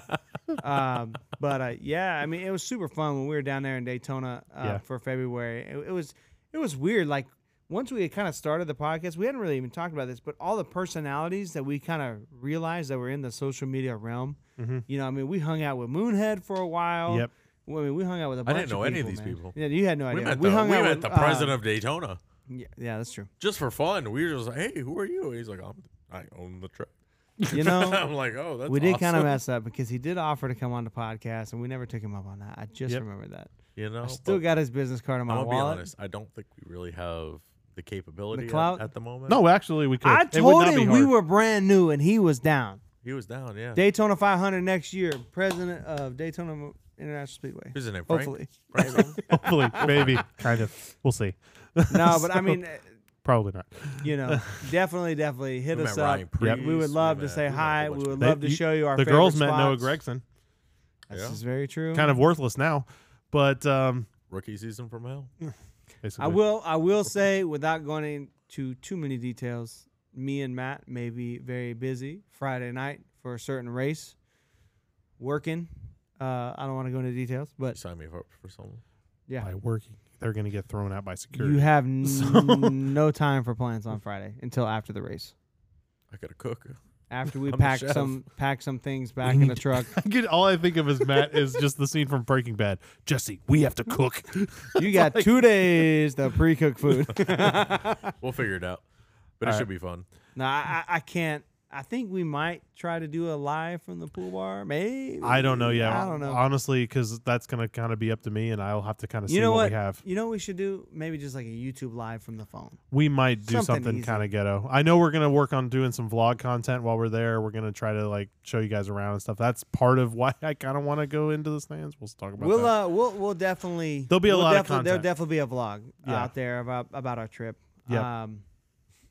Speaker 2: um, but uh, yeah, I mean, it was super fun when we were down there in Daytona uh,
Speaker 1: Yeah.
Speaker 2: for February. It, it was it was weird. Like once we had kind of started the podcast, we hadn't really even talked about this, but all the personalities that we kind of realized that were in the social media realm.
Speaker 1: Mhm.
Speaker 2: You know, I mean, we hung out with Moonhead for a while.
Speaker 1: Yep.
Speaker 2: Well, I mean, we hung out with a
Speaker 3: I
Speaker 2: bunch
Speaker 3: didn't know
Speaker 2: of
Speaker 3: any of
Speaker 2: people,
Speaker 3: these
Speaker 2: man.
Speaker 3: people.
Speaker 2: Oh, Yeah, you had no idea.
Speaker 3: We met,
Speaker 2: we
Speaker 3: the,
Speaker 2: hung
Speaker 3: we
Speaker 2: out
Speaker 3: met
Speaker 2: with
Speaker 3: the
Speaker 2: uh,
Speaker 3: president of Daytona
Speaker 2: yeah, yeah, that's true.
Speaker 3: just for fun. We were just like, "Hey, who are you?" He's like, "I'm I own the truck." (laughs)
Speaker 2: You know,
Speaker 3: I'm like, "Oh, (laughs) that's
Speaker 2: we did kind of
Speaker 3: awesome."
Speaker 2: mess up because he did offer to come on the podcast, and we never took him up on that. I just
Speaker 1: Yep.
Speaker 2: remembered that.
Speaker 3: you know.
Speaker 2: I still
Speaker 3: Oh, but
Speaker 2: got his business card in my
Speaker 3: I'm gonna be
Speaker 2: wallet.
Speaker 3: honest. I don't think we really have the capability at-
Speaker 2: clout?
Speaker 3: At, the
Speaker 1: (laughs)
Speaker 3: moment.
Speaker 1: No, actually, we could.
Speaker 2: I
Speaker 1: It would
Speaker 2: told
Speaker 1: not be
Speaker 2: him we
Speaker 1: hard.
Speaker 2: were brand new, and he was down.
Speaker 3: he was down. Yeah,
Speaker 2: Daytona 500 next year, president of Daytona Mo- International Speedway.
Speaker 3: Who's his name? Frank?
Speaker 2: Hopefully, (laughs)
Speaker 3: Frank Jones?
Speaker 1: (laughs) Hopefully, maybe, kind of. We'll see.
Speaker 2: no,
Speaker 1: (laughs)
Speaker 2: but I mean, uh,
Speaker 1: Probably not. (laughs)
Speaker 2: you know, definitely, definitely hit
Speaker 3: We
Speaker 2: us
Speaker 3: met
Speaker 2: up.
Speaker 3: Ryan
Speaker 1: Yep.
Speaker 2: We would
Speaker 3: Preece,
Speaker 2: love to
Speaker 3: met-
Speaker 2: say
Speaker 3: met a
Speaker 2: hi.
Speaker 3: bunch
Speaker 2: We
Speaker 3: of
Speaker 2: would
Speaker 3: people.
Speaker 1: They-
Speaker 2: love to
Speaker 1: you-
Speaker 2: show you our
Speaker 1: the girls met
Speaker 2: favorite
Speaker 1: Noah
Speaker 2: spots.
Speaker 1: Gregson.
Speaker 2: This
Speaker 3: Yeah.
Speaker 2: is very true.
Speaker 1: Kind of worthless now, but um,
Speaker 3: rookie season from hell.
Speaker 1: basically.
Speaker 2: I will. I will say, without going into too many details, me and Matt may be very busy Friday night for a certain race, working. Uh, I don't want to go into details,
Speaker 3: You
Speaker 2: but
Speaker 3: signed me up for someone.
Speaker 2: yeah,
Speaker 1: By working, they're going to get thrown out by security.
Speaker 2: you have n-
Speaker 1: So-
Speaker 2: no time for plans on Friday until after the race.
Speaker 3: I
Speaker 2: (laughs)
Speaker 3: gotta cook.
Speaker 2: After
Speaker 1: (laughs)
Speaker 2: we
Speaker 3: I'm the
Speaker 2: pack
Speaker 3: chef.
Speaker 2: some pack some things back in the truck,
Speaker 1: Get- all (laughs) I think of is Matt is just the scene from Breaking Bad. Jesse, we have to cook.
Speaker 2: you got two days to
Speaker 1: (laughs)
Speaker 2: pre-cook food. (laughs)
Speaker 3: We'll figure it out. But it
Speaker 1: All
Speaker 3: should be fun.
Speaker 2: no, I, I I can't. I think we might try to do a live from the pool bar. Maybe
Speaker 1: I don't know. Yeah,
Speaker 2: (laughs) I don't know.
Speaker 1: Honestly, because that's going to kind of be up to me, and I'll have to kind of see
Speaker 2: you know
Speaker 1: what,
Speaker 2: what?
Speaker 1: we have.
Speaker 2: You know what we should do? Maybe just like a YouTube live from the phone.
Speaker 1: We might do
Speaker 2: Something
Speaker 1: something,
Speaker 2: easy.
Speaker 1: kind of ghetto. I know we're going to work on doing some vlog content while we're there. We're going to try to like show you guys around and stuff. That's part of why (laughs) I kind of want to go into the stands. We'll talk about
Speaker 2: We'll
Speaker 1: that.
Speaker 2: uh, we'll we'll definitely
Speaker 1: There'll be a
Speaker 2: we'll
Speaker 1: lot of
Speaker 2: definitely-
Speaker 1: content.
Speaker 2: There'll definitely be a vlog uh,
Speaker 1: Yeah.
Speaker 2: out there about about our trip.
Speaker 1: Yep.
Speaker 2: Um,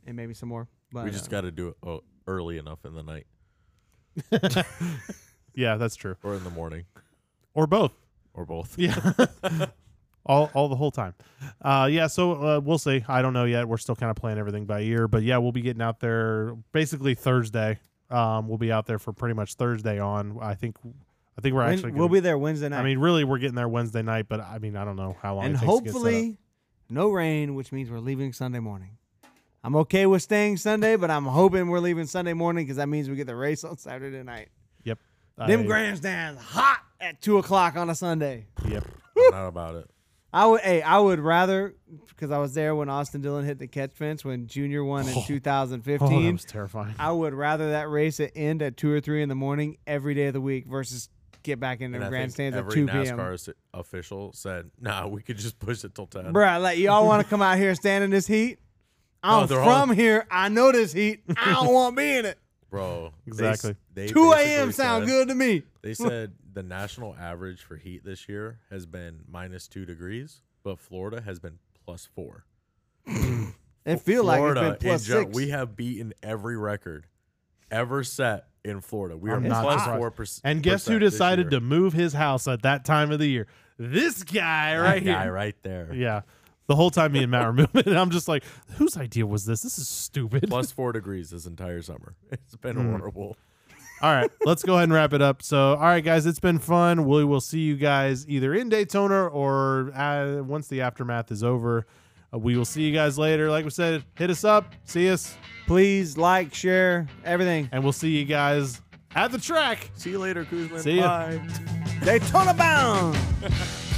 Speaker 2: and maybe some more. But
Speaker 3: We just
Speaker 2: uh,
Speaker 3: got to do it oh, early enough in the night
Speaker 1: yeah, that's true.
Speaker 3: or in the morning
Speaker 1: Or both.
Speaker 3: or both.
Speaker 2: (laughs)
Speaker 1: Yeah. (laughs) all, all the whole time. Uh, yeah, so uh, we'll see. I don't know yet. We're still kind of playing everything by ear, but yeah, we'll be getting out there basically Thursday. Um, we'll be out there for pretty much Thursday on. I think I think we're
Speaker 2: when-
Speaker 1: actually
Speaker 2: we'll
Speaker 1: gonna-
Speaker 2: be there Wednesday night.
Speaker 1: I mean, really, we're getting there Wednesday night, but I mean, I don't know how long.
Speaker 2: and
Speaker 1: it takes to get set up.
Speaker 2: hopefully no rain, which means we're leaving Sunday morning. I'm okay with staying Sunday, but I'm hoping we're leaving Sunday morning because that means we get the race on Saturday night.
Speaker 1: yep, I-
Speaker 2: Them grandstands hot at two o'clock on a Sunday.
Speaker 1: Yep,
Speaker 3: I'm not about it.
Speaker 2: I would, hey, I would rather because I was there when Austin Dillon hit the catch fence when Junior won
Speaker 3: (laughs)
Speaker 2: in
Speaker 1: oh, that
Speaker 2: 2015.
Speaker 1: was terrifying.
Speaker 2: I would rather that race it end at two or three in the morning every day of the week versus get back in the
Speaker 3: And I think
Speaker 2: grandstands at
Speaker 3: every
Speaker 2: 2 p.m.
Speaker 3: NASCAR s- official said, "Nah, we could just push it till 10."
Speaker 2: Bruh, like y'all want to come out
Speaker 3: (laughs)
Speaker 2: here and stand in this heat? I'm
Speaker 3: they're
Speaker 2: from
Speaker 3: all-
Speaker 2: here. I know this heat. I
Speaker 3: (laughs)
Speaker 2: don't want to be in it.
Speaker 3: Bro, they s-
Speaker 1: Exactly.
Speaker 3: They
Speaker 2: 2
Speaker 3: basically
Speaker 2: a.m. sound
Speaker 3: said-
Speaker 2: good to me.
Speaker 3: They
Speaker 1: Hmm.
Speaker 3: said the national average for heat this year has been minus two degrees, but Florida has been plus four.
Speaker 2: It feel like it's
Speaker 3: Florida
Speaker 2: been plus
Speaker 3: in gen-
Speaker 2: six.
Speaker 3: We have beaten every record ever set in Florida. We
Speaker 1: I'm
Speaker 3: are
Speaker 1: not
Speaker 3: plus
Speaker 1: surprised.
Speaker 3: four percent.
Speaker 1: And guess who decided
Speaker 3: (laughs)
Speaker 1: to move his house at that time of the year? This guy right
Speaker 3: guy
Speaker 1: here.
Speaker 3: right there.
Speaker 1: (laughs) Yeah, the whole time me and Matt were (laughs) moving. And I'm just like, whose idea was this? This is stupid.
Speaker 3: Plus four degrees this entire summer. (laughs) It's been
Speaker 1: Mm.
Speaker 3: horrible.
Speaker 1: (laughs) all right, let's go ahead and wrap it up. So, all right, guys, it's been fun. We will see you guys either in Daytona or uh, once the aftermath is over. Uh, we will see you guys later. Like we said, hit us up, see us,
Speaker 2: Please like, share,
Speaker 3: (laughs)
Speaker 2: everything.
Speaker 1: and we'll see you guys at the track.
Speaker 3: See you later, Kuzman.
Speaker 1: See ya.
Speaker 3: Bye.
Speaker 2: Daytona bound.